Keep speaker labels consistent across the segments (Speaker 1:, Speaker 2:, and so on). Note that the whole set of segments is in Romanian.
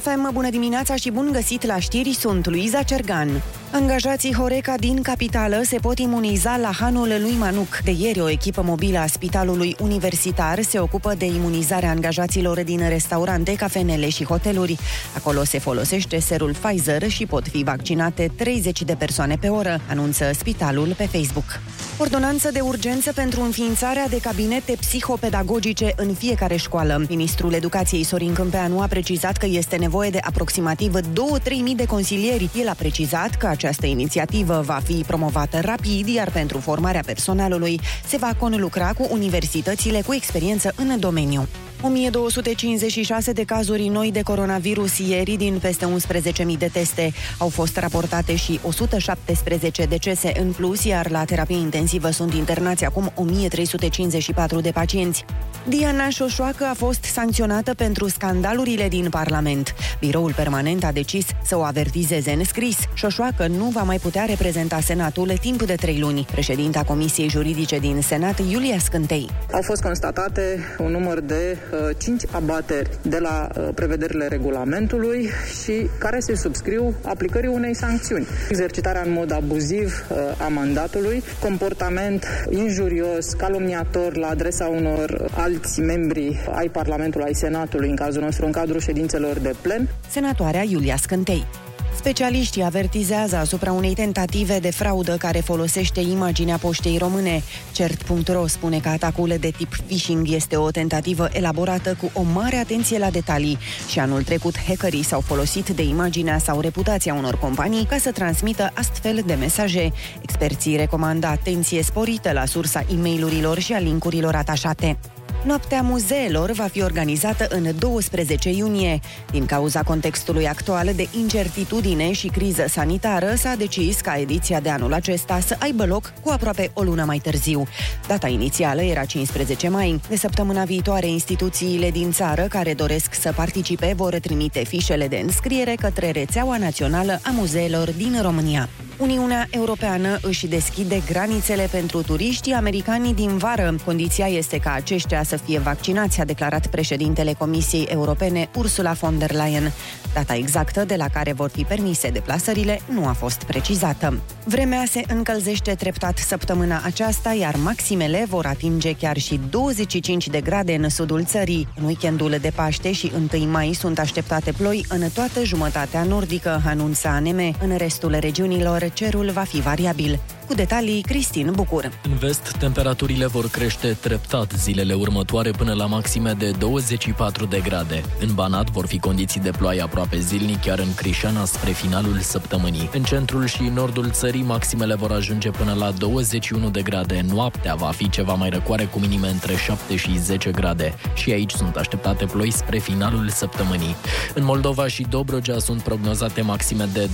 Speaker 1: FM, bună dimineața și bun găsit la știri, sunt Luiza Cergan. Angajații Horeca din capitală se pot imuniza la hanul lui Manuc. De ieri, o echipă mobilă a Spitalului Universitar se ocupă de imunizarea angajaților din restaurante, cafenele și hoteluri. Acolo se folosește serul Pfizer și pot fi vaccinate 30 de persoane pe oră, anunță spitalul pe Facebook. Ordonanță de urgență pentru înființarea de cabinete psihopedagogice în fiecare școală. Ministrul Educației Sorin Câmpeanu a precizat că este nevoie de aproximativ 2-3 mii de consilieri. El a precizat că această inițiativă va fi promovată rapid, iar pentru formarea personalului se va conlucra cu universitățile cu experiență în domeniu. 1256 de cazuri noi de coronavirus ieri din peste 11.000 de teste. Au fost raportate și 117 decese în plus, iar la terapie intensivă sunt internați acum 1354 de pacienți. Diana Șoșoacă a fost sancționată pentru scandalurile din Parlament. Biroul permanent a decis să o avertizeze în scris. Șoșoacă nu va mai putea reprezenta Senatul timp de trei luni. Președinta Comisiei Juridice din Senat, Iulia Scântei.
Speaker 2: Au fost constatate un număr de 5 abateri de la uh, prevederile regulamentului și care se subscriu aplicării unei sancțiuni. Exercitarea în mod abuziv uh, a mandatului, comportament injurios, calomniator la adresa unor alți membri ai Parlamentului, ai Senatului, în cazul nostru, în cadrul ședințelor de plen.
Speaker 1: Senatoarea Iulia Scântei. Specialiștii avertizează asupra unei tentative de fraudă care folosește imaginea poștei române. Cert.ro spune că atacul de tip phishing este o tentativă elaborată cu o mare atenție la detalii și anul trecut hackerii s-au folosit de imaginea sau reputația unor companii ca să transmită astfel de mesaje. Experții recomandă atenție sporită la sursa e-mailurilor și a linkurilor atașate. Noaptea muzeelor va fi organizată în 12 iunie. Din cauza contextului actual de incertitudine și criză sanitară, s-a decis ca ediția de anul acesta să aibă loc cu aproape o lună mai târziu. Data inițială era 15 mai. De săptămâna viitoare, instituțiile din țară care doresc să participe vor trimite fișele de înscriere către rețeaua națională a muzeelor din România. Uniunea Europeană își deschide granițele pentru turiștii americani din vară. Condiția este ca aceștia să fie vaccinați, a declarat președintele Comisiei Europene Ursula von der Leyen. Data exactă de la care vor fi permise deplasările nu a fost precizată. Vremea se încălzește treptat săptămâna aceasta, iar maximele vor atinge chiar și 25 de grade în sudul țării. În weekendul de Paște și 1 mai sunt așteptate ploi în toată jumătatea nordică, anunța ANM. În restul regiunilor cerul va fi variabil. Cu detalii, Cristin Bucur.
Speaker 3: În vest, temperaturile vor crește treptat zilele următoare până la maxime de 24 de grade. În Banat vor fi condiții de ploaie aproape zilnic, chiar în Crișana spre finalul săptămânii. În centrul și nordul țării, maximele vor ajunge până la 21 de grade. Noaptea va fi ceva mai răcoare cu minime între 7 și 10 grade. Și aici sunt așteptate ploi spre finalul săptămânii. În Moldova și Dobrogea sunt prognozate maxime de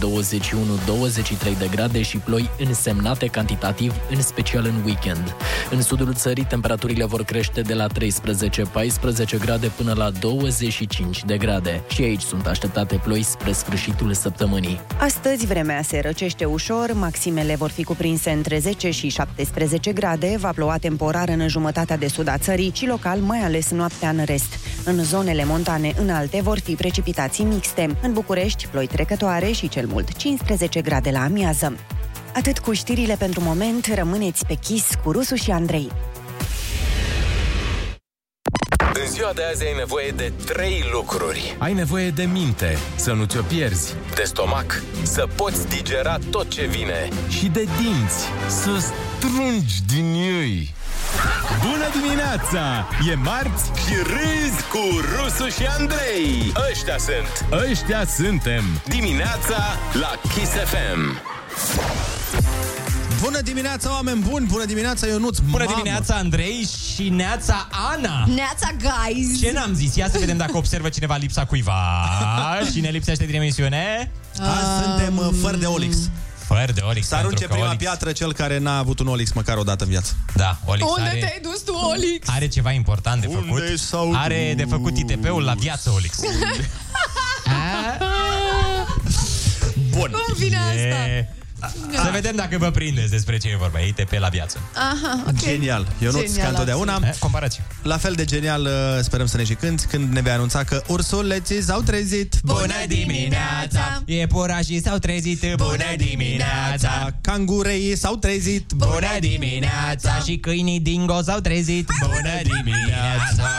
Speaker 3: 21-23 de grade și ploi însemnate ridicate cantitativ, în special în weekend. În sudul țării, temperaturile vor crește de la 13-14 grade până la 25 de grade și aici sunt așteptate ploi spre sfârșitul săptămânii.
Speaker 1: Astăzi vremea se răcește ușor, maximele vor fi cuprinse între 10 și 17 grade, va ploua temporar în jumătatea de sud a țării și local, mai ales noaptea în rest. În zonele montane înalte vor fi precipitații mixte. În București, ploi trecătoare și cel mult 15 grade la amiază. Atât cu știrile pentru moment, rămâneți pe chis cu Rusu și Andrei.
Speaker 4: În ziua de azi ai nevoie de trei lucruri.
Speaker 5: Ai nevoie de minte, să nu ți-o pierzi.
Speaker 4: De stomac, să poți digera tot ce vine.
Speaker 5: Și de dinți, să strungi din ei. Bună dimineața! E marți
Speaker 4: și râzi cu Rusu și Andrei. Ăștia sunt.
Speaker 5: Ăștia suntem.
Speaker 4: Dimineața la Kiss FM.
Speaker 6: Bună dimineața, oameni buni! Bună dimineața, Ionuț!
Speaker 7: Bună Mamă. dimineața, Andrei și Neața Ana!
Speaker 8: Neața, guys!
Speaker 7: Ce n-am zis? Ia să vedem dacă observă cineva lipsa cuiva. Cine lipsește din emisiune?
Speaker 6: Um... Azi suntem fără de Olix.
Speaker 7: Fără de Olix.
Speaker 6: Să arunce prima Olix... piatră cel care n-a avut un Olix măcar o dată în viață.
Speaker 7: Da, Olix
Speaker 8: Unde
Speaker 7: are...
Speaker 8: te-ai dus tu, Olix?
Speaker 7: Are ceva important de făcut. Unde s-au are de făcut ITP-ul la viață, Olix.
Speaker 6: Bun.
Speaker 8: Îmi vine asta. Da.
Speaker 9: Să vedem dacă vă prindeți despre ce e vorba. ITP la viață.
Speaker 8: Aha, ok.
Speaker 6: Genial. Eu nu ca
Speaker 8: Genial,
Speaker 6: întotdeauna.
Speaker 9: Eh, Comparație.
Speaker 6: La fel de genial uh, sperăm să ne și cânti când ne vei anunța că ursuleții s-au trezit.
Speaker 8: dimineața!
Speaker 9: Iepurașii s-au trezit. Bună dimineața!
Speaker 6: Cangureii s-au trezit.
Speaker 9: Bună dimineața! Și câinii dingo s-au trezit. Bună dimineața!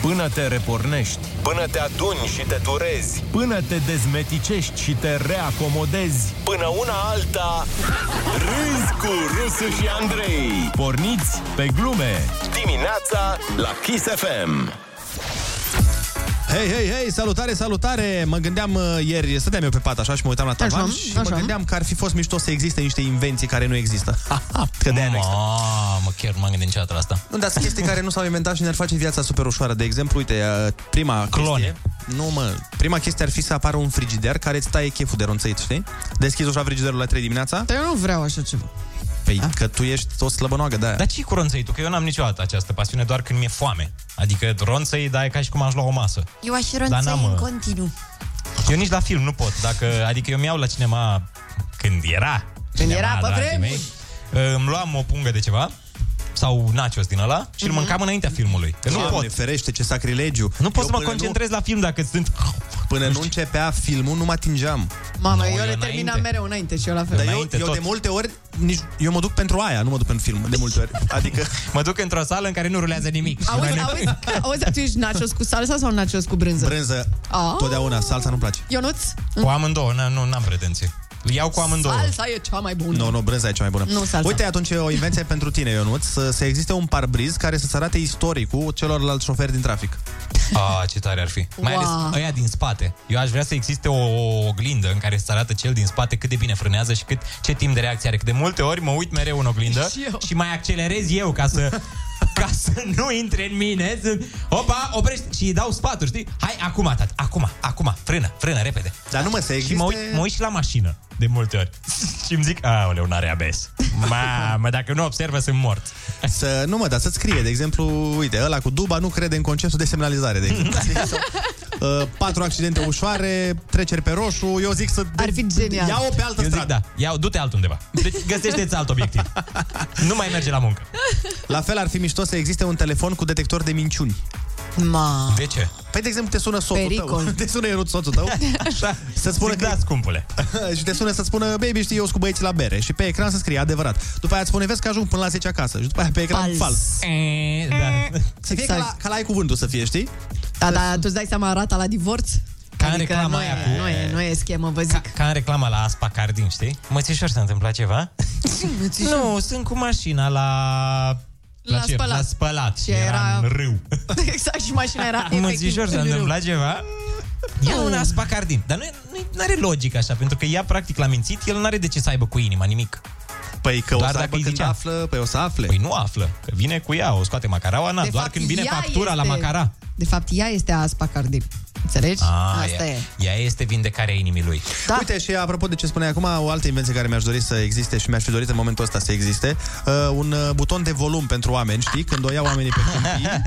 Speaker 4: Până te repornești,
Speaker 10: Până te aduni și te durezi
Speaker 4: până te dezmeticești și te reacomodezi,
Speaker 10: Până una alta Râzi cu Rusu și Andrei
Speaker 4: porniți pe glume.
Speaker 10: Dimineața la Kiss FM
Speaker 6: Hei, hei, hei, salutare, salutare! Mă gândeam uh, ieri, stăteam eu pe pat așa și mă uitam la tavan
Speaker 8: Așa,
Speaker 6: și mă
Speaker 8: așa.
Speaker 6: gândeam că ar fi fost mișto să existe niște invenții care nu există. că de aia nu există.
Speaker 9: Mamă, chiar m-am gândit niciodată la asta.
Speaker 6: Nu, dar sunt chestii care nu s-au inventat și ne-ar face viața super ușoară. De exemplu, uite, uh, prima
Speaker 9: Clone.
Speaker 6: Chestie, nu, mă. Prima chestie ar fi să apară un frigider care îți taie cheful de ronțăit, știi? Deschizi ușa frigiderului la 3 dimineața,
Speaker 8: Dar eu nu vreau așa ceva.
Speaker 6: păi că tu ești o slăbănoagă da. de aia.
Speaker 9: Da. Dar ce cu ronțăitul? Că eu n-am niciodată această pasiune, doar când mi-e foame. Adică ronțăi, dar e ca și cum aș lua o masă.
Speaker 8: Eu aș
Speaker 9: Dar n-am,
Speaker 8: ronțăi în
Speaker 9: mă.
Speaker 8: continuu.
Speaker 9: Eu nici la film nu pot. Dacă, adică eu mi-iau la cinema când era.
Speaker 8: Când
Speaker 9: cinema,
Speaker 8: era, pe
Speaker 9: dragii
Speaker 8: vremuri.
Speaker 9: mei, Îmi luam o pungă de ceva sau nachos din ăla și îl
Speaker 8: Mhm.
Speaker 9: mâncam înaintea filmului. Că nu
Speaker 6: Doamne,
Speaker 9: pot.
Speaker 6: ferește, ce sacrilegiu.
Speaker 9: Nu pot
Speaker 6: Eu
Speaker 9: să mă
Speaker 6: până
Speaker 9: concentrez la film dacă sunt...
Speaker 6: Nu, până nu începea filmul, nu mă atingeam.
Speaker 8: Mamă,
Speaker 9: Nu,
Speaker 8: eu,
Speaker 9: eu
Speaker 8: le
Speaker 9: înainte.
Speaker 8: terminam mereu înainte și eu la fel.
Speaker 6: Dar
Speaker 9: Înainte
Speaker 6: eu, eu
Speaker 9: tot.
Speaker 6: de multe ori, nici, eu mă duc pentru aia, nu mă duc pentru film, de multe ori. Adică,
Speaker 9: Mă duc într-o sală în care nu rulează nimic.
Speaker 8: Auzi, auzi, auzi, tu ești nachos cu salsa sau nachos cu brânză?
Speaker 6: brânză,
Speaker 8: Ah.
Speaker 6: totdeauna, salsa nu-mi place.
Speaker 8: Ionuț?
Speaker 9: Cu amândouă, n- nu, n-am pretenții. Iau cu amândouă.
Speaker 8: Salsa e cea mai bună.
Speaker 6: Nu, nu, brânza e cea mai bună.
Speaker 8: Nu, salsa.
Speaker 6: Uite, atunci e o invenție pentru tine, Ionuț, să, să existe un parbriz care să-ți arate istoricul celorlalți șoferi din trafic.
Speaker 9: A, ce tare ar fi. Mai ales
Speaker 8: Wow.
Speaker 9: ăia din spate. Eu aș vrea să existe o, o oglindă în care să arată cel din spate cât de bine frânează și cât, ce timp de reacție are. Că de multe ori mă uit mereu în oglindă
Speaker 8: Și eu.
Speaker 9: și mai accelerez eu ca să ca să nu intre în mine. Să, opa, oprește și îi dau sfaturi, știi? Hai, acum, tati, acum, acum, frână, frână, repede.
Speaker 6: Dar nu mă, să existe...
Speaker 9: Și mă uit, mă uit și la mașină, de multe ori. și îmi zic, aoleu, n-are ABS. Mamă, dacă nu observă, sunt mort.
Speaker 6: Să, nu mă, dar să-ți scrie, de exemplu, uite, ăla cu duba nu crede în conceptul de semnalizare, de
Speaker 8: Da.
Speaker 6: exemplu. Sau, uh, patru accidente ușoare, treceri pe roșu, eu zic să...
Speaker 8: Ar fi genial.
Speaker 6: Ia-o pe altă
Speaker 9: Eu zic,
Speaker 6: stradă.
Speaker 9: da, ia, du-te altundeva. Deci găsește-ți alt obiectiv. nu mai merge la muncă.
Speaker 6: La fel ar fi mișto să existe un telefon cu detector de minciuni.
Speaker 8: Ma.
Speaker 9: De ce?
Speaker 6: Păi, de exemplu, te sună soțul
Speaker 8: Pericol.
Speaker 6: tău. Te sună Ionut soțul tău
Speaker 9: Așa.
Speaker 6: Să spună
Speaker 9: Zic,
Speaker 6: că-
Speaker 9: da, scumpule.
Speaker 6: și te sună să spună, baby, știi, eu sunt cu băieții la bere. Și pe ecran să scrie, adevărat. După aia îți spune, vezi că ajung până la 10 acasă. Și după aia pe ecran, fals.
Speaker 8: Fals. Exact.
Speaker 9: E, da.
Speaker 6: Să fie ca la, ca la ai cuvântul să fie, știi?
Speaker 8: Da, da, tu îți dai seama rata la divorț?
Speaker 9: Ca în
Speaker 8: adică
Speaker 9: reclama
Speaker 8: nu
Speaker 9: aia
Speaker 8: e,
Speaker 9: cu-
Speaker 8: nu e, nu e schemă, vă
Speaker 9: Ca,
Speaker 8: zic.
Speaker 9: ca în reclama la Aspa Cardin, știi? Mă țișor s-a întâmplat ceva? nu, sunt cu mașina la...
Speaker 8: La
Speaker 9: ce?
Speaker 8: spălat.
Speaker 9: La spălat.
Speaker 8: Și
Speaker 9: Și era,
Speaker 8: era-
Speaker 9: în râu.
Speaker 8: exact, și mașina era
Speaker 9: Mă
Speaker 8: efectiv
Speaker 9: țișor s-a
Speaker 8: în Da. râu.
Speaker 9: întâmplat ceva? E un Aspa Cardin. Dar nu, e- nu, e- nu are logic așa, pentru că ea practic l-a mințit, el nu are de ce să aibă cu inima nimic.
Speaker 6: Păi că
Speaker 9: Doar
Speaker 6: o să
Speaker 9: dacă
Speaker 6: aibă
Speaker 9: îi
Speaker 6: când
Speaker 9: zicea.
Speaker 6: află, păi o să afle.
Speaker 9: Păi nu află, că vine cu ea, o scoate macaraua, na,
Speaker 8: De
Speaker 9: doar
Speaker 8: fapt,
Speaker 9: când vine
Speaker 8: ea
Speaker 9: factura la
Speaker 8: este-
Speaker 9: macara.
Speaker 8: De fapt, ea este aspa cardin. Înțelegi? Asta
Speaker 9: ea,
Speaker 8: e.
Speaker 9: ea este vindecarea inimii lui.
Speaker 8: Da.
Speaker 6: Uite, și apropo de ce spuneai acum, o altă invenție care mi-aș dori să existe și mi-aș fi dorit în momentul ăsta să existe, uh, un uh, buton de volum pentru oameni, știi? Când o iau oamenii pe câmpii,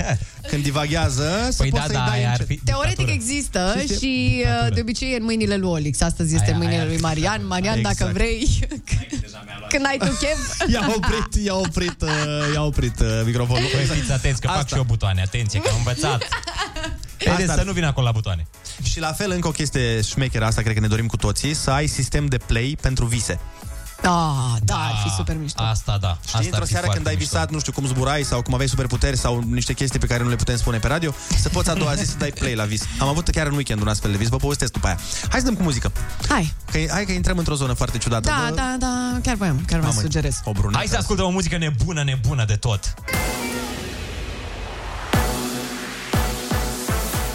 Speaker 6: când divaghează, să
Speaker 9: Păi
Speaker 6: poți
Speaker 9: da,
Speaker 6: să-i
Speaker 9: da,
Speaker 6: dai
Speaker 9: aia ar
Speaker 6: încet.
Speaker 9: fi
Speaker 8: Teoretic
Speaker 9: dictatură.
Speaker 8: există
Speaker 6: Și
Speaker 8: și,
Speaker 6: știi-
Speaker 8: uh, de obicei e în mâinile lui Olix. Astăzi este
Speaker 9: Aia-
Speaker 8: în mâinile
Speaker 9: aia-
Speaker 8: lui Marian. Marian,
Speaker 6: Exact.
Speaker 8: dacă vrei, când ai tu chef,
Speaker 6: I-a oprit, i-a oprit, uh, i-a oprit uh, microfonul.
Speaker 9: Păi fiți atenți că fac
Speaker 6: Asta.
Speaker 9: și eu butoane, atenție, că am învățat. Vedeți,
Speaker 6: ar
Speaker 9: să
Speaker 6: fi.
Speaker 9: nu vin acolo la butoane.
Speaker 6: Și la fel, încă o chestie șmecheră asta, cred că ne dorim cu toții, să ai sistem de play pentru vise.
Speaker 8: Da, da, ar fi super mișto.
Speaker 9: Asta da,
Speaker 6: Știi,
Speaker 9: asta ar
Speaker 6: într-o
Speaker 9: fi
Speaker 6: seară
Speaker 9: foarte
Speaker 6: când ai
Speaker 9: mișto.
Speaker 6: visat, nu știu cum zburai sau cum aveai superputeri sau niște chestii pe care nu le putem spune pe radio, să poți a doua zi să dai play la vis. Am avut chiar în weekend un astfel de vis, vă povestesc după aia. Hai să dăm cu muzică.
Speaker 8: Hai.
Speaker 6: Că, hai că intrăm într-o zonă foarte ciudată.
Speaker 8: Da,
Speaker 6: Vă-
Speaker 8: da, da, chiar voiam, chiar vă
Speaker 6: Mamă,
Speaker 8: sugerez.
Speaker 6: O brunetă.
Speaker 9: Hai să ascultăm o muzică nebună, nebună de tot.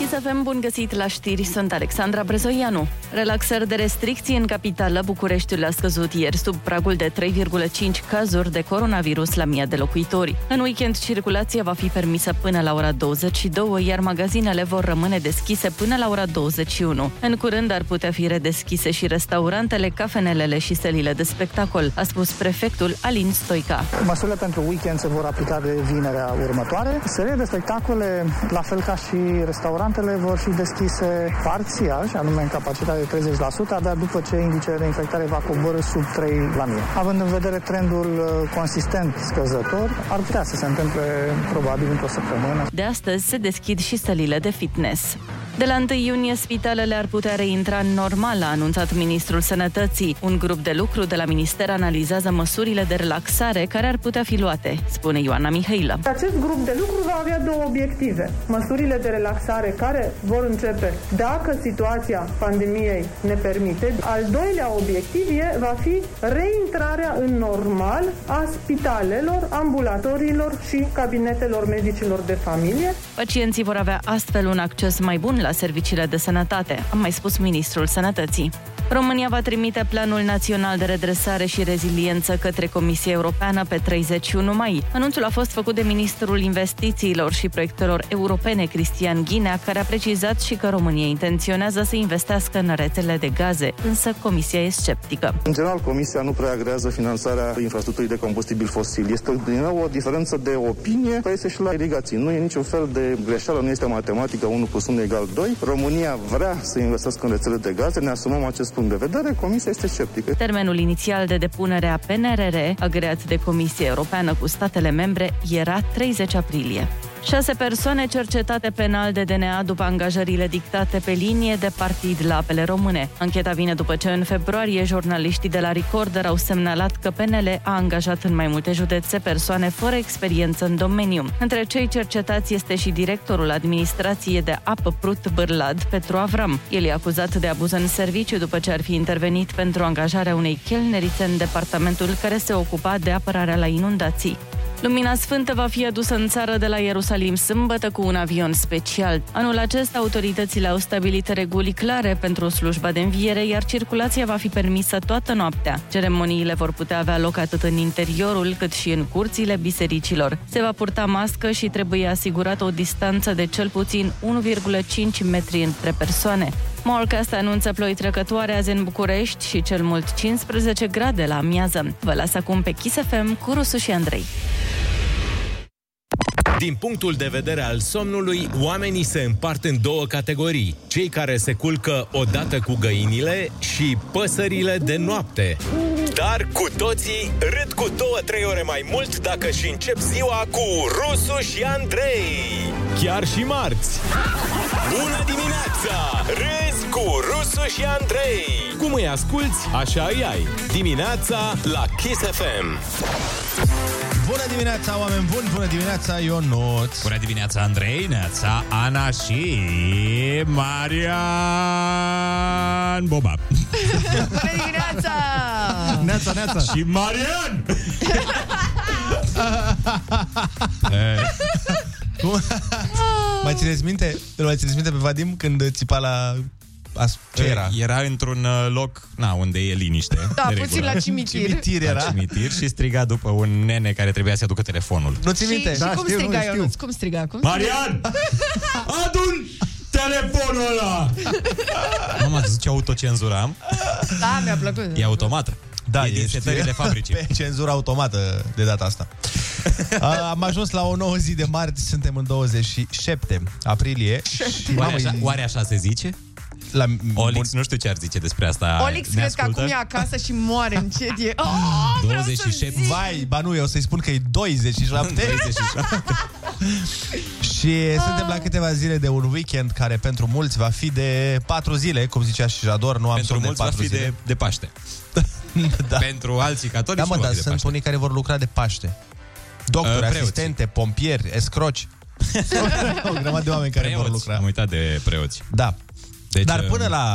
Speaker 11: Să avem bun găsit la știri, sunt Alexandra Brezoianu. Relaxări de restricții în capitală, Bucureștiul a scăzut ieri sub pragul de 3,5 cazuri de coronavirus la mii de locuitori. În weekend, circulația va fi permisă până la ora 22, iar magazinele vor rămâne deschise până la ora 21. În curând ar putea fi redeschise și restaurantele, cafenelele și sălile de spectacol, a spus prefectul Alin Stoica.
Speaker 12: Măsurile pentru weekend se vor aplica de vinerea următoare. Serie de spectacole, la fel ca și restaurante, Granițele vor fi deschise parțial, și anume în capacitate de 30%, abia după ce indicele de infectare va coborâ sub 3 la mie. Având în vedere trendul uh, consistent scăzător, ar putea să se întâmple probabil într-o săptămână.
Speaker 11: De astăzi se deschid și sălile de fitness. De la 1 iunie, spitalele ar putea reintra în normal, a anunțat Ministrul Sănătății. Un grup de lucru de la minister analizează măsurile de relaxare care ar putea fi luate, spune Ioana Mihailă.
Speaker 13: Acest grup de lucru va avea două obiective. Măsurile de relaxare care vor începe dacă situația pandemiei ne permite. Al doilea obiectiv e, va fi reintrarea în normal a spitalelor, ambulatoriilor și cabinetelor medicilor de familie.
Speaker 11: Pacienții vor avea astfel un acces mai bun la serviciile de sănătate, a mai spus Ministrul Sănătății. România va trimite Planul Național de Redresare și Reziliență către Comisia Europeană pe 31 mai. Anunțul a fost făcut de Ministrul Investițiilor și Proiectelor Europene, Cristian Ghinea, care a precizat și că România intenționează să investească în rețele de gaze, însă Comisia e sceptică.
Speaker 14: În general, Comisia nu prea agrează finanțarea infrastructurii de combustibil fosil. Este din nou o diferență de opinie, dar este și la irigații. Nu e niciun fel de greșeală, nu este matematică 1 plus 1 egal 2. România vrea să investească în rețele de gaze, ne asumăm acest punct de vedere, Comisia este sceptică.
Speaker 11: Termenul inițial de depunere a PNRR, agreat de Comisia Europeană cu statele membre, era 30 aprilie. Șase persoane cercetate penal de DNA după angajările dictate pe linie de partid la apele române. Ancheta vine după ce în februarie jurnaliștii de la Recorder au semnalat că PNL a angajat în mai multe județe persoane fără experiență în domeniu. Între cei cercetați este și directorul administrației de apă Prut Bârlad, Petru Avram. El e acuzat de abuz în serviciu după ce ar fi intervenit pentru angajarea unei chelnerițe în departamentul care se ocupa de apărarea la inundații. Lumina Sfântă va fi adusă în țară de la Ierusalim sâmbătă cu un avion special. Anul acesta, autoritățile au stabilit reguli clare pentru slujba de înviere, iar circulația va fi permisă toată noaptea. Ceremoniile vor putea avea loc atât în interiorul cât și în curțile bisericilor. Se va purta mască și trebuie asigurată o distanță de cel puțin 1,5 metri între persoane. Morcast anunță ploi trecătoare azi în București și cel mult 15 grade la amiază. Vă las acum pe Kiss FM cu Rusu și Andrei.
Speaker 4: Din punctul de vedere al somnului, oamenii se împart în două categorii. Cei care se culcă odată cu găinile și păsările de noapte. Dar cu toții râd cu 2-3 ore mai mult dacă și încep ziua cu Rusu și Andrei. Chiar și marți.
Speaker 15: Bună dimineața!
Speaker 4: Râzi cu Rusu și Andrei. Cum îi asculți, așa îi ai. Dimineața la Kiss FM.
Speaker 6: Bună dimineața, oameni buni! Bună dimineața, Ionut!
Speaker 9: Bună dimineața, Andrei, Neața, Ana și Marian Boba.
Speaker 8: Bună dimineața!
Speaker 6: Neața, neața!
Speaker 9: și Marian! Eh.
Speaker 6: Cum- mai țineți minte? Îl mai țineți minte pe Vadim când țipa la... As... Ce era?
Speaker 9: Păi, Era într-un uh, loc, na, unde e liniște.
Speaker 8: Da,
Speaker 9: de
Speaker 8: puțin
Speaker 9: regulă.
Speaker 8: la cimitir. Cimitir
Speaker 6: era.
Speaker 9: La cimitir și striga după un nene care trebuia să aducă telefonul.
Speaker 6: Nu ți
Speaker 8: Și, și cum striga, Ionuț? Cum striga? Cum
Speaker 9: Marian! Adun telefonul ăla! Mama, zice autocenzuram.
Speaker 8: Da, mi-a plăcut.
Speaker 9: E automat.
Speaker 6: Da,
Speaker 9: e din
Speaker 6: ești-
Speaker 9: setările fabricii.
Speaker 6: Pe cenzura automată de data asta. A, Am ajuns la o nouă zi de marți, suntem în 27 aprilie. Și,
Speaker 9: Oare
Speaker 6: mamă,
Speaker 9: așa,
Speaker 6: e-
Speaker 9: oare așa se zice?
Speaker 6: La,
Speaker 9: Olix, nu știu ce ar zice despre asta.
Speaker 8: Da, Olix
Speaker 9: Ne
Speaker 8: cred că
Speaker 9: ascultă?
Speaker 8: acum e acasă și moare în cedie. Oh, vreau să zic.
Speaker 6: Vai, ba nu, eu o să-i spun că e 27.
Speaker 9: 27.
Speaker 6: și suntem la câteva zile de un weekend care pentru mulți va fi de 4 zile, cum zicea și Jador, nu am
Speaker 9: Pentru
Speaker 6: somn
Speaker 9: mulți
Speaker 6: de
Speaker 9: va
Speaker 6: 4
Speaker 9: fi
Speaker 6: zile.
Speaker 9: de, de Paște.
Speaker 6: da.
Speaker 9: Pentru alții catolici
Speaker 6: Da, mă,
Speaker 9: nu va fi
Speaker 6: dar
Speaker 9: de
Speaker 6: sunt
Speaker 9: Paște.
Speaker 6: unii care vor lucra de Paște. Doctori,
Speaker 9: Uh, preoții.
Speaker 6: asistente, pompieri, escroci. o grămadă de oameni care vor
Speaker 9: Preoți.
Speaker 6: lucra.
Speaker 9: Am uitat de preoți.
Speaker 6: Da.
Speaker 9: Deci,
Speaker 6: Dar
Speaker 9: uh,
Speaker 6: până la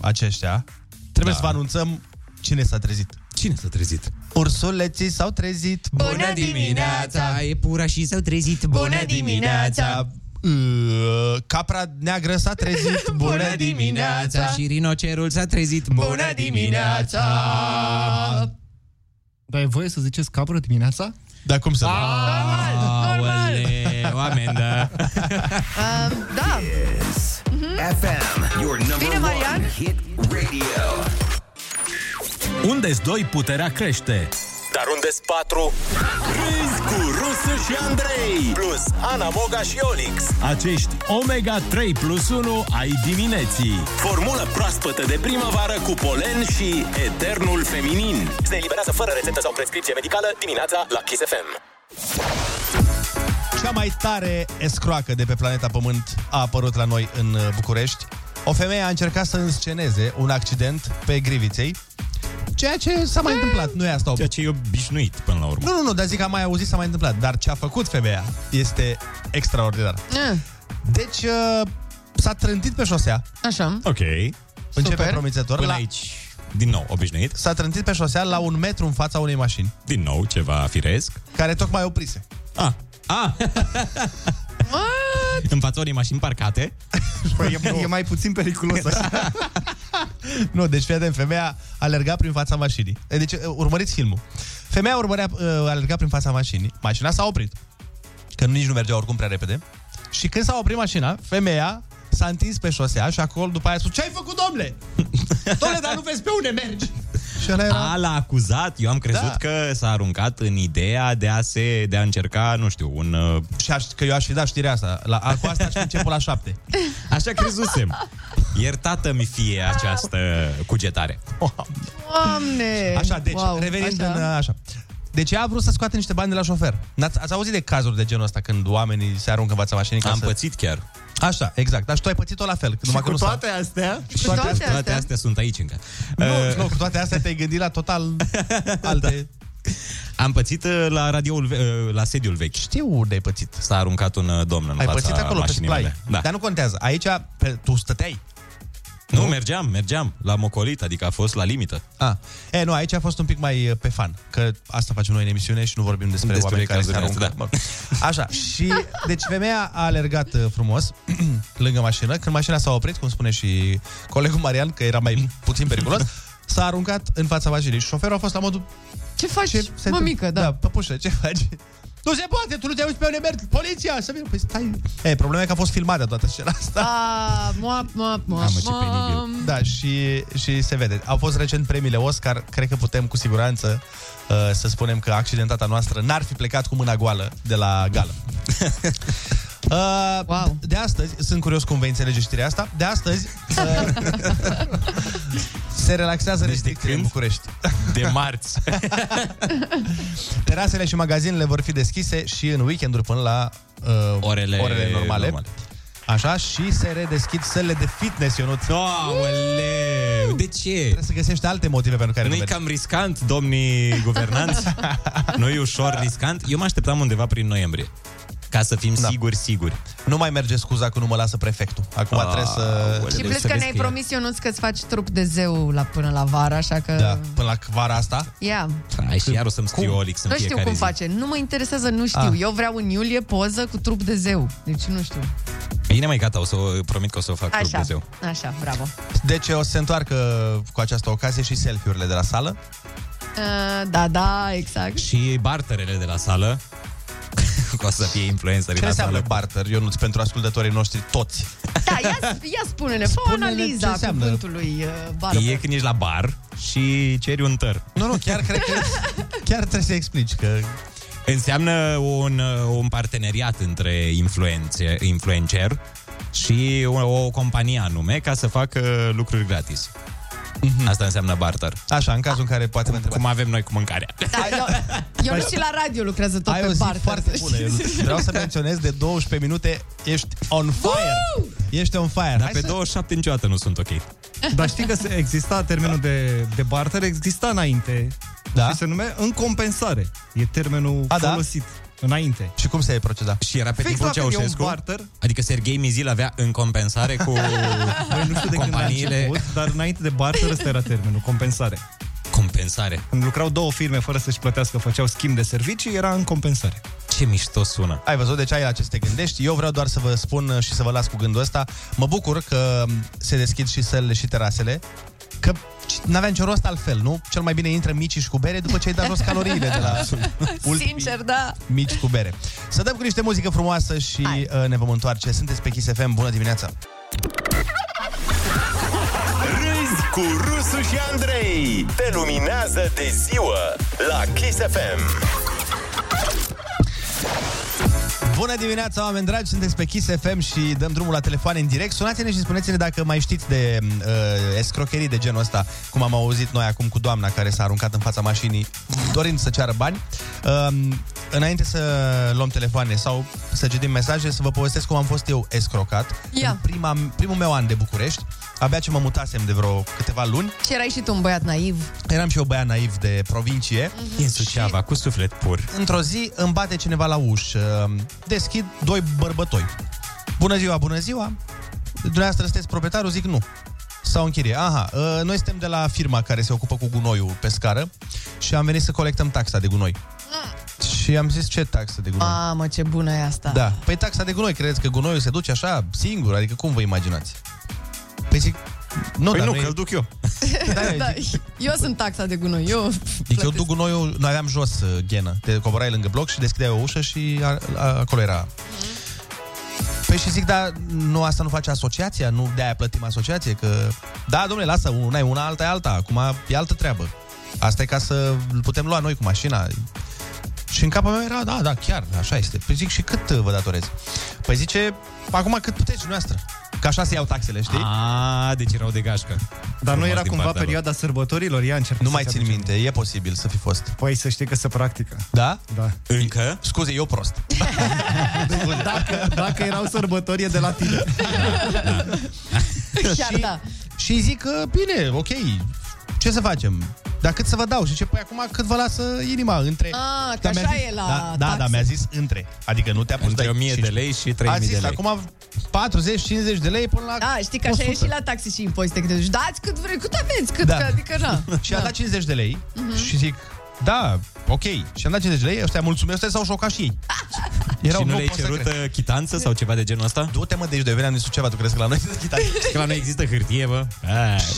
Speaker 6: aceștia, trebuie
Speaker 9: Da.
Speaker 6: să vă anunțăm cine s-a trezit.
Speaker 9: Cine s-a trezit?
Speaker 6: Ursuleții s-au trezit.
Speaker 8: Bună dimineața!
Speaker 9: E pura și s-au trezit.
Speaker 8: Bună dimineața!
Speaker 6: Uh, Capra neagră s-a trezit. Bună dimineața!
Speaker 9: Și rinocerul s-a trezit.
Speaker 8: Bună dimineața!
Speaker 16: Dar e voie să ziceți capră dimineața?
Speaker 6: Dar cum să nu?
Speaker 8: Normal.
Speaker 9: Aole, oameni, da.
Speaker 8: Uh, da. Mhm.
Speaker 15: FM, your number
Speaker 8: Bine, Marian.
Speaker 15: radio.
Speaker 4: unde 2 puterea crește. Dar unde 4? Râzi cu Rusu și Andrei Plus Ana Moga și Olix
Speaker 5: Acești Omega 3 plus 1 ai dimineții.
Speaker 4: Formulă proaspătă de primăvară cu polen și eternul feminin Se eliberează fără rețetă sau prescripție medicală dimineața la Kiss FM
Speaker 6: Cea mai tare escroacă de pe planeta Pământ a apărut la noi în uh, București. O femeie a încercat să însceneze un accident pe griviței, ceea ce s-a mai întâmplat. Nu e asta o... Ceea
Speaker 9: ce e obișnuit până la urmă.
Speaker 6: Nu, nu, nu, dar zic că am mai auzit, s-a mai întâmplat. Dar ce a făcut femeia este extraordinar. Deci uh, s-a trântit pe șosea.
Speaker 8: Așa.
Speaker 9: Ok.
Speaker 6: Începe
Speaker 9: Super.
Speaker 6: promițător.
Speaker 9: Până
Speaker 6: la...
Speaker 9: aici, din nou, obișnuit.
Speaker 6: S-a trântit pe șosea la un metru în fața unei mașini.
Speaker 9: Din nou, ceva firesc.
Speaker 6: Care tocmai oprise.
Speaker 9: Ah. Ah. În fața unei mașini parcate.
Speaker 16: Păi, e, e mai puțin periculos așa.
Speaker 6: Nu, deci fii atent, femeia alerga prin fața mașinii. E, Deci, uh, urmăriți filmul. Femeia urmărea, uh, alerga prin fața mașinii, mașina s-a oprit, că nici nu mergea oricum prea repede. Și când s-a oprit mașina, femeia s-a întins pe șosea și acolo după aia a spus Ce ai făcut, domnule? domnule, dar nu vezi pe unde mergi? Și ăla era...
Speaker 9: A, l-a acuzat. Eu am crezut
Speaker 6: Da.
Speaker 9: da. că s-a aruncat în ideea de a se de a încerca, nu știu, un... uh,
Speaker 6: Și aș, că eu aș fi dat știrea asta. La, cu asta aș fi început la șapte.
Speaker 9: Așa crezusem. Iertată-mi fie această cugetare.
Speaker 8: Doamne!
Speaker 6: Așa, deci, wow, revenind așa. în așa. Deci ea a vrut să scoată niște bani de la șofer. N-ați, ați auzit de cazuri de genul ăsta când oamenii se aruncă în fața mașinii? ca
Speaker 9: Am
Speaker 6: să...
Speaker 9: pățit chiar.
Speaker 6: Așa, exact. Dar și tu ai pățit-o la fel. Numai că nu s-a-
Speaker 16: astea?
Speaker 6: Și cu toate astea?
Speaker 9: toate astea sunt aici încă.
Speaker 6: Nu,
Speaker 9: Uh,
Speaker 6: nu, cu toate astea te-ai gândit la total alte...
Speaker 9: Da. Am pățit uh, la radioul, ve- uh, la sediul vechi.
Speaker 6: Știu unde ai pățit.
Speaker 9: S-a aruncat un uh, domn în
Speaker 6: Ai
Speaker 9: fața
Speaker 6: pățit acolo pe
Speaker 9: mașinii
Speaker 6: splai.
Speaker 9: mele. Da.
Speaker 6: Dar nu contează. Aici pe, tu stăteai.
Speaker 9: Nu, mergeam, mergeam. La mocolit, adică a fost la limită.
Speaker 6: Ah. E, nu, aici a fost un pic mai uh, pe fan, că asta facem noi în emisiune și nu vorbim despre,
Speaker 9: Despre
Speaker 6: oameni care se
Speaker 9: cazurile
Speaker 6: aruncă.
Speaker 9: astea,
Speaker 6: Da. Așa, și deci femeia a alergat uh, frumos lângă mașină, când mașina s-a oprit, cum spune și colegul Marian, că era mai puțin periculos, s-a aruncat în fața mașinii și șoferul a fost la modul...
Speaker 8: Ce faci,
Speaker 6: se întâmplă?"
Speaker 8: mămică, da.
Speaker 6: Da, păpușă, ce faci? Nu se poate, tu nu te auzi pe unde mergi, poliția, să vină. Păi stai... E, problema e că a fost filmată toată scena asta.
Speaker 8: A, moap, moap, moap, moap.
Speaker 6: Da, și, și se vede. Au fost recent premiile Oscar, cred că putem cu siguranță uh, să spunem că accidentata noastră n-ar fi plecat cu mâna goală de la gală. Uh, wow. De astăzi, sunt curios cum vei înțelege știrea asta, de astăzi uh, se relaxează deci restricțiile în București.
Speaker 9: De marți.
Speaker 6: Terasele și magazinele vor fi deschise și în weekenduri până la uh,
Speaker 9: Orele,
Speaker 6: orele normale.
Speaker 9: normale.
Speaker 6: Așa, și se redeschid sălile de fitness, Ionut.
Speaker 9: Aoleu, de ce? Trebuie
Speaker 6: să găsești alte motive pentru care nu
Speaker 9: Nu-i
Speaker 6: mergi.
Speaker 9: cam riscant, domnii guvernanți? nu e ușor riscant? Eu mă așteptam undeva prin noiembrie. Ca să fim da. siguri, siguri. Ah,
Speaker 6: Nu mai merge scuza că nu mă lasă prefectul. Acum trebuie să...
Speaker 8: Și plus că ne-ai promis, Ionuț, că-ți faci trup de zeu la până la vară, așa că...
Speaker 6: Da, până la vara asta.
Speaker 8: Ia.
Speaker 9: Ai și iar o să-mi scriu Olix în
Speaker 8: Nu știu
Speaker 9: fiecare
Speaker 8: cum
Speaker 9: zi.
Speaker 8: face, nu mă interesează, nu știu.
Speaker 9: Ah.
Speaker 8: Eu vreau în iulie poză cu trup de zeu. Deci nu știu.
Speaker 9: Bine, mai gata, o să o promit că o să o fac cu
Speaker 8: Așa,
Speaker 9: Dumnezeu.
Speaker 8: așa, bravo.
Speaker 6: Deci o să se întoarcă cu această ocazie și selfie-urile de la sală.
Speaker 8: Uh, da, da, exact.
Speaker 9: Și barterele de la sală. că o să fie influențări
Speaker 6: Ce
Speaker 9: la
Speaker 6: înseamnă
Speaker 9: sală.
Speaker 6: barter, Ionuț, pentru ascultătorii noștri toți?
Speaker 8: Da, ia, ia spune-ne, fă o
Speaker 6: Spune-ne ce
Speaker 8: analiza
Speaker 6: înseamnă.
Speaker 8: cuvântului uh, bară.
Speaker 9: E când ești la bar și ceri un tăr.
Speaker 6: Nu, nu, chiar cred că... chiar trebuie să explici că...
Speaker 9: Înseamnă un, un parteneriat între influențe, influencer și o, o companie anume ca să facă lucruri gratis. Asta înseamnă barter.
Speaker 6: Mhm. Așa, în cazul în care poate cum,
Speaker 9: cum avem noi cu mâncarea.
Speaker 8: Da, eu, eu nu și la radio lucrează tot
Speaker 6: Păi- Ai
Speaker 8: pe
Speaker 6: o zi
Speaker 8: barter.
Speaker 6: foarte
Speaker 8: să
Speaker 6: bună,
Speaker 8: știți.
Speaker 6: Ionuț. Vreau să menționez, de 12 minute ești on fire. Ești on fire.
Speaker 9: Dar
Speaker 6: Hai
Speaker 9: pe
Speaker 6: să...
Speaker 9: 27 niciodată nu sunt ok.
Speaker 16: Dar știi că se- exista termenul de, de barter, exista înainte.
Speaker 6: Da?
Speaker 16: Și se nume în compensare. E termenul A,
Speaker 9: A, da?
Speaker 16: folosit da? înainte.
Speaker 6: Și cum se proceda?
Speaker 9: Și era pe
Speaker 16: Fix
Speaker 9: timpul
Speaker 16: la fel, e un
Speaker 9: Ceaușescu?
Speaker 16: barter.
Speaker 9: Adică Serghei Mizil avea în compensare cu
Speaker 16: Băi, nu știu de când a
Speaker 9: companiile
Speaker 16: început, dar înainte de barter ăsta era termenul, compensare.
Speaker 9: compensare.
Speaker 16: Când lucrau două firme fără să-și plătească, făceau schimb de servicii, era în compensare.
Speaker 9: Ce mișto sună.
Speaker 6: Ai văzut, deci ai la ce să te gândești. Eu vreau doar să vă spun și să vă las cu gândul ăsta. Mă bucur că se deschid și sălile și terasele, că n-avea niciun rost altfel, nu? Cel mai bine intră micii și cu bere după ce ai dat jos caloriile de la ultimii
Speaker 8: Sincer, da.
Speaker 6: mici cu bere. Să dăm cu niște muzică frumoasă și uh, ne vom întoarce. Sunteți pe Kiss FM, bună dimineața!
Speaker 4: Râzi cu Rusu și Andrei Te luminează de ziua La Kiss FM
Speaker 6: Bună dimineața, oameni dragi! Sunteți pe Kiss FM și dăm drumul la telefon în direct. Sunați-ne și spuneți-ne dacă mai știți de uh, escrocherii de genul ăsta, cum am auzit noi acum cu doamna care s-a aruncat în fața mașinii dorind să ceară bani. Uh, înainte să luăm telefoane sau să citim mesaje, să vă povestesc cum am fost eu escrocat.
Speaker 8: Ia.
Speaker 6: În prima, primul meu an de București, abia ce mă mutasem de vreo câteva luni,
Speaker 8: Și erai și tu un băiat naiv.
Speaker 6: Eram și eu băiat naiv de provincie Din Suceava, Mhm. cu suflet pur Într-o zi îmi bate cineva la ușă Deschid doi bărbătoi Bună ziua, bună ziua Dumneavoastră sunteți proprietarul? Zic nu sau închirie. Aha, ă, noi suntem de la firma care se ocupă cu gunoiul pe scară și am venit să colectăm taxa de gunoi. Și am zis, ce taxă de gunoi?
Speaker 8: Mamă, ce bună e asta.
Speaker 6: Da. Păi taxa de gunoi, credeți că gunoiul se duce așa singur? Adică cum vă imaginați? Păi zic, nu,
Speaker 9: Păi
Speaker 6: dar
Speaker 9: nu,
Speaker 6: noi-
Speaker 9: că îl duc eu.
Speaker 8: da, eu sunt taxa de gunoi. Eu...
Speaker 6: Deci eu duc gunoiul, noi aveam jos uh, ghenă. Te coborai lângă bloc și deschideai o ușă și a, a, acolo era. Păi și zic, dar nu asta nu face asociația? Nu de-aia plătim asociație? Că, da, domnule, lasă, una e una, alta e alta. Acum e altă treabă. Asta e ca să îl putem lua noi cu mașina. Și în capul meu era, da, da, chiar, așa este. Păi zic, și cât uh, vă datorez? Păi zice, acum cât puteți dumneavoastră. Că așa se iau taxele, știi?
Speaker 9: A, deci erau de gașcă.
Speaker 16: Dar nu
Speaker 9: Frumos
Speaker 16: era
Speaker 9: din
Speaker 16: cumva
Speaker 9: partea lor.
Speaker 16: perioada sărbătorilor? Ea încerc
Speaker 6: Nu mai țin minte, e posibil să fi fost.
Speaker 16: Păi să știi că se practică.
Speaker 6: Da?
Speaker 16: Da.
Speaker 9: Încă?
Speaker 6: Scuze, eu prost.
Speaker 16: Dacă, dacă erau sărbători, e de la tine.
Speaker 8: Chiar da.
Speaker 6: Și îi zic că, bine, ok, ce să facem? Dar cât să vă dau? Și ce păi acum cât vă lasă inima între...
Speaker 8: Ah, că
Speaker 6: Dar mi-a
Speaker 8: așa
Speaker 6: zis-
Speaker 8: e la
Speaker 6: Da, da,
Speaker 8: taxe.
Speaker 6: da, mi-a zis între. Adică nu te-a pus
Speaker 9: Între 1000 de lei și 3000 de lei.
Speaker 6: acum 40-50 de lei până la...
Speaker 8: Da, știi că așa e și la taxi și impozite. Că te duci, dați cât vrei, cât aveți, cât,
Speaker 6: Da.
Speaker 8: că, adică Mhm. na.
Speaker 6: și a dat 50 de lei și zic, da, ok. Și am dat 50 de lei, ăștia mulțumesc, ăștia s-au șocat și ei.
Speaker 9: și nu le-ai
Speaker 6: pot să
Speaker 9: cerut
Speaker 6: cred.
Speaker 9: uh, chitanță sau ceva de genul ăsta?
Speaker 6: Du-te mă, deci de eu veneam din Suceava, tu crezi că la noi
Speaker 9: Că la noi există hârtie, bă.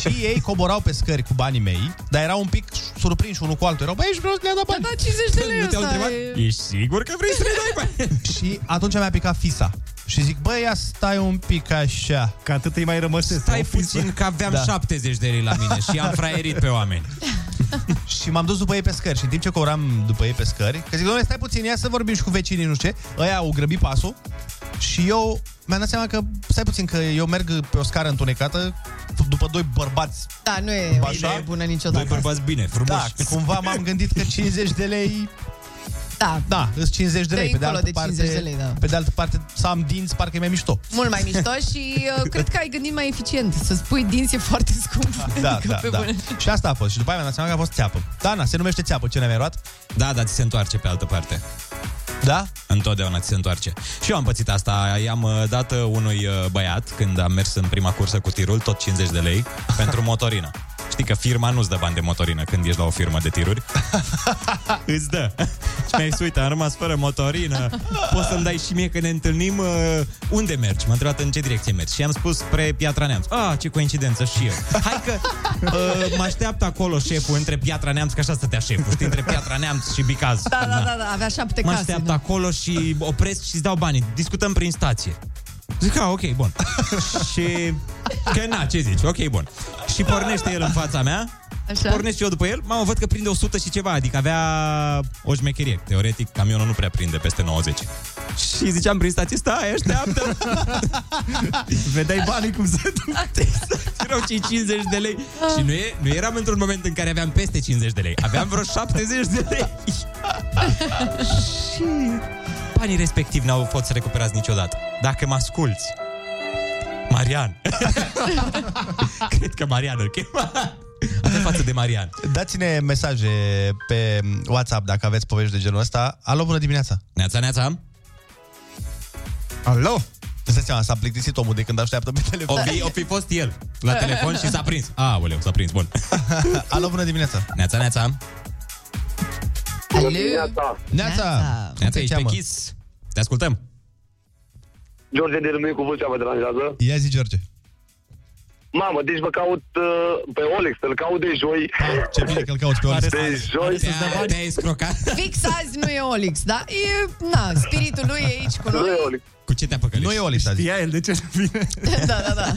Speaker 6: Și ei coborau pe scări cu banii mei, dar erau un pic surprinși unul cu altul. Erau, băi, ești vreau să le-a dat bani.
Speaker 8: Da, 50 de lei ăsta e...
Speaker 9: Ești sigur că vrei să le dai bani?
Speaker 6: Și atunci mi-a picat fisa. Și zic, băi, ia stai un pic așa.
Speaker 16: Că atât îi mai rămăște.
Speaker 9: Stai puțin că aveam
Speaker 6: Da.
Speaker 9: 70 de lei la mine și am fraierit pe oameni.
Speaker 6: Și m-am dus după ei pe scări. Și în timp ce coram după ei pe scări, că zic, doamne, stai puțin, ia să vorbim și cu vecinii, nu știu ce. Ăia au grăbit pasul și eu mi-am dat seama că, stai puțin, că eu merg pe o scară întunecată după doi bărbați.
Speaker 8: Da, nu e o
Speaker 6: Așa?
Speaker 8: idee bună niciodată.
Speaker 9: bărbați bine,
Speaker 6: Da, cumva m-am gândit că 50 de lei
Speaker 8: Da,
Speaker 6: Da, sunt 50 de
Speaker 8: Dă
Speaker 6: lei. Pe de,
Speaker 8: încolo
Speaker 6: altă
Speaker 8: de
Speaker 6: parte,
Speaker 8: 50 de lei, da.
Speaker 6: pe de altă parte, să am dinți, parcă e mai mișto.
Speaker 8: mult mai mișto și uh, cred că ai gândit mai eficient. Să spui dinți e foarte scump.
Speaker 6: Da,
Speaker 8: Adică,
Speaker 6: da,
Speaker 8: pe
Speaker 6: da.
Speaker 8: bune.
Speaker 6: Și asta a fost. Și după aia mi-am dat seama că a fost țeapă. Da, na, se numește țeapă. Ce ne-am luat?
Speaker 9: Da, dar ți se întoarce pe altă parte.
Speaker 6: Da?
Speaker 9: Întotdeauna ți se întoarce. Și eu am pățit asta. I-am uh, dat uh, unui uh, băiat când am mers în prima cursă cu tirul, tot 50 de lei, pentru motorină. Știi că firma nu-ți dă bani de motorină când ești la o firmă de tiruri. Îți dă. Și mi-ai zis, uite, am rămas fără motorină. Poți să-mi dai și mie că ne întâlnim uh, unde mergi? M-a întrebat în ce direcție mergi. Și am spus spre Piatra Neamț. Ah, ce coincidență și eu. Hai că uh, mă așteaptă acolo șeful între Piatra Neamț, că așa stătea șeful, știi, între Piatra Neamț și Bicaz.
Speaker 8: Da, da, da, da, avea șapte
Speaker 9: Mă
Speaker 8: case.
Speaker 9: așteaptă acolo și opresc și îți dau banii. Discutăm prin stație. Zic, a, ok, bun. și... Că na, ce zici? Ok, bun. Și pornește el în fața mea.
Speaker 8: Așa.
Speaker 9: Pornesc și eu după el. Mamă, văd că prinde 100 și ceva, adică avea o șmecherie. Teoretic, camionul nu prea prinde peste 90. Și ziceam prin stație, stai, așteaptă.
Speaker 16: Vedeai banii cum se
Speaker 9: Erau cei 50 de lei. Și nu, e, nu eram într-un moment în care aveam peste 50 de lei. Aveam vreo 70 de lei. și banii respectivi n-au fost să recuperați niciodată. Dacă mă asculți, Marian. Cred că Marian îl chema. Avem față de Marian.
Speaker 6: Dați-ne mesaje pe WhatsApp dacă aveți povești de genul ăsta. Alo, bună dimineața!
Speaker 9: Neața, neața!
Speaker 16: Alo!
Speaker 6: Îți dai seama, s-a plictisit omul de când așteaptă pe
Speaker 9: O
Speaker 6: telefon.
Speaker 9: fi, o fi fost el la telefon și s-a prins. A, oleu, s-a prins, bun.
Speaker 6: Alo, bună dimineața!
Speaker 9: Neața, neața!
Speaker 17: Neața.
Speaker 6: Neața!
Speaker 9: Neața, ești pe Kiss. Te ascultăm.
Speaker 17: George de Râmâie cu Vâlcea vă deranjează.
Speaker 6: Ia zi, George.
Speaker 17: Mamă, deci mă caut uh, pe Olex, îl caut de joi.
Speaker 6: Ah, Ce bine că îl cauți pe Olex.
Speaker 17: De joi.
Speaker 9: Te-ai scrocat?
Speaker 8: Fix azi nu e Olix, da? E, na, spiritul lui e aici cu noi.
Speaker 9: Cu ce te-a păcălit?
Speaker 6: Nu e Olix, a zis.
Speaker 16: Ia el, de ce nu vine?
Speaker 8: Da, da, da.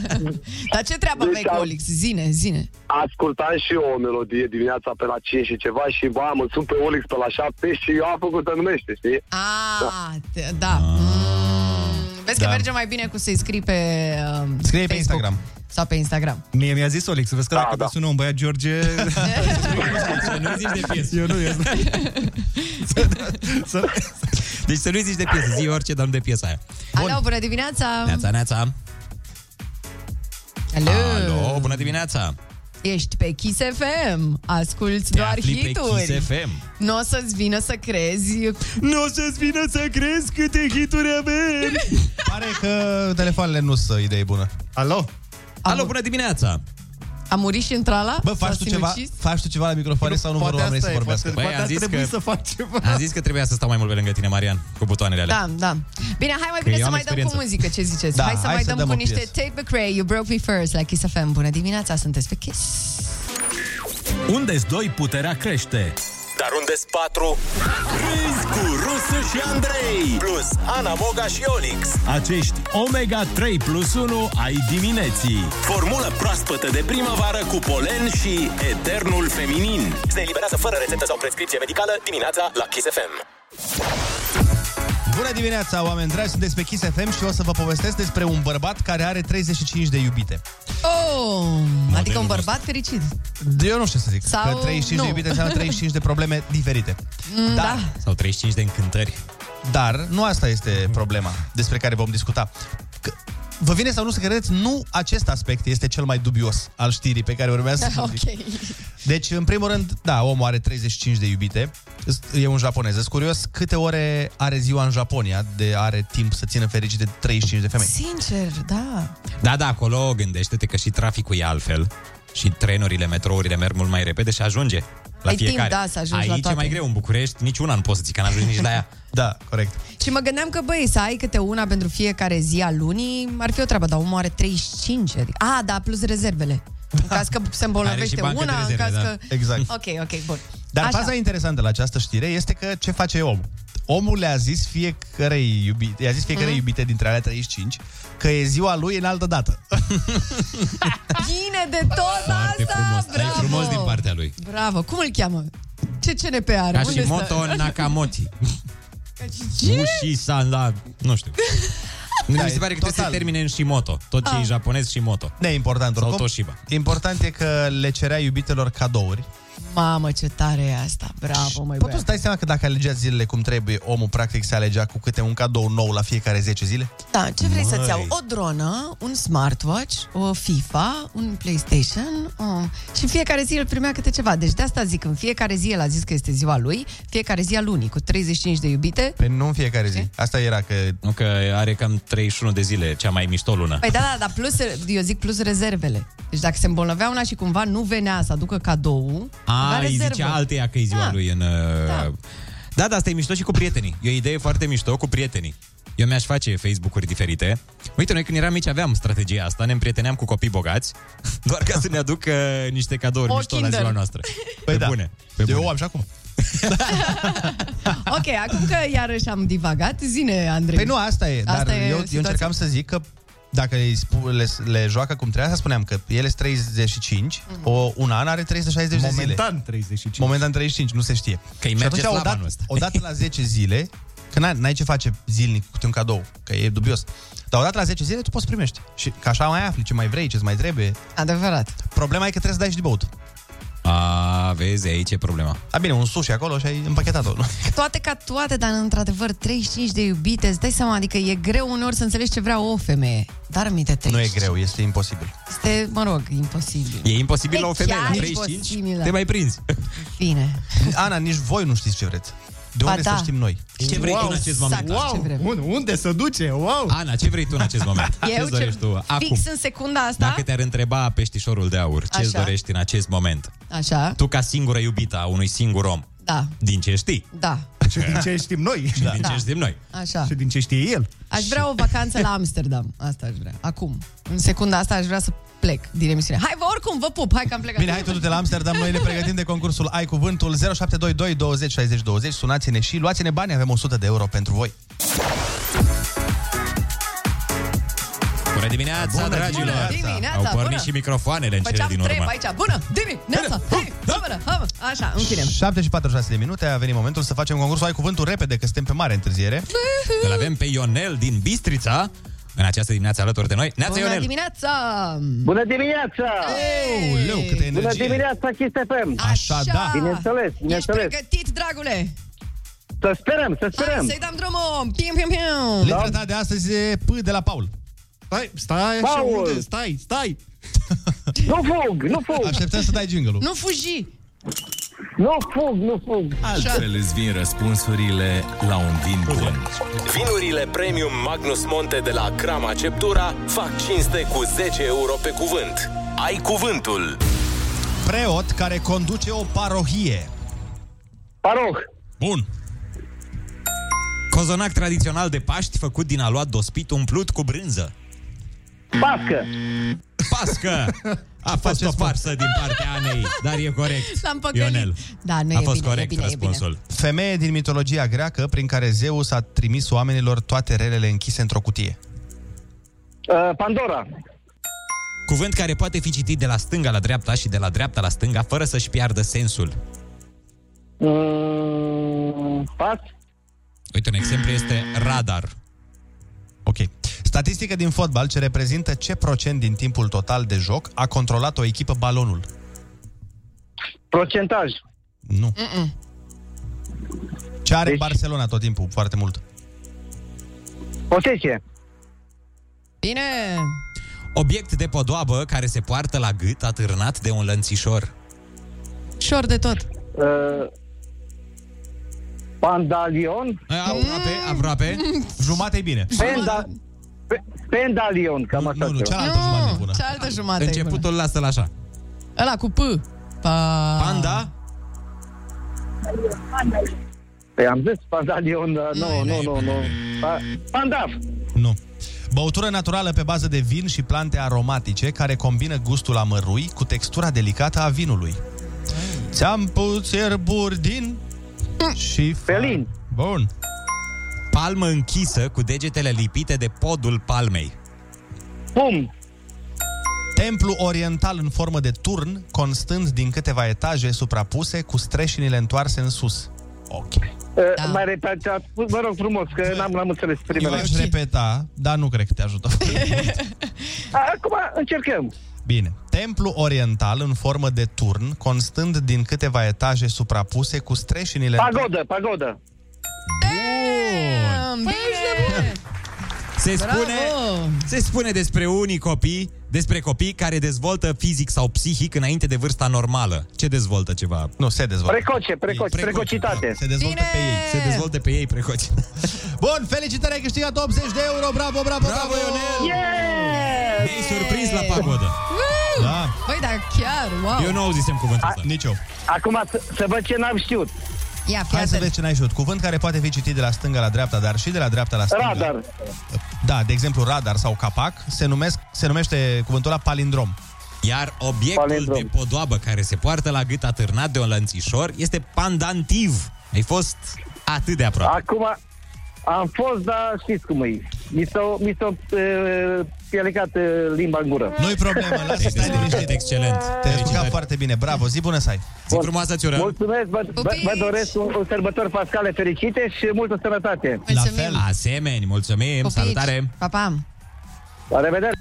Speaker 8: Dar ce treabă
Speaker 17: Deci
Speaker 8: aveai cu
Speaker 17: am-
Speaker 8: Olix? Zine, zine.
Speaker 17: Ascultam și eu o melodie dimineața pe la 5 și ceva și, mamă, sunt pe Olex pe la 7 și eu am făcut să numește, știi?
Speaker 8: A, te- da. Mm, Vezi că
Speaker 16: Da.
Speaker 8: merge mai bine cu să-i scrii pe um,
Speaker 16: Scrie pe
Speaker 8: Facebook
Speaker 16: Instagram.
Speaker 8: sau pe Instagram.
Speaker 16: Mie mi-a zis Olix,
Speaker 6: Da,
Speaker 16: vezi că dacă te sună un băiat George...
Speaker 9: nu zici de piesă.
Speaker 16: Eu nu ies.
Speaker 9: Deci să nu zici de piesă, zi orice, dar nu de piesa aia.
Speaker 8: Alo, bună dimineața!
Speaker 9: Neața, neața.
Speaker 8: Alo.
Speaker 9: Alo, bună dimineața.
Speaker 8: Ești pe Kiss FM, asculti doar
Speaker 9: afli pe
Speaker 8: hituri.
Speaker 9: Kiss FM.
Speaker 8: Nu o să-ți vină să crezi.
Speaker 9: Nu o să-ți vină să crezi câte hituri avem.
Speaker 6: Pare că telefoanele nu sunt idee bună. Alo?
Speaker 9: Alo, bună dimineața!
Speaker 8: A murit și în trala?
Speaker 6: Bă, faci tu, ceva, faci tu ceva la
Speaker 8: Păi
Speaker 6: microfoane sau nu vor oamenii să vorbească?
Speaker 9: Păi,
Speaker 16: fac ceva.
Speaker 9: Am zis că trebuia să stau mai mult pe lângă tine, Marian, cu butoanele alea.
Speaker 8: Da, da. Bine, hai mai
Speaker 9: Că
Speaker 8: bine
Speaker 9: eu
Speaker 8: să
Speaker 9: am
Speaker 8: mai dăm
Speaker 9: experiență.
Speaker 8: cu muzică, ce ziceți?
Speaker 9: Da,
Speaker 8: hai să
Speaker 9: hai
Speaker 8: mai
Speaker 9: să
Speaker 8: dăm,
Speaker 9: dăm
Speaker 8: cu
Speaker 9: o
Speaker 8: niște
Speaker 9: piesă.
Speaker 8: Take McRae, You Broke Me First la Kiss FM. Bună dimineața, sunteți pe Kiss.
Speaker 18: unde doi, puterea crește.
Speaker 4: Dar unde s 4? Râzi cu Rusu și Andrei, plus Ana Moga și Olix.
Speaker 8: Da.
Speaker 18: Acești Omega 3 plus 1 ai dimineții.
Speaker 4: Formulă proaspătă de primăvară cu polen și eternul feminin. Se eliberează fără rețetă sau prescripție medicală dimineața la Kiss FM.
Speaker 6: Bună dimineața, oameni dragi, sunteți pe Kiss FM și o să vă povestesc despre un bărbat care are 35 de iubite.
Speaker 8: Oh, adică un bărbat fericit.
Speaker 6: Eu nu știu să zic,
Speaker 8: Sau
Speaker 6: că 35
Speaker 8: nu.
Speaker 6: de iubite înseamnă 35 de probleme diferite.
Speaker 8: Mm, da.
Speaker 9: Sau 35 de încântări. Mhm.
Speaker 6: Dar nu asta este problema despre care vom discuta. Că, vă vine sau nu să credeți, nu acest aspect este cel mai dubios al știrii pe care urmează să zic.
Speaker 8: ok.
Speaker 6: Deci, în primul rând, da, omul are 35 de iubite. Îs- E un japonez. Sunt curios câte ore are ziua în Japonia de are timp să țină fericite 35 de femei.
Speaker 8: Sincer, da.
Speaker 9: Da, da, acolo gândește-te că și traficul e altfel și trenurile, metrourile merg mult mai repede și ajunge la
Speaker 8: Ai timp,
Speaker 9: fiecare.
Speaker 8: da, să ajungi
Speaker 9: Aici
Speaker 8: la
Speaker 9: e
Speaker 8: toate.
Speaker 9: mai greu în București, nici una nu poți să zic că n-ajungi nici la ea.
Speaker 6: Da, corect.
Speaker 8: Și mă gândeam că, băi, să ai câte una pentru fiecare zi a lunii, ar fi o treabă, dar omul are 35. Adică... A, da, plus rezervele.
Speaker 9: Da.
Speaker 8: În caz că se
Speaker 6: Are și
Speaker 8: îmbolnăvește
Speaker 6: bancă de
Speaker 8: una,
Speaker 6: rezerve,
Speaker 8: în caz
Speaker 6: da.
Speaker 8: că...
Speaker 6: Exact.
Speaker 8: Ok, ok, bun.
Speaker 6: Dar
Speaker 8: Așa.
Speaker 6: Așa. faza interesantă la această știre este că ce face om. Omul le-a zis fiecarei iubite, i-a zis fiecarei
Speaker 8: Mhm.
Speaker 6: iubite dintre alea 35 că e ziua lui în altă dată.
Speaker 8: Bine de tot
Speaker 9: Foarte
Speaker 8: asta!
Speaker 9: frumos.
Speaker 8: bravo!
Speaker 9: E frumos din partea lui.
Speaker 8: Bravo. Cum îl cheamă? Ce CNP are?
Speaker 9: Ca
Speaker 8: Unde
Speaker 9: și moto
Speaker 8: stă?
Speaker 9: Nakamoto.
Speaker 8: Ce?
Speaker 9: Mushi san la... Nu știu.
Speaker 6: Da,
Speaker 9: Mi
Speaker 6: e
Speaker 9: se pare că
Speaker 6: total.
Speaker 9: total... se termine în Shimoto. Tot ce
Speaker 6: Ah.
Speaker 9: e japonez, Shimoto.
Speaker 6: Ne e important
Speaker 9: Sau
Speaker 6: oricum.
Speaker 9: Toshiba.
Speaker 6: Important e că le cerea iubitelor cadouri.
Speaker 8: Mamă, ce tare e asta. Bravo, măi
Speaker 6: Păi tu
Speaker 8: băiat.
Speaker 6: îți dai seama că dacă alegea zilele cum trebuie, omul practic se alegea cu câte un cadou nou la fiecare 10 zile?
Speaker 8: Da, ce vrei
Speaker 6: Măi.
Speaker 8: să-ți iau? O dronă, un smartwatch, o FIFA, un PlayStation um, și în fiecare zi el primea câte ceva. Deci de asta zic, în fiecare zi el a zis că este ziua lui, fiecare zi a lunii, cu 35 de iubite.
Speaker 6: Pe Păi nu în fiecare zi. Asta era că...
Speaker 9: Nu, că are cam 31 de zile, cea mai mișto lună.
Speaker 8: Păi da, da, dar plus, eu zic plus rezervele. Deci dacă se îmbolnăvea una și cumva nu venea să aducă cadou,
Speaker 9: A,
Speaker 8: avea
Speaker 9: îi
Speaker 8: rezervă.
Speaker 9: zicea alteia că e ziua
Speaker 8: Da.
Speaker 9: lui în... Da. da, da, asta e mișto și cu prietenii. E o idee foarte mișto cu prietenii. Eu mi-aș face Facebook-uri diferite. Uite, noi când eram mici aveam strategia asta, ne împrieteneam cu copii bogați, doar ca să ne aducă niște cadouri
Speaker 8: O
Speaker 9: mișto la
Speaker 8: Kinder.
Speaker 9: ziua noastră.
Speaker 6: Păi
Speaker 9: pe
Speaker 6: da.
Speaker 9: bune. Pe bune.
Speaker 6: Eu am și acum.
Speaker 8: Ok, acum că iarăși am divagat, zine, Andrei.
Speaker 6: Păi nu, asta e. Dar
Speaker 8: Asta e
Speaker 6: eu, eu
Speaker 8: situația.
Speaker 6: încercam să zic că dacă îi spu- le, le joacă cum trebuie, asta spuneam că ele sunt 35,
Speaker 8: Mhm.
Speaker 6: o, un an are 360 de zile.
Speaker 16: Momentan 35.
Speaker 6: Momentan 35, nu se știe.
Speaker 9: Că îi
Speaker 6: și
Speaker 9: merge
Speaker 6: atunci,
Speaker 9: slava
Speaker 6: odată,
Speaker 9: anul ăsta.
Speaker 6: odată la 10 zile, că n-ai, n-ai ce face zilnic cu un cadou, că e dubios. Dar odată la 10 zile tu poți să primești. Și că așa mai afli ce mai vrei, ce-ți mai trebuie.
Speaker 8: Adevărat.
Speaker 6: Problema e că trebuie să dai și de băut.
Speaker 9: A, vezi, aici e problema.
Speaker 6: A, bine, un sushi acolo și ai împachetat-o. nu?
Speaker 8: Toate ca toate, dar într-adevăr 35 de iubite, îți dai seama, adică e greu uneori să înțelegi ce vrea o femeie. Dar aminte
Speaker 9: Da.
Speaker 6: Nu
Speaker 8: 35.
Speaker 6: e greu, este imposibil.
Speaker 8: Este, mă rog, imposibil.
Speaker 9: E imposibil
Speaker 8: E
Speaker 9: la o femeie la
Speaker 8: Deci chiar
Speaker 9: 35,
Speaker 8: imposibilă.
Speaker 9: te mai prinzi.
Speaker 8: Bine.
Speaker 6: Ana, nici voi nu știți ce vreți. De
Speaker 8: Ba
Speaker 6: unde
Speaker 8: da. Exact.
Speaker 6: să știm noi?
Speaker 9: Ce vrei tu în acest moment?
Speaker 8: ce
Speaker 16: Wow,
Speaker 8: vrem.
Speaker 16: un, unde se duce? Wow!
Speaker 9: Ana, ce vrei tu în acest moment?
Speaker 8: Eu
Speaker 9: ce dorești tu acum?
Speaker 8: Fix în secunda asta.
Speaker 9: Dacă te-ar întreba peștișorul de aur, ce îți
Speaker 8: Așa.
Speaker 9: dorești în acest moment?
Speaker 8: Așa,
Speaker 9: Tu ca singură iubită a unui singur om,
Speaker 8: da,
Speaker 9: din ce știi
Speaker 8: da.
Speaker 16: Și din ce știm noi.
Speaker 9: Și din ce știm noi.
Speaker 8: Așa.
Speaker 16: Și din ce știe el.
Speaker 8: Aș vrea o vacanță la Amsterdam. Asta aș vrea. Acum. În secunda asta aș vrea să plec din emisiune. Hai, vă, oricum, vă pup. Hai că am plecat.
Speaker 6: Bine, hai tu de la Amsterdam, noi ne pregătim de concursul Ai Cuvântul 0722 20 60 20. Sunați-ne și luați-ne bani, avem 100 de euro pentru voi.
Speaker 9: Bună dimineața,
Speaker 8: Bună
Speaker 9: dragilor!
Speaker 8: dimineața,
Speaker 9: Au pornit
Speaker 8: bună!
Speaker 9: și microfoanele în cele
Speaker 8: Făceam
Speaker 9: din
Speaker 8: trep
Speaker 9: urmă.
Speaker 8: aici. Bună, dimineața! Hei, bună, hă, Așa, în fine.
Speaker 6: 7 și 46 de minute, a venit momentul să facem concursul Ai Cuvântul repede, că suntem pe mare întârziere.
Speaker 9: Îl avem pe Ionel din Bistrița, în această dimineață alături de noi. Neața,
Speaker 8: Bună
Speaker 9: Ionel!
Speaker 8: dimineața!
Speaker 9: Bună
Speaker 19: dimineața!
Speaker 9: Aoleu, câtă energie!
Speaker 19: Bună dimineața, Kiss FM!
Speaker 9: Așa,
Speaker 8: da.
Speaker 19: Bineînțeles,
Speaker 8: Ești
Speaker 19: bineînțeles.
Speaker 8: pregătit, dragule?
Speaker 19: Să sperăm, să
Speaker 8: Hai
Speaker 19: sperăm!
Speaker 8: să-i dăm drumul! Pium, pium, pium!
Speaker 6: Litera
Speaker 9: Da.
Speaker 6: ta de astăzi e P de la Paul.
Speaker 16: Da. Stai, stai
Speaker 8: așa, Paul! unde?
Speaker 16: stai, stai!
Speaker 19: nu fug, nu fug!
Speaker 6: Așteptăm să dai jingle
Speaker 8: Nu fugi!
Speaker 19: Nu fug, nu fug!
Speaker 18: Altfel îți vin răspunsurile la un vin bun.
Speaker 4: Vinurile premium Magnus Monte de la Crama Ceptura fac cinste cu 10 euro pe cuvânt. Ai cuvântul!
Speaker 6: Preot care conduce o parohie.
Speaker 19: Paroh!
Speaker 6: Bun.
Speaker 9: Cozonac tradițional de Paști făcut din aluat dospit umplut cu brânză.
Speaker 19: Pască!
Speaker 9: Pască! A fost o farsă din partea Anei, dar e corect.
Speaker 8: L-am păcălit.
Speaker 9: Ionel.
Speaker 8: Da, nu
Speaker 9: A
Speaker 8: e
Speaker 9: fost
Speaker 8: bine,
Speaker 9: corect
Speaker 8: e bine,
Speaker 9: răspunsul.
Speaker 8: E bine.
Speaker 6: Femeie din mitologia greacă prin care Zeus a trimis oamenilor toate relele închise într-o cutie.
Speaker 19: Uh, Pandora!
Speaker 9: Cuvânt care poate fi citit de la stânga la dreapta și de la dreapta la stânga fără să-și piardă sensul.
Speaker 19: Mm, pas?
Speaker 9: Uite, un exemplu este radar.
Speaker 6: Ok. Statistică din fotbal ce reprezintă ce procent din timpul total de joc a controlat o echipă balonul.
Speaker 19: Procentaj!
Speaker 6: Nu.
Speaker 8: Mm-mm.
Speaker 6: Ce are deci... Barcelona tot timpul, foarte mult.
Speaker 19: Posesie!
Speaker 8: Bine!
Speaker 9: Obiect de podoabă care se poartă la gât atârnat de un lănțișor.
Speaker 8: Șor de tot.
Speaker 19: Uh, Pandalion?
Speaker 9: Aproape, aproape.
Speaker 6: Jumate e bine.
Speaker 19: Penda... Pe- Pendalion, cam așa. Nu, nu,
Speaker 6: cealaltă
Speaker 8: Nu, cealaltă jumate e bună.
Speaker 9: Începutul lasă-l așa.
Speaker 8: Ăla cu P. Pa...
Speaker 9: Panda?
Speaker 19: Păi am zis Pandalion, dar nu, nu, nu, nu. Pa- Pandaf!
Speaker 6: Băutură naturală pe bază de vin și plante aromatice care combină gustul amărui cu textura delicată a vinului. Ți-am pus ierburi din și... Felin! Bun.
Speaker 9: Palmă închisă cu degetele lipite de podul palmei.
Speaker 19: Pum!
Speaker 6: Templu oriental în formă de turn, constând din câteva etaje suprapuse cu streșinile întoarse în sus. Ok.
Speaker 19: Uh, Mai repede, ați spus, mă rog frumos, că n-am, n-am înțeles
Speaker 6: Eu
Speaker 19: primele.
Speaker 6: aș repeta, dar nu cred că te ajută.
Speaker 19: Acum încercăm.
Speaker 6: Bine. Templu oriental în formă de turn, constând din câteva etaje suprapuse cu streșinile...
Speaker 19: Pagodă, pagodă.
Speaker 8: Bun. Bine!
Speaker 9: Se
Speaker 8: Bravo!
Speaker 9: spune, se spune despre unii copii, despre copii care dezvoltă fizic sau psihic înainte de vârsta normală. Ce dezvoltă ceva? da.
Speaker 6: Nu, se dezvoltă.
Speaker 19: Precoce, precoce, precocitate.
Speaker 6: Se dezvoltă pe ei.
Speaker 9: Se dezvoltă pe ei precoci.
Speaker 6: Bun, felicitări, ai câștigat 80 de euro. Bravo, bravo, bravo, bravo Ionel!
Speaker 19: Yeah!
Speaker 9: Ne-ai surprins la pagodă.
Speaker 8: Woo!
Speaker 6: Da.
Speaker 8: Băi, dar chiar, wow!
Speaker 9: Eu nu auzisem cuvântul ăsta.
Speaker 6: Nici eu.
Speaker 19: Acum să, să văd ce n-am știut.
Speaker 8: Ia, fii
Speaker 6: Hai să
Speaker 8: atent.
Speaker 6: vezi ce n-ai știut. Cuvânt care poate fi citit de la stânga la dreapta, dar și de la dreapta la stânga.
Speaker 19: Radar.
Speaker 6: Da, de exemplu radar sau capac se, numesc, se numește cuvântul ăla palindrom.
Speaker 9: Iar obiectul
Speaker 6: Palindrom.
Speaker 9: de podoabă care se poartă la gât atârnat de un lănțișor este pandantiv. Ai fost atât de aproape.
Speaker 19: Acum am fost, dar știți cum e. Mi s-a, mi s-a uh, pielecat uh, limba în gură.
Speaker 6: Nu-i problemă, lasă stai liniștit.
Speaker 9: Excelent.
Speaker 6: Te-ai jucat foarte bine, bravo, zi bună să ai.
Speaker 9: Zi frumoasă, Ciură.
Speaker 19: Mulțumesc, vă, vă, vă doresc un, un sărbători pascale fericite și multă sănătate.
Speaker 8: Mulțumim.
Speaker 9: La fel. Asemeni, mulțumim,
Speaker 8: Pupici.
Speaker 9: salutare.
Speaker 8: Pa, pa!
Speaker 19: La revedere!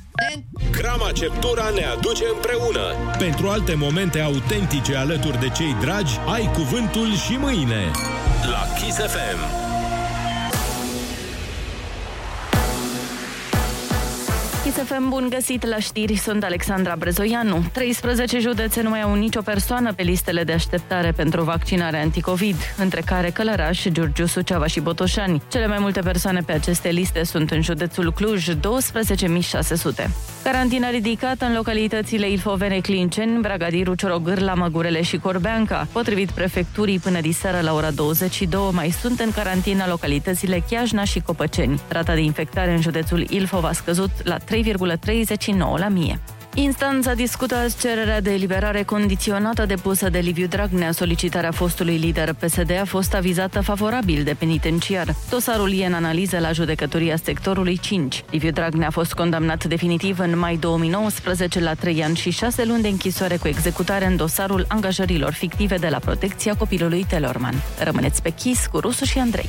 Speaker 18: Crama Ceptura ne aduce împreună. Pentru alte momente autentice alături de cei dragi, ai cuvântul și mâine. La Kiss FM.
Speaker 11: ISFM bun găsit la știri, sunt Alexandra Brezoianu. 13 județe nu mai au nicio persoană pe listele de așteptare pentru vaccinare anticovid, între care Călăraș, Giurgiu, Suceava și Botoșani. Cele mai multe persoane pe aceste liste sunt în județul Cluj, 12.600. Carantina ridicată în localitățile Ilfovene, Clinceni, Bragadiru, Ciorogârla, Măgurele și Corbeanca. Potrivit prefecturii, până diseară la ora 22 mai sunt în carantină localitățile Chiajna și Copăceni. Rata de infectare în județul Ilfov a scăzut la 3,39 la mie. Instanța discută azi cererea de eliberare condiționată depusă de Liviu Dragnea. Solicitarea fostului lider PSD a fost avizată favorabil de penitenciar. Dosarul e în analiză la judecătoria sectorului 5. Liviu Dragnea a fost condamnat definitiv în mai 2019 la 3 ani și 6 luni de închisoare cu executare în dosarul angajărilor fictive de la protecția copilului Telorman. Rămâneți pe chis cu Rusu și Andrei.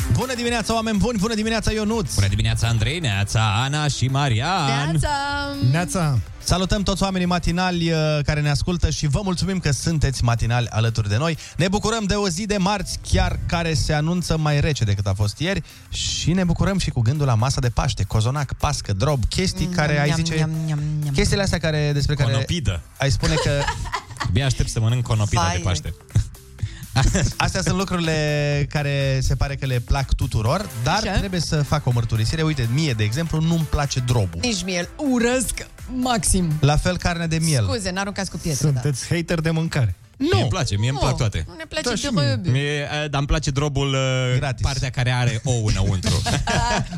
Speaker 6: Bună dimineața, oameni buni! Bună dimineața, Ionuț! Bună
Speaker 9: dimineața, Andrei, Neața, Ana și Marian!
Speaker 6: Neața! Salutăm toți oamenii matinali uh, care ne ascultă și vă mulțumim că sunteți matinali alături de noi. Ne bucurăm de o zi de marți, chiar care se anunță mai rece decât a fost ieri și ne bucurăm și cu gândul la masa de Paște, cozonac, pască, drob, chestii care ai
Speaker 9: iam,
Speaker 6: zice...
Speaker 9: iam,
Speaker 6: Chestiile astea care, despre care
Speaker 9: Conopidă.
Speaker 6: ai spune că...
Speaker 9: Abia aștept să mănânc conopida
Speaker 6: Vai,
Speaker 9: de Paște.
Speaker 6: Astea sunt lucrurile care se pare că le plac tuturor, dar Așa? trebuie să fac o mărturisire. Uite, mie, de exemplu, nu-mi place drobul.
Speaker 8: Nici mie, îl urăsc maxim.
Speaker 6: La fel carnea de miel.
Speaker 8: Scuze, n-aruncați cu pietre, da.
Speaker 9: Sunteți hater de mâncare. Nu. Mie îmi place, mie îmi
Speaker 8: Nu,
Speaker 9: plac toate.
Speaker 8: Nu ne place da, ce vă iubim.
Speaker 9: Mie, uh, dar îmi place drobul uh, Gratis. Da, partea care are ou înăuntru.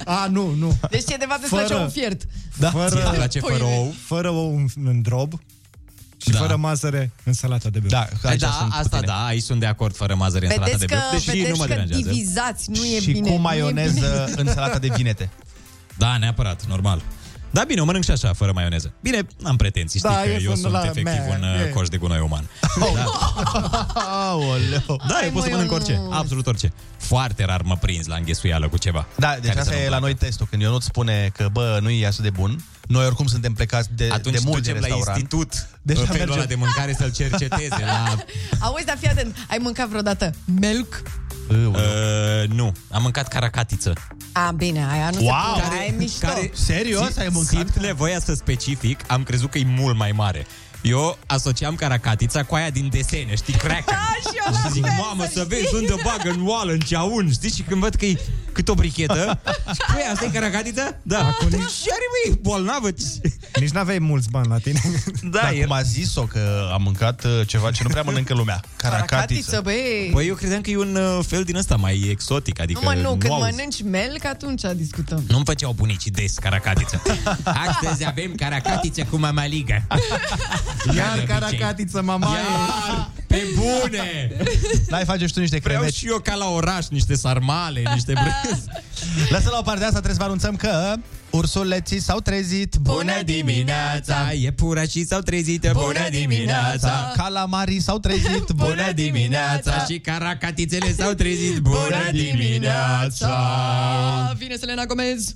Speaker 16: A, nu, nu.
Speaker 8: Deci e de fapt îți place
Speaker 16: Fără-
Speaker 8: un fiert.
Speaker 16: Da. Fără,
Speaker 9: Ție îți place fără Pui, ou?
Speaker 16: Fără ou în, în drob și da. fără mazăre în salata de băut.
Speaker 6: Da,
Speaker 9: da, asta da, aici sunt de acord fără mazăre în salata de
Speaker 8: Vedeți că,
Speaker 9: băut, deși nu
Speaker 8: vedeți
Speaker 9: mă
Speaker 8: că
Speaker 9: deranjează.
Speaker 8: divizați, nu e
Speaker 9: Și
Speaker 8: bine.
Speaker 9: cu
Speaker 8: nu e
Speaker 9: maioneză
Speaker 8: bine.
Speaker 9: în salata de vinete. Da, neapărat, normal. Da, bine, o mănânc și așa, fără maioneză. Bine, n-am pretenții, știi
Speaker 16: Da,
Speaker 9: că
Speaker 16: eu
Speaker 9: eu
Speaker 16: sunt
Speaker 9: sunt
Speaker 16: la
Speaker 9: efectiv
Speaker 16: mea,
Speaker 9: un uh,
Speaker 16: e. Oh.
Speaker 9: coș de gunoi uman.
Speaker 6: Aoleu.
Speaker 9: Da, eu pot să mănânc orice, absolut orice. Foarte rar mă prins la înghesuială cu ceva.
Speaker 6: Da, deci
Speaker 9: care să
Speaker 6: asta
Speaker 9: nu-mi
Speaker 6: e la noi testul. Când Ionut spune că, bă, nu e așa de bun, noi oricum suntem plecați de,
Speaker 9: Atunci
Speaker 6: de mult din
Speaker 9: ducem la
Speaker 6: restaurant.
Speaker 9: institut,
Speaker 6: Deci
Speaker 9: în felul ăla de mâncare, să-l cerceteze da. la-
Speaker 8: Auzi, dar fii atent, ai mâncat vreodată melc?
Speaker 9: Uh, nu, am mâncat caracatiță.
Speaker 8: A, bine, aia nu se pune, aia e mișto.
Speaker 9: Simt- Simt nevoia să specific, am crezut că e mult mai mare. Eu asociam caracatița cu aia din desene, știi, crack.
Speaker 8: Da, și eu
Speaker 9: Și zic, mamă, să vezi unde bagă în oală, în ceaun, știi? Și când văd că e cât o brichetă, și păi, asta e caracatița? Da. Acum și are, măi, bolnavă.
Speaker 16: Nici n-aveai mulți bani la tine.
Speaker 6: Da, Dar cum a zis-o că a mâncat uh, ceva ce nu prea mănâncă lumea.
Speaker 8: Caracatiță, băi.
Speaker 9: Păi eu credeam că e un uh, fel din ăsta mai exotic, adică
Speaker 8: Nu mă, nu, când
Speaker 9: auzi.
Speaker 8: mănânci melc, atunci discutăm.
Speaker 9: Nu-mi făceau bunicii des caracatiță. Astăzi avem caracatiță cu mamaligă. Ca de
Speaker 16: Iar
Speaker 9: obicei.
Speaker 16: caracatiță, mamaie.
Speaker 9: Pe bune!
Speaker 6: N-ai face și tu niște
Speaker 9: cremeci. Vreau și eu ca la oraș niște sarmale, niște brânzi.
Speaker 6: Lasă la o parte asta, trebuie să vă anunțăm că ursuleții s-au trezit.
Speaker 9: Bună dimineața! Iepurașii s-au trezit. Bună dimineața!
Speaker 6: Calamarii s-au trezit.
Speaker 9: Bună dimineața! Și caracatițele s-au trezit. Bună dimineața!
Speaker 8: A, vine Selena Gomez.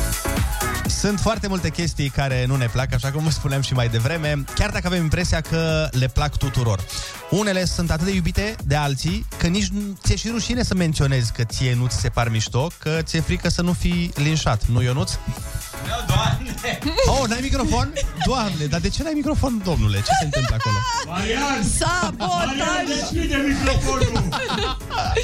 Speaker 6: Sunt foarte multe chestii care nu ne plac, așa cum vă spuneam și mai devreme, chiar dacă avem impresia că le plac tuturor. Unele sunt atât de iubite de alții, că nici nu- ți-e și rușine să menționezi că ție nu ți se par mișto, că ți-e frică să nu fii linșat. Nu, Ionuț?
Speaker 9: Nu, doamne!
Speaker 6: Oh, n-ai microfon? Doamne, dar de ce n-ai microfon, domnule? Ce se întâmplă acolo?
Speaker 9: Marian!
Speaker 8: Sabotaj!
Speaker 9: deschide microfonul!
Speaker 8: Ah.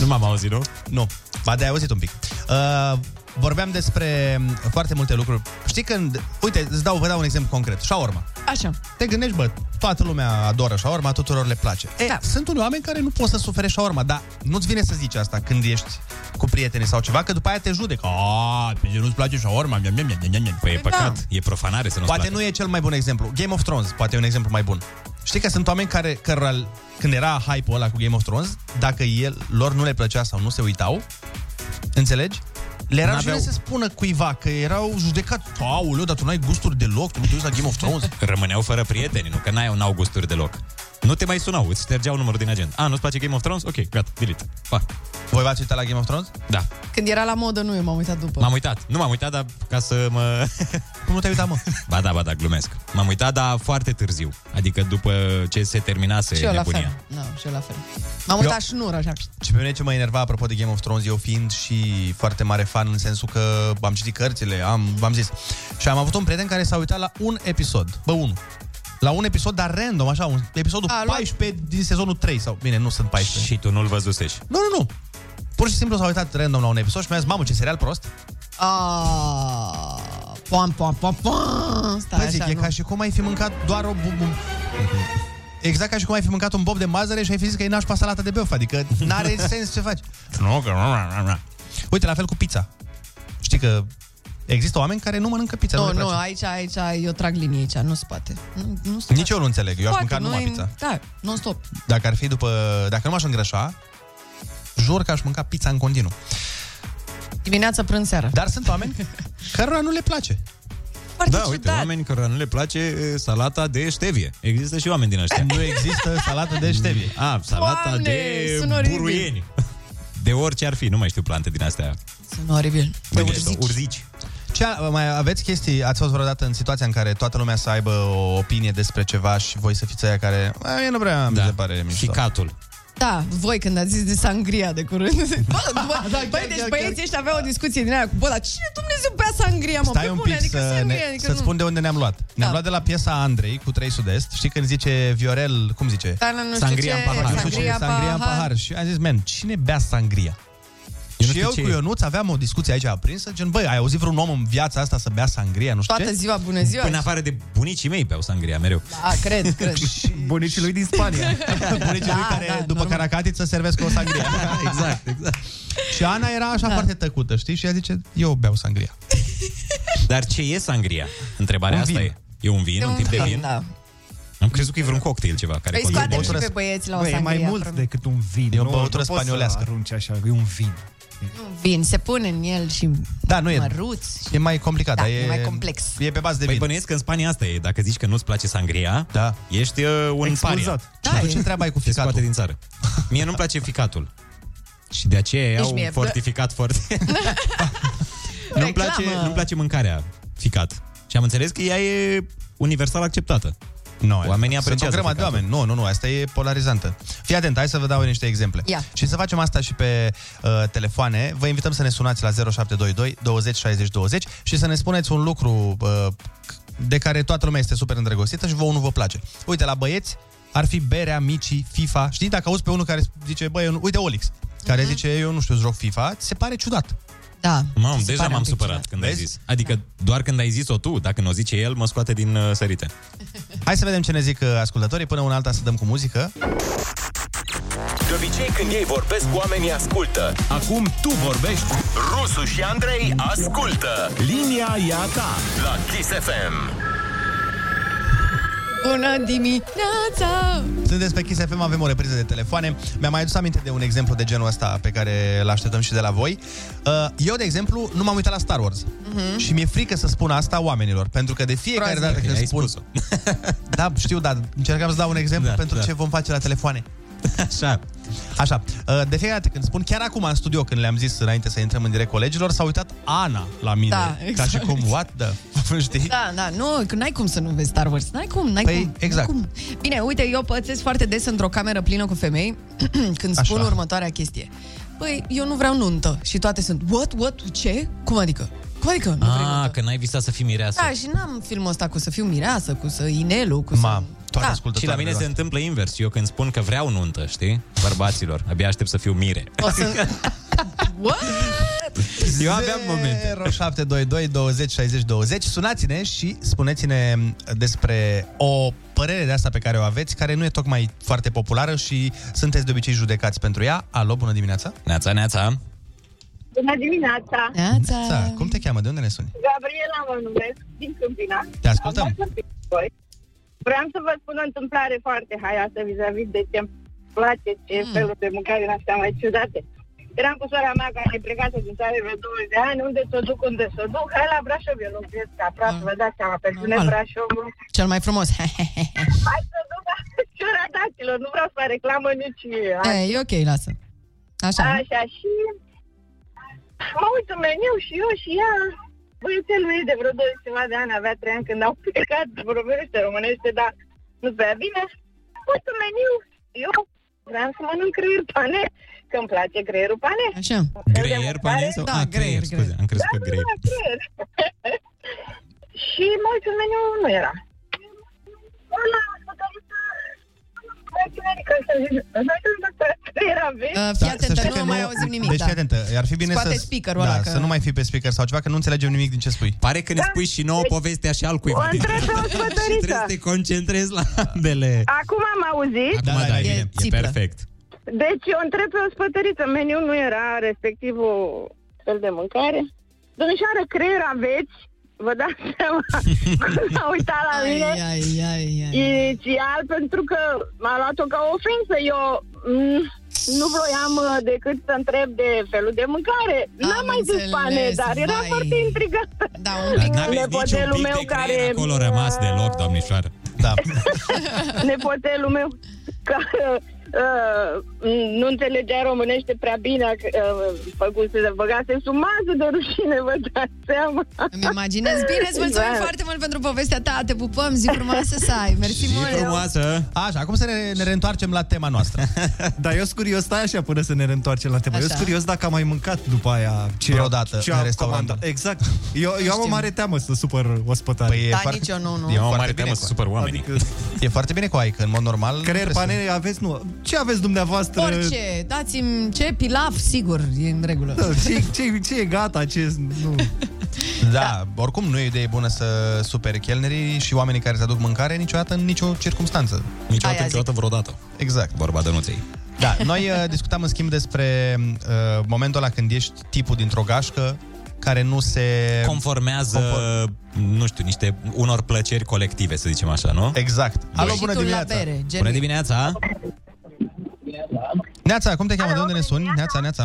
Speaker 6: Nu m-am auzit, nu? Nu. Ba, de-ai auzit un pic. Uh, vorbeam despre foarte multe lucruri. Știi când, uite, îți dau, vă dau un exemplu concret, shawarma.
Speaker 8: Așa.
Speaker 6: Te gândești, bă, toată lumea adoră shawarma, tuturor le place. E, da. Sunt unii oameni care nu pot să sufere shawarma, dar nu-ți vine să zici asta când ești cu prietenii sau ceva, că după aia te judecă. A, Ah, pe ce nu-ți place shawarma? Miam, miam, miam, miam, miam. Păi
Speaker 9: e păcat, da. e profanare să nu
Speaker 6: Poate nu e cel mai bun exemplu. Game of Thrones, poate e un exemplu mai bun. Știi că sunt oameni care, cărora, când era hype-ul ăla cu Game of Thrones, dacă el, lor nu le plăcea sau nu se uitau, înțelegi? Le era
Speaker 9: N-aveau-
Speaker 6: rușine să spună cuiva că erau judecat. Aoleu, dar tu n-ai gusturi deloc, tu nu te uiți la Game of Thrones.
Speaker 9: Rămâneau fără prieteni, nu? Că n-ai, n-au gusturi deloc. Nu te mai sunau, îți ștergeau numărul din agent. A, nu-ți place Game of Thrones? Ok, gata, delete. Pa.
Speaker 6: Voi v-ați uitat la Game of Thrones?
Speaker 9: Da.
Speaker 8: Când era la modă, nu, eu m-am uitat după.
Speaker 9: M-am uitat. Nu m-am uitat, dar ca să mă...
Speaker 6: Cum nu te-ai uitat, mă?
Speaker 9: ba da, ba da, glumesc. M-am uitat, dar foarte târziu. Adică după ce se terminase
Speaker 8: și eu la
Speaker 9: nebunia.
Speaker 8: fel. No, și eu la fel. M-am uitat și nu, așa.
Speaker 6: Ce pe mine ce mă enerva apropo de Game of Thrones, eu fiind și foarte mare fan în sensul că am citit cărțile, am, v-am zis. Și am avut un prieten care s-a uitat la un episod, bă, unul. La un episod, dar random, așa, un episodul
Speaker 8: A,
Speaker 6: A,
Speaker 8: luat-
Speaker 6: 14 din sezonul 3 sau, bine, nu sunt 14.
Speaker 9: Și tu nu-l văzusești.
Speaker 6: Nu, nu, nu. Pur și simplu s-a uitat random la un episod și mi-a zis, mamă, ce serial prost.
Speaker 8: Ah, pam, pam, pam, pam. Stai
Speaker 6: Bă, Păi zic,
Speaker 8: Da, așa,
Speaker 6: e
Speaker 8: nu.
Speaker 6: ca și cum ai fi mâncat doar o... bu- bu- Exact ca și cum ai fi mâncat un bob de mazăre și ai fi zis că e nașpa salată de băuf, adică n-are sens ce faci. Nu, că... Uite, la fel cu pizza. Știi că există oameni care nu mănâncă pizza.
Speaker 8: Nu,
Speaker 6: le
Speaker 8: nu,
Speaker 6: place.
Speaker 8: aici, aici, eu trag linie aici, nu se poate. Nu, nu se
Speaker 6: Nici eu nu înțeleg, eu aș
Speaker 8: poate,
Speaker 6: mânca numai
Speaker 8: noi-
Speaker 6: pizza.
Speaker 8: Da, non-stop.
Speaker 6: Dacă ar fi după... Dacă nu m-aș îngrășa, jur că aș mânca pizza în continuu.
Speaker 8: Dimineața, prânz, seara.
Speaker 6: Dar sunt oameni cărora nu le place.
Speaker 8: Foarte
Speaker 9: da, uite, oameni care nu le place e, salata de ștevie. Există și oameni din ăștia.
Speaker 6: Nu există salată de ștevie.
Speaker 9: A, salata
Speaker 8: Doamne,
Speaker 9: de
Speaker 8: sună oribil.
Speaker 9: buruieni. De orice ar fi, nu mai știu plante din astea.
Speaker 8: Sunt oribil.
Speaker 9: De urzici. urzici.
Speaker 6: Ce, mai aveți chestii, ați fost vreodată în situația în care toată lumea să aibă o opinie despre ceva și voi să fiți aia care... "A, Eu nu prea mi se pare mișto. Și
Speaker 9: catul.
Speaker 8: Da, voi când ați zis de sangria de curând. Bă, bă,
Speaker 6: Da,
Speaker 8: băi,
Speaker 6: chiar,
Speaker 8: deci
Speaker 6: chiar,
Speaker 8: băieții ăștia aveau o discuție din aia cu bă, dar cine Dumnezeu bea sangria, mă?
Speaker 6: Stai
Speaker 8: pe
Speaker 6: un
Speaker 8: bune,
Speaker 6: pic
Speaker 8: adică
Speaker 6: să
Speaker 8: sangria,
Speaker 6: ne,
Speaker 8: adică Da.
Speaker 6: să-ți spun de unde ne-am luat. Ne-am luat de la piesa Andrei cu 3 Sud-Est. Știi când zice Viorel, cum zice?
Speaker 8: Da, nu știu ce,
Speaker 6: Nu știu ce,
Speaker 8: sangria în
Speaker 6: sangria în
Speaker 8: pahar.
Speaker 6: pahar. Și am zis, man, cine bea sangria?
Speaker 9: Eu
Speaker 6: și eu cu Ionuț aveam o discuție aici aprinsă, gen, băi, ai auzit vreun om în viața asta să bea sangria, nu știu
Speaker 8: Toată
Speaker 6: ce?
Speaker 8: ziua, bună ziua.
Speaker 9: Până afară de bunicii mei beau sangria mereu.
Speaker 8: A, cred, cred.
Speaker 16: Bunicii lui din Spania.
Speaker 6: Bunicii
Speaker 8: Da,
Speaker 6: lui care,
Speaker 8: da,
Speaker 6: după caracatiță, servesc o sangria.
Speaker 9: exact, exact.
Speaker 6: Și Ana era așa da. foarte tăcută, știi? Și ea zice, eu beau sangria.
Speaker 9: Dar ce e sangria? Întrebarea
Speaker 6: Un
Speaker 9: asta
Speaker 6: vin.
Speaker 9: e. E un vin,
Speaker 8: E
Speaker 9: un,
Speaker 8: un
Speaker 9: tip de
Speaker 8: vin,
Speaker 9: vin?
Speaker 8: da.
Speaker 9: Am crezut că e vreun cocktail ceva care
Speaker 8: Îi
Speaker 9: conține
Speaker 8: scoatem Păi și
Speaker 9: băutură.
Speaker 8: pe băieți la o
Speaker 16: Bă, e
Speaker 8: sangria.
Speaker 16: mai mult
Speaker 8: probabil.
Speaker 16: decât un vin.
Speaker 6: E o
Speaker 16: Nu-
Speaker 6: băutură
Speaker 16: nu poți să
Speaker 6: spaniolească.
Speaker 16: Arunci așa, e un vin.
Speaker 8: Vin, se pune în el și
Speaker 6: Da, nu e.
Speaker 8: măruț.
Speaker 6: E mai complicat,
Speaker 8: Da,
Speaker 6: dar
Speaker 8: e mai complex.
Speaker 6: E pe bază de
Speaker 9: Păi
Speaker 6: vin.
Speaker 9: bănuiesc că în Spania asta e. Dacă zici că nu-ți place sangria,
Speaker 6: da.
Speaker 9: ești uh, un paria.
Speaker 6: Da, și atunci ce treabă ai cu
Speaker 9: Te scoate
Speaker 6: ficatul?
Speaker 9: din țară. Mie nu-mi place ficatul. Și de aceea
Speaker 8: Deci
Speaker 9: i-au
Speaker 8: mie-
Speaker 9: fortificat foarte... nu-mi, place, nu-mi place mâncarea ficat. Și am înțeles că ea e universal acceptată.
Speaker 6: No,
Speaker 9: Oamenii
Speaker 6: Sunt o
Speaker 9: apreciază
Speaker 6: grămadă de
Speaker 9: ficatul.
Speaker 6: oameni. Nu, nu, nu, asta e polarizantă. Fii atent, hai să vă dau niște exemple.
Speaker 8: Ia.
Speaker 6: Și să facem asta și pe uh, telefoane. Vă invităm să ne sunați la 0722 20 60 20 și să ne spuneți un lucru uh, de care toată lumea este super îndrăgostită și vouă nu vă place. Uite, la băieți ar fi berea, micii, FIFA. Știi, dacă auzi pe unul care zice, băi, eu nu... uite, Olix,
Speaker 8: Mhm.
Speaker 6: care zice, eu nu știu, îți joc FIFA, ți se pare ciudat.
Speaker 8: Da.
Speaker 9: Mam,
Speaker 8: se
Speaker 9: deja
Speaker 8: pare un
Speaker 9: m-am
Speaker 8: pic
Speaker 9: supărat
Speaker 8: ciudat. Da.
Speaker 9: când ai zis. Adică doar când ai zis-o tu, dacă nu o zice el, mă scoate din uh, sărite.
Speaker 6: Hai să vedem ce ne zic uh, ascultătorii, până una alta să dăm cu muzică.
Speaker 4: De obicei când ei vorbesc, oamenii ascultă.
Speaker 5: Acum tu vorbești.
Speaker 4: Rusu și Andrei ascultă
Speaker 5: Linia e a ta.
Speaker 4: la Kiss FM.
Speaker 8: Bună dimineața!
Speaker 6: Sunteți pe Kiss FM, avem o repriză de telefoane. Mi-am mai adus aminte de un exemplu de genul ăsta pe care îl așteptăm și de la voi. Uh, Eu, de exemplu, nu m-am uitat la Star Wars. Mm-hmm. Și mi-e frică să spun asta oamenilor, pentru că de fiecare
Speaker 8: Mhm. Groaznic.
Speaker 6: dată când
Speaker 9: Ai
Speaker 6: spun...
Speaker 9: spus-o.
Speaker 6: Da, știu, dar încercam să dau un exemplu
Speaker 9: Da,
Speaker 6: da, pentru
Speaker 9: da.
Speaker 6: da. ce vom face la telefoane.
Speaker 9: Așa.
Speaker 6: Așa, uh, de fiecare dată când spun, chiar acum în studio, când le-am zis înainte să intrăm în direct colegilor, s-a uitat Ana la mine.
Speaker 8: Da, exact.
Speaker 6: Ca și cum, what the... Știi?
Speaker 8: Da, da, nu, că n-ai cum să nu vezi Star Wars. N-ai cum, n-ai
Speaker 6: Păi,
Speaker 8: cum.
Speaker 6: exact.
Speaker 8: N-ai cum. Bine, uite, eu pățesc foarte des într-o cameră plină cu femei când spun
Speaker 6: Așa.
Speaker 8: următoarea chestie. Păi, eu nu vreau nuntă. Și toate sunt, what, what, ce? Cum adică? Cum adică nu vrei nuntă?
Speaker 9: Ah, că n-ai visat să fii mireasă.
Speaker 8: Da, și n-am filmul ăsta cu să fiu mireasă, cu să inelu, cu
Speaker 6: Ma,
Speaker 8: să...
Speaker 20: Da.
Speaker 6: toate ascultătoarele
Speaker 9: Și la mine se
Speaker 6: noastre.
Speaker 9: întâmplă invers. Eu când spun că vreau nuntă, știi? Bărbaților, abia aștept să fiu mire.
Speaker 8: O să... What?
Speaker 6: Eu aveam momente. 0722 20 60 20. Sunați-ne și spuneți-ne despre o părere de asta pe care o aveți, care nu e tocmai foarte populară și sunteți de obicei judecați pentru ea. Alo, bună dimineața!
Speaker 9: Neața, neața!
Speaker 20: Bună dimineața!
Speaker 6: Neața, cum te cheamă? De unde ne suni?
Speaker 20: Gabriela mă numesc, din Câmpina.
Speaker 6: Te ascultăm.
Speaker 20: Am vorbit cu voi. Vreau să vă spun o întâmplare foarte haioasă vis-a-vis de ce îmi place, ce
Speaker 8: Hmm.
Speaker 20: mm. felul de mâncare din astea mai ciudate. Eram cu sora mea care e plecată din țară vreo 20 de ani, unde să o duc, unde să o duc, hai la Brașov, eu nu cred că aproape, vă dați seama, pe cine
Speaker 8: Ah. Normal.
Speaker 20: Brașovul,
Speaker 8: Cel mai frumos.
Speaker 20: hai să o duc la ciora daților, nu vreau să fac reclamă nici...
Speaker 8: e, e ok, lasă. Așa. nu?
Speaker 20: Așa, și mă uit în meniu și eu și ea, băiețelul ei de vreo 2 ceva de ani, avea 3 ani când au plecat, vorbește românește, dar nu prea bine. Mă uit în meniu, eu vreau să mănânc creier pane, că îmi place creierul pane.
Speaker 8: Așa.
Speaker 9: Greier, pane? Sau? Da, greier, scuze, am crezut că greier.
Speaker 20: Da, creier. și mă uit în meniu, nu era. Ăla, făcăriță, mai tineri, că să zic, noi suntem pe creier, aveți?
Speaker 8: Uh, fii atentă, nu mai auzim nimic.
Speaker 6: Deci
Speaker 8: da.
Speaker 6: fii atentă, ar fi bine
Speaker 8: Scoate
Speaker 6: să,
Speaker 8: speakerul
Speaker 6: da,
Speaker 8: ăla, că-
Speaker 6: să nu mai fii pe speaker sau ceva, că nu înțelegem nimic din ce spui.
Speaker 9: Pare că ne spui și nouă povestea și al cuiva.
Speaker 20: Da. Păi, O întreb pe ospătăriță.
Speaker 9: trebuie să te concentrezi la
Speaker 6: Da.
Speaker 9: ambele.
Speaker 20: Acum am auzit.
Speaker 9: Acum, da, e, bine, e perfect.
Speaker 20: Deci eu întreb pe o spătăriță, meniul nu era respectivul fel de mâncare? Domnișoară, creier aveți? Vă dați seama cum s-a uitat la mine?
Speaker 8: Ai, ai, ai.
Speaker 20: Inițial, pentru că m-a luat-o ca o ofensă. Eu mm, nu vroiam uh, decât să întreb de felul de mâncare. N-am mai zis pane, dar era foarte intrigată.
Speaker 8: Da,
Speaker 9: Dar n-aveți niciun pic de creier acolo rămas deloc, domnișoară.
Speaker 6: Da.
Speaker 20: nepotelul meu care uh, nu înțelegea românește prea bine, uh, făcuse, băgase sumază de rușine, vă dați seama.
Speaker 8: Îmi imaginez bine, îți
Speaker 20: Da.
Speaker 8: mulțumim foarte mult pentru povestea ta, te pupăm, zi frumoasă să ai, mersi mult.
Speaker 6: frumoasă. Așa, acum să ne, ne reîntoarcem la tema noastră.
Speaker 16: Dar eu sunt curios, stai așa până să ne reîntoarcem la temă. Eu
Speaker 6: Așa.
Speaker 16: sunt curios dacă am mai mâncat după aia ce
Speaker 6: Vreodată
Speaker 16: ce
Speaker 6: în
Speaker 16: am
Speaker 6: restaurant.
Speaker 16: comandat. Exact. Eu, eu am o
Speaker 6: știm.
Speaker 16: mare teamă să supăr ospătare. Păi
Speaker 8: Da, nici eu nu, nu.
Speaker 6: Adică... E foarte bine cu ai, că în mod normal... nu
Speaker 16: Creier
Speaker 6: trebuie să-
Speaker 16: pane aveți, nu. Ce aveți dumneavoastră?
Speaker 8: Orice, dați-mi ce, pilaf, sigur, e în regulă.
Speaker 16: Da, Ce, ce, ce e gata, ce... Nu.
Speaker 6: Da, oricum nu e o idee bună să superi chelnerii și oamenii care îți aduc mâncare niciodată în nicio circunstanță.
Speaker 9: Niciodată, Aia niciodată,
Speaker 6: vreodată. Exact.
Speaker 9: Vorba de nuței.
Speaker 6: Da, noi uh, discutam în schimb despre uh, momentul ăla când ești tipul dintr-o gașcă care nu se...
Speaker 9: Conformează, nu știu, niște unor plăceri colective, să zicem așa, nu?
Speaker 6: Exact. Alo, bună dimineața!
Speaker 9: bună dimineața!
Speaker 6: Neața, cum te cheamă? De unde ne suni? Neața, Neața.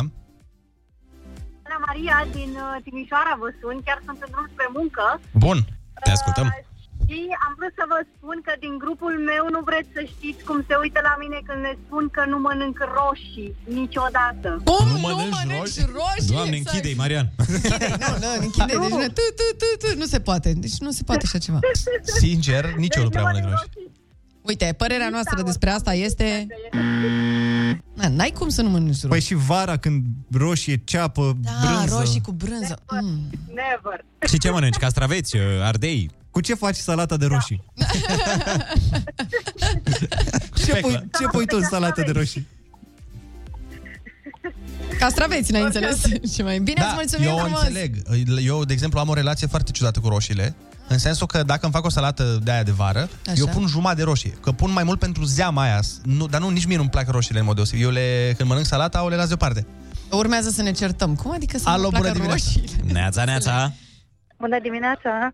Speaker 21: Ana Maria din uh, Timișoara vă sun, chiar sunt în drum spre muncă
Speaker 6: Bun. Te ascultăm.
Speaker 21: și am vrut să vă spun că din grupul meu nu vreți să știți cum se uită la mine când le spun că nu mănânc roșii niciodată.
Speaker 8: Cum?
Speaker 9: Nu mănânci roșii? Doamne, închide-i, Marian!
Speaker 8: Nu, nu, închide, deci nu, tu, tu, tu, tu, nu se poate, deci nu se poate așa ceva.
Speaker 6: Sincer, nici eu nu prea mănânc roșii.
Speaker 8: Uite, părerea noastră despre asta este... Na, n-ai cum să nu mănânci roșii.
Speaker 16: Păi și vara când roșie, ceapă, da,
Speaker 8: Ah,
Speaker 16: brânză.
Speaker 8: roșii cu brânză. Mm.
Speaker 21: Never.
Speaker 9: Și ce mănânci? Castraveți, uh, ardei?
Speaker 16: Cu ce faci salata de
Speaker 8: Da.
Speaker 16: roșii? ce, pui, ce pui tu în salată Da, păi de roșii?
Speaker 8: Castraveți, n-ai înțeles? Ce mai bine, îți mulțumim
Speaker 6: Da, eu o
Speaker 8: frumos!
Speaker 6: înțeleg. Eu, de exemplu, am o relație foarte ciudată cu roșiile. În sensul că dacă îmi fac o salată de aia de vară,
Speaker 8: Așa.
Speaker 6: Așa. eu pun jumătate de roșie. Că pun mai mult pentru zeama aia. Nu, dar nu, nici mie nu-mi plac roșiile în mod deosebit. Eu le, când mănânc salata, o le las deoparte.
Speaker 8: Urmează să ne certăm. Cum adică să
Speaker 6: Alo,
Speaker 8: nu placă
Speaker 6: bună dimineața.
Speaker 8: roșii?
Speaker 9: Neața, neața!
Speaker 21: Bună dimineața!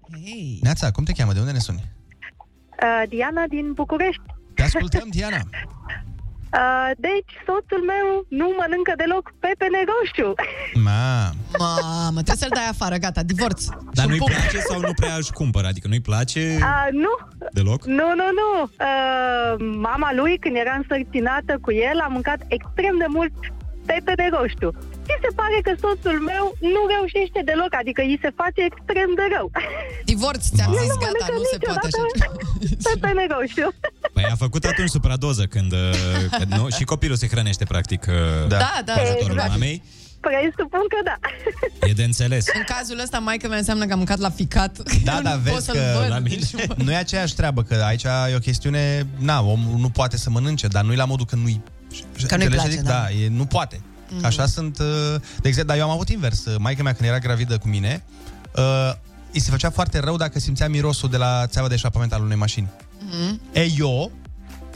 Speaker 6: Neața, cum te cheamă? De unde ne suni?
Speaker 21: Uh, Diana din București.
Speaker 6: Te ascultăm, Diana.
Speaker 21: Uh, deci, soțul meu nu mănâncă deloc pepene roșu.
Speaker 6: Ma.
Speaker 8: Mamă, trebuie să-l dai afară, gata, divorț.
Speaker 9: Dar nu-i place sau nu prea își cumpără? Adică nu-i place
Speaker 21: Uh, nu,
Speaker 9: deloc?
Speaker 21: nu, nu, nu. Uh, mama lui, când era însărcinată cu el, a mâncat extrem de mult pepene roșu. Și se pare că soțul meu nu reușește deloc, adică îi se face extrem de rău.
Speaker 8: Divorț, ți-am
Speaker 21: Nu,
Speaker 8: zis,
Speaker 21: nu
Speaker 8: gata,
Speaker 21: mănâncă
Speaker 8: nu se poate așa
Speaker 21: niciodată Pepene roșu.
Speaker 9: Păi a făcut atunci supradoză când... uh, că nu, și copilul se hrănește, practic, uh,
Speaker 21: Da. Da, da,
Speaker 9: cu ajutorul
Speaker 21: exact.
Speaker 9: mamei.
Speaker 21: Presupun că da.
Speaker 9: E de înțeles.
Speaker 8: În cazul ăsta, maică mi înseamnă că am mâncat la ficat.
Speaker 6: Da,
Speaker 8: Eu
Speaker 6: da,
Speaker 8: nu pot
Speaker 6: vezi
Speaker 8: să-l
Speaker 6: că
Speaker 8: văd.
Speaker 6: nu e aceeași treabă, că aici e o chestiune, na, omul nu poate să mănânce, dar nu-i la modul că nu-i...
Speaker 8: Că nu-i
Speaker 6: Înțelegi?
Speaker 8: place,
Speaker 6: Adică,
Speaker 8: da.
Speaker 6: da. e, nu poate. Mm. Așa sunt, uh, de exemplu, dar eu am avut invers. Uh, Maica mea când era gravidă cu mine, uh, îi se făcea foarte rău dacă simțea mirosul de la țeava de eșapament al unei mașini.
Speaker 16: Mm-hmm.
Speaker 8: Mm.
Speaker 6: E eu,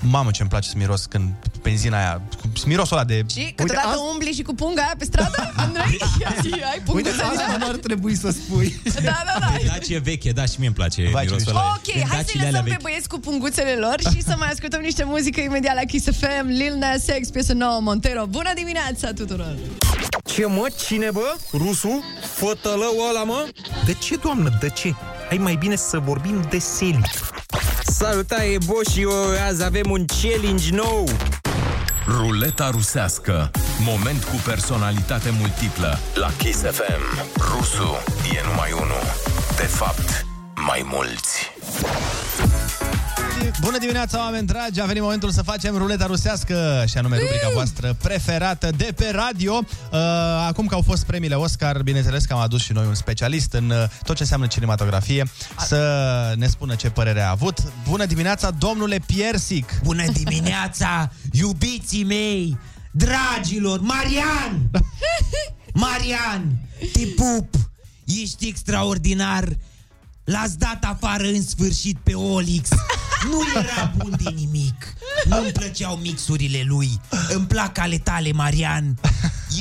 Speaker 6: mamă ce-mi place să miros când benzina aia, cu- mirosul ăla de...
Speaker 8: Și câteodată
Speaker 6: Uite,
Speaker 8: umbli și cu punga aia pe stradă, Andrei? Ai- Ai pungul
Speaker 9: Uite,
Speaker 8: să
Speaker 9: asta
Speaker 8: da,
Speaker 9: n-ar trebui să spui.
Speaker 8: da, da.
Speaker 9: Îmi place veche, da, și mie îmi place mirosul ăla.
Speaker 8: Ok, hai să-i
Speaker 9: Dacile alea
Speaker 8: lăsăm pe
Speaker 9: vechi.
Speaker 8: băieți cu punguțele lor și să mai ascultăm niște muzică imediat la Kiss FM, Lil Nas X, piesă nouă, Montero. Bună dimineața tuturor!
Speaker 22: Ce mă? Cine bă? Rusu? Fătălău ăla mă? De ce, doamnă, de ce? Hai mai bine să vorbim de seli. Salutare, Bo și eu, azi avem un challenge nou.
Speaker 4: Ruleta rusească. Moment cu personalitate multiplă. La Kiss FM. Rusu e numai unul. De fapt, mai mulți.
Speaker 6: Bună dimineața, oameni dragi! A venit momentul să facem ruleta rusească și anume rubrica voastră preferată de pe radio. Uh, Acum că au fost premiile Oscar, bineînțeles că am adus și noi un specialist în uh, tot ce înseamnă cinematografie să ne spună ce părere a avut. Bună dimineața, domnule Piersic!
Speaker 15: Bună dimineața, iubiții mei, dragilor, Marian! Marian, te pup! Ești extraordinar! L-ați dat afară în sfârșit pe Olix! Nu era bun de nimic! Nu-mi plăceau mixurile lui! Îmi plac ale tale, Marian!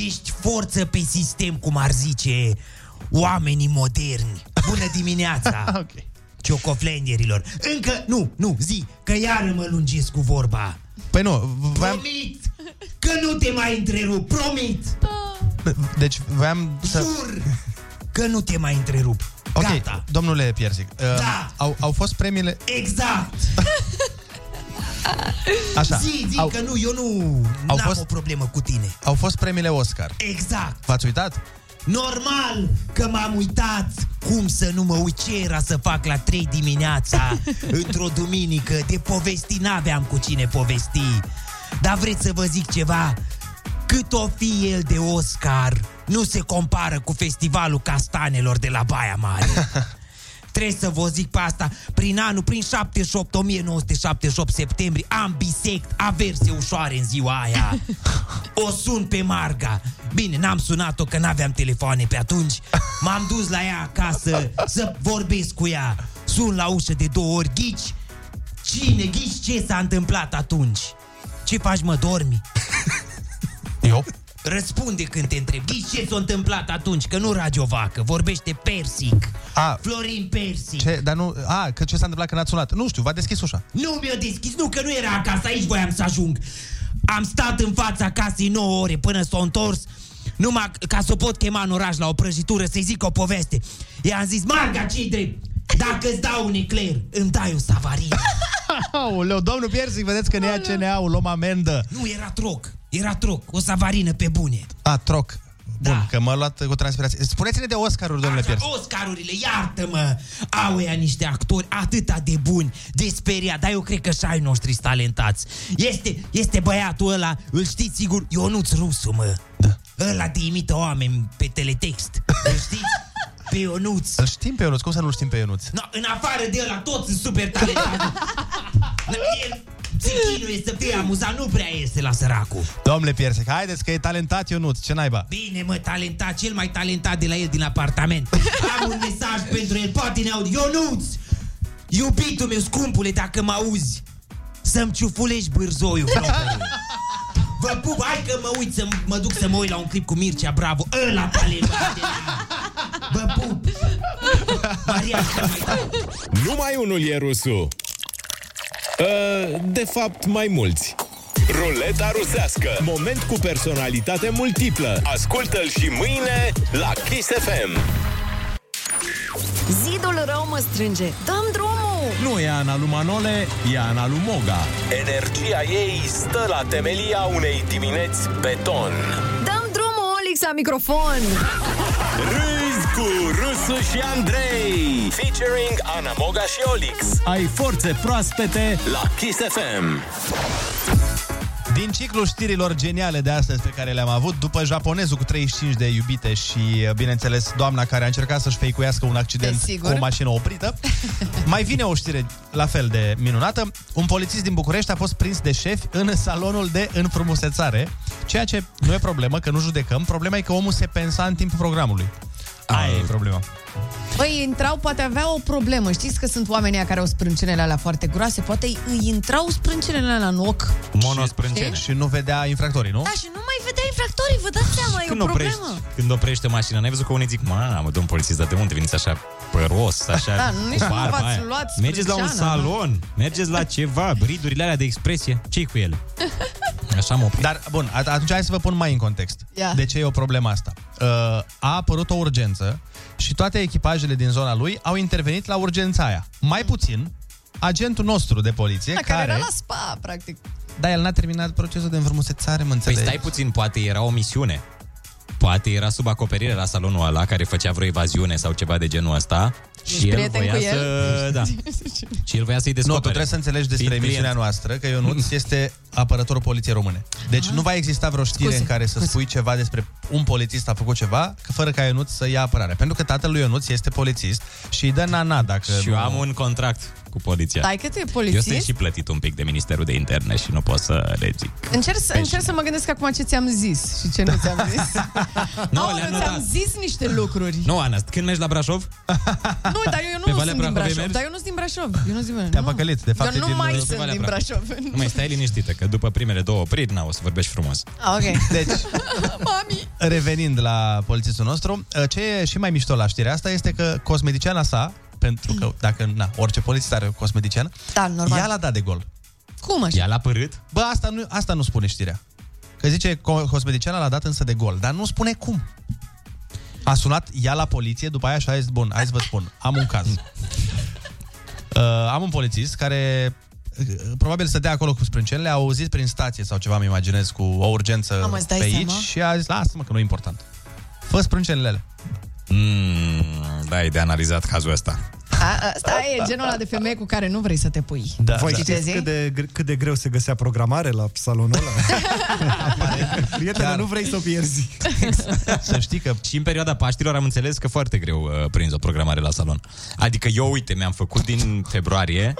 Speaker 15: Ești forță pe sistem, cum ar zice oamenii moderni! Bună dimineața! okay. Ciocoflenderilor! Încă, nu, nu, zi, că iar mă lungesc cu vorba!
Speaker 6: Păi nu, v-am,
Speaker 15: Promit că nu te mai întrerup, promit!
Speaker 6: deci v-am să...
Speaker 15: Jur că nu te mai întrerup.
Speaker 6: Ok, Gata. domnule Piersic, uh,
Speaker 15: Da.
Speaker 6: au, au fost premiile...
Speaker 15: Exact!
Speaker 6: Așa,
Speaker 15: Zi, zi,
Speaker 6: au-
Speaker 15: că nu, eu nu
Speaker 6: Au
Speaker 15: n-am
Speaker 6: fost-
Speaker 15: o problemă cu tine.
Speaker 6: Au fost premiile Oscar.
Speaker 15: Exact!
Speaker 6: V-ați uitat?
Speaker 15: Normal că m-am uitat cum să nu mă uit ce era să fac la 3 dimineața într-o duminică de povesti n-aveam cu cine povesti. Dar vreți să vă zic ceva? Cât o fi el de Oscar, nu se compară cu festivalul castanelor de la Baia Mare. Trebuie să vă zic pe asta Prin anul, prin 78, 1978 septembrie Am bisect, averse ușoare în ziua aia O sun pe Marga Bine, n-am sunat-o că n-aveam telefoane pe atunci M-am dus la ea acasă Să vorbesc cu ea Sun la ușă de două ori Ghici, cine, ghici ce s-a întâmplat atunci Ce faci mă, dormi?
Speaker 6: Eu?
Speaker 15: Răspunde când te întreb Ghici ce s-a întâmplat atunci Că nu radiovacă, vorbește persic
Speaker 6: A,
Speaker 15: Florin Persic
Speaker 6: ce, dar nu, a, că ce s-a întâmplat când ați sunat? Nu știu, v-a deschis ușa.
Speaker 15: Nu mi-o deschis, nu că nu era acasă, aici voiam să ajung. Am stat în fața casei 9 ore până s-a întors, numai ca să o pot chema în oraș la o prăjitură să-i zic o poveste. I-am zis, Marga, ce drept? Dacă îți dau un ecler, îmi dai o savarie.
Speaker 6: Aoleu, domnul Piersic, vedeți că ne ia CNA-ul, luăm amendă.
Speaker 15: nu, era troc, era troc, o savarină pe bune.
Speaker 6: A, troc. Bun, da. că m-a luat cu transpirație. Spuneți-ne de Oscarul, domnule Piersic.
Speaker 15: Oscarurile, iartă-mă! Au ea niște actori atâta de buni, de speriat, dar eu cred că și ai noștri sunt talentați. Este, este băiatul ăla, îl știți sigur, Ionuț Rusu, mă. Da. Ăla de imită oameni pe teletext. Îl știți? Pe Ionuț.
Speaker 6: Îl știm pe Ionuț, cum să nu-l știm pe Ionuț?
Speaker 15: No, Da, în afară de ăla, toți sunt super talentați. El se chinuie să fie amuzat, nu prea este la săracul.
Speaker 6: Domnule Piersic, haideți că e talentat Ionuț, ce naiba?
Speaker 15: Bine, mă, talentat, cel mai talentat de la el din apartament. Am un mesaj pentru el, poate ne aud. Ionuț! Iubitul meu, scumpule, dacă mă auzi, să-mi ciufulești bârzoiul, flopere. Vă pup, hai că mă uit să mă duc să mă uit la un clip cu Mircea Bravo. Ăla talentat de la- Vă pup! Maria, să mai
Speaker 18: Numai unul e rusul. Uh, De fapt, mai mulți.
Speaker 4: Ruleta rusească.
Speaker 18: Moment cu personalitate multiplă.
Speaker 4: Ascultă-l și mâine la Kiss FM.
Speaker 23: Zidul rău mă strânge. Dăm drumul!
Speaker 5: Nu e Ana lui Manole, e Ana lui Moga.
Speaker 4: Energia ei stă la temelia unei dimineți beton.
Speaker 23: Dăm drumul, Olix, la microfon!
Speaker 4: Râzi cu Rusu și Andrei. Featuring Ana Moga și Olix.
Speaker 5: Ai forțe proaspete
Speaker 4: La Kiss FM.
Speaker 6: Din ciclul știrilor geniale de astăzi pe care le-am avut, după japonezul cu 35 de iubite și, bineînțeles, doamna care a încercat să-și feicuiască un accident
Speaker 8: Desigur.
Speaker 6: cu o mașină oprită, mai vine o știre la fel de minunată. Un polițist din București a fost prins de șef în salonul de înfrumusețare, ceea ce nu e problemă, că nu judecăm. Problema e că omul se pensa în timpul programului. Aia e problema.
Speaker 8: Băi, Păi, intrau, poate avea o problemă. Știți că sunt oamenii care au sprâncenele alea foarte groase, poate îi intrau sprâncenele alea în ochi.
Speaker 6: Monosprâncene. Și, și nu vedea infractorii, nu?
Speaker 8: Da, și nu mai vedea infractorii, vă dați seama, e
Speaker 9: Când
Speaker 8: o
Speaker 9: oprești,
Speaker 8: problemă.
Speaker 9: când oprește mașina, n-ai văzut că unii zic, mamă, domn polițist, dar de unde veniți așa păros, așa
Speaker 8: Da, nu, nici
Speaker 9: cu
Speaker 8: nu
Speaker 9: barba
Speaker 8: v-ați
Speaker 9: aia?"
Speaker 8: luat
Speaker 9: Mergeți la un
Speaker 8: sprânceana, da.
Speaker 9: salon, mergeți la ceva, bridurile alea de expresie, ce cu ele? Așa mă
Speaker 6: Dar, bun, at- atunci hai să vă pun mai în context.
Speaker 8: Ia.
Speaker 6: De ce e o problemă asta? Uh, a apărut o urgență și toate echipajele din zona lui au intervenit la urgența aia. Mai puțin, agentul nostru de poliție,
Speaker 8: Da,
Speaker 6: care...
Speaker 8: care era la spa, practic.
Speaker 6: Da, el n-a terminat procesul de înfrumusețare, mă
Speaker 9: Păi
Speaker 6: înțelegi?
Speaker 9: stai puțin, poate era o misiune. Poate era sub acoperire la salonul ăla care făcea vreo evaziune sau ceva de genul ăsta. și Deci el voia să... Da. Și el voia să-i descopere.
Speaker 6: Nu, tu trebuie să înțelegi despre
Speaker 9: Fiind
Speaker 6: emisiunea
Speaker 9: client.
Speaker 6: noastră că Ionuț este apărătorul poliției române. Deci nu va exista vreo știre
Speaker 9: Ah. Scuze,
Speaker 6: în care să spui ceva despre un polițist a făcut ceva că fără ca Ionuț să ia apărare. Pentru că tatăl lui Ionuț este polițist și îi dă nana dacă...
Speaker 9: Și
Speaker 6: nu...
Speaker 9: eu am un contract cu poliția.
Speaker 8: Stai că tu e
Speaker 9: Eu sunt
Speaker 8: polițist?
Speaker 9: și plătit un pic de Ministerul de Interne și nu pot să le zic.
Speaker 8: Încerc, să- încerc să mă gândesc acum ce ți-am zis și ce nu ți-am zis.
Speaker 9: Nu,
Speaker 8: Aoleu,
Speaker 9: le-am
Speaker 8: ți-am
Speaker 9: notat.
Speaker 8: zis niște lucruri.
Speaker 9: Nu, Ana, când mergi la Brașov?
Speaker 8: Nu, dar eu,
Speaker 9: Pe
Speaker 8: nu
Speaker 9: Valea
Speaker 8: sunt din
Speaker 9: Brahovei
Speaker 8: Brașov.
Speaker 9: mergi?
Speaker 8: Dar eu nu sunt din Brașov. Eu nu sunt din Brașov.
Speaker 6: Te-a
Speaker 8: nu.
Speaker 6: păcălit, de fapt,
Speaker 8: Eu
Speaker 6: e
Speaker 8: nu
Speaker 6: din,
Speaker 8: mai
Speaker 6: uh,
Speaker 8: sunt
Speaker 6: Valea
Speaker 8: din
Speaker 6: Brașov.
Speaker 8: Brașov.
Speaker 9: Nu mai stai liniștită, că după primele două opriri, na, o să vorbești frumos.
Speaker 8: Ah, ok.
Speaker 6: Deci,
Speaker 8: Mami.
Speaker 6: Revenind la polițistul nostru, ce e și mai mișto la știrea asta este că cosmeticiana sa, pentru
Speaker 9: Mm.
Speaker 6: că dacă, na, orice polițist are cosmetician,
Speaker 8: da, normal.
Speaker 6: ea l-a dat de gol.
Speaker 8: Cum așa?
Speaker 9: l-a părât?
Speaker 6: Bă, asta nu, asta nu spune știrea. Că zice co- cosmeticiana l-a dat însă de gol, dar nu spune cum. A sunat ea la poliție, după aia și a zis, bun, hai să vă spun, am un caz. Uh, am un polițist care uh, probabil stătea acolo cu sprâncenele, a auzit prin stație sau ceva, îmi imaginez, cu o urgență
Speaker 8: Mamă, îți
Speaker 6: pe
Speaker 8: dai
Speaker 6: aici
Speaker 8: seama?
Speaker 6: și a zis, lasă-mă că nu e important. Fă sprâncenele alea.
Speaker 9: Mm, da, e de analizat cazul ăsta.
Speaker 8: A, asta e genul ăla de femeie cu care nu vrei să te pui.
Speaker 16: Da, Voi
Speaker 8: Știi ce
Speaker 16: știți cât
Speaker 8: zic?
Speaker 16: de, gr- cât de greu se găsea programare la salonul ăla? Prietena, nu vrei să o pierzi.
Speaker 6: Să știi că...
Speaker 9: Și în perioada Paștilor am înțeles că foarte greu uh, prins o programare la salon. Adică eu, uite, mi-am făcut din februarie,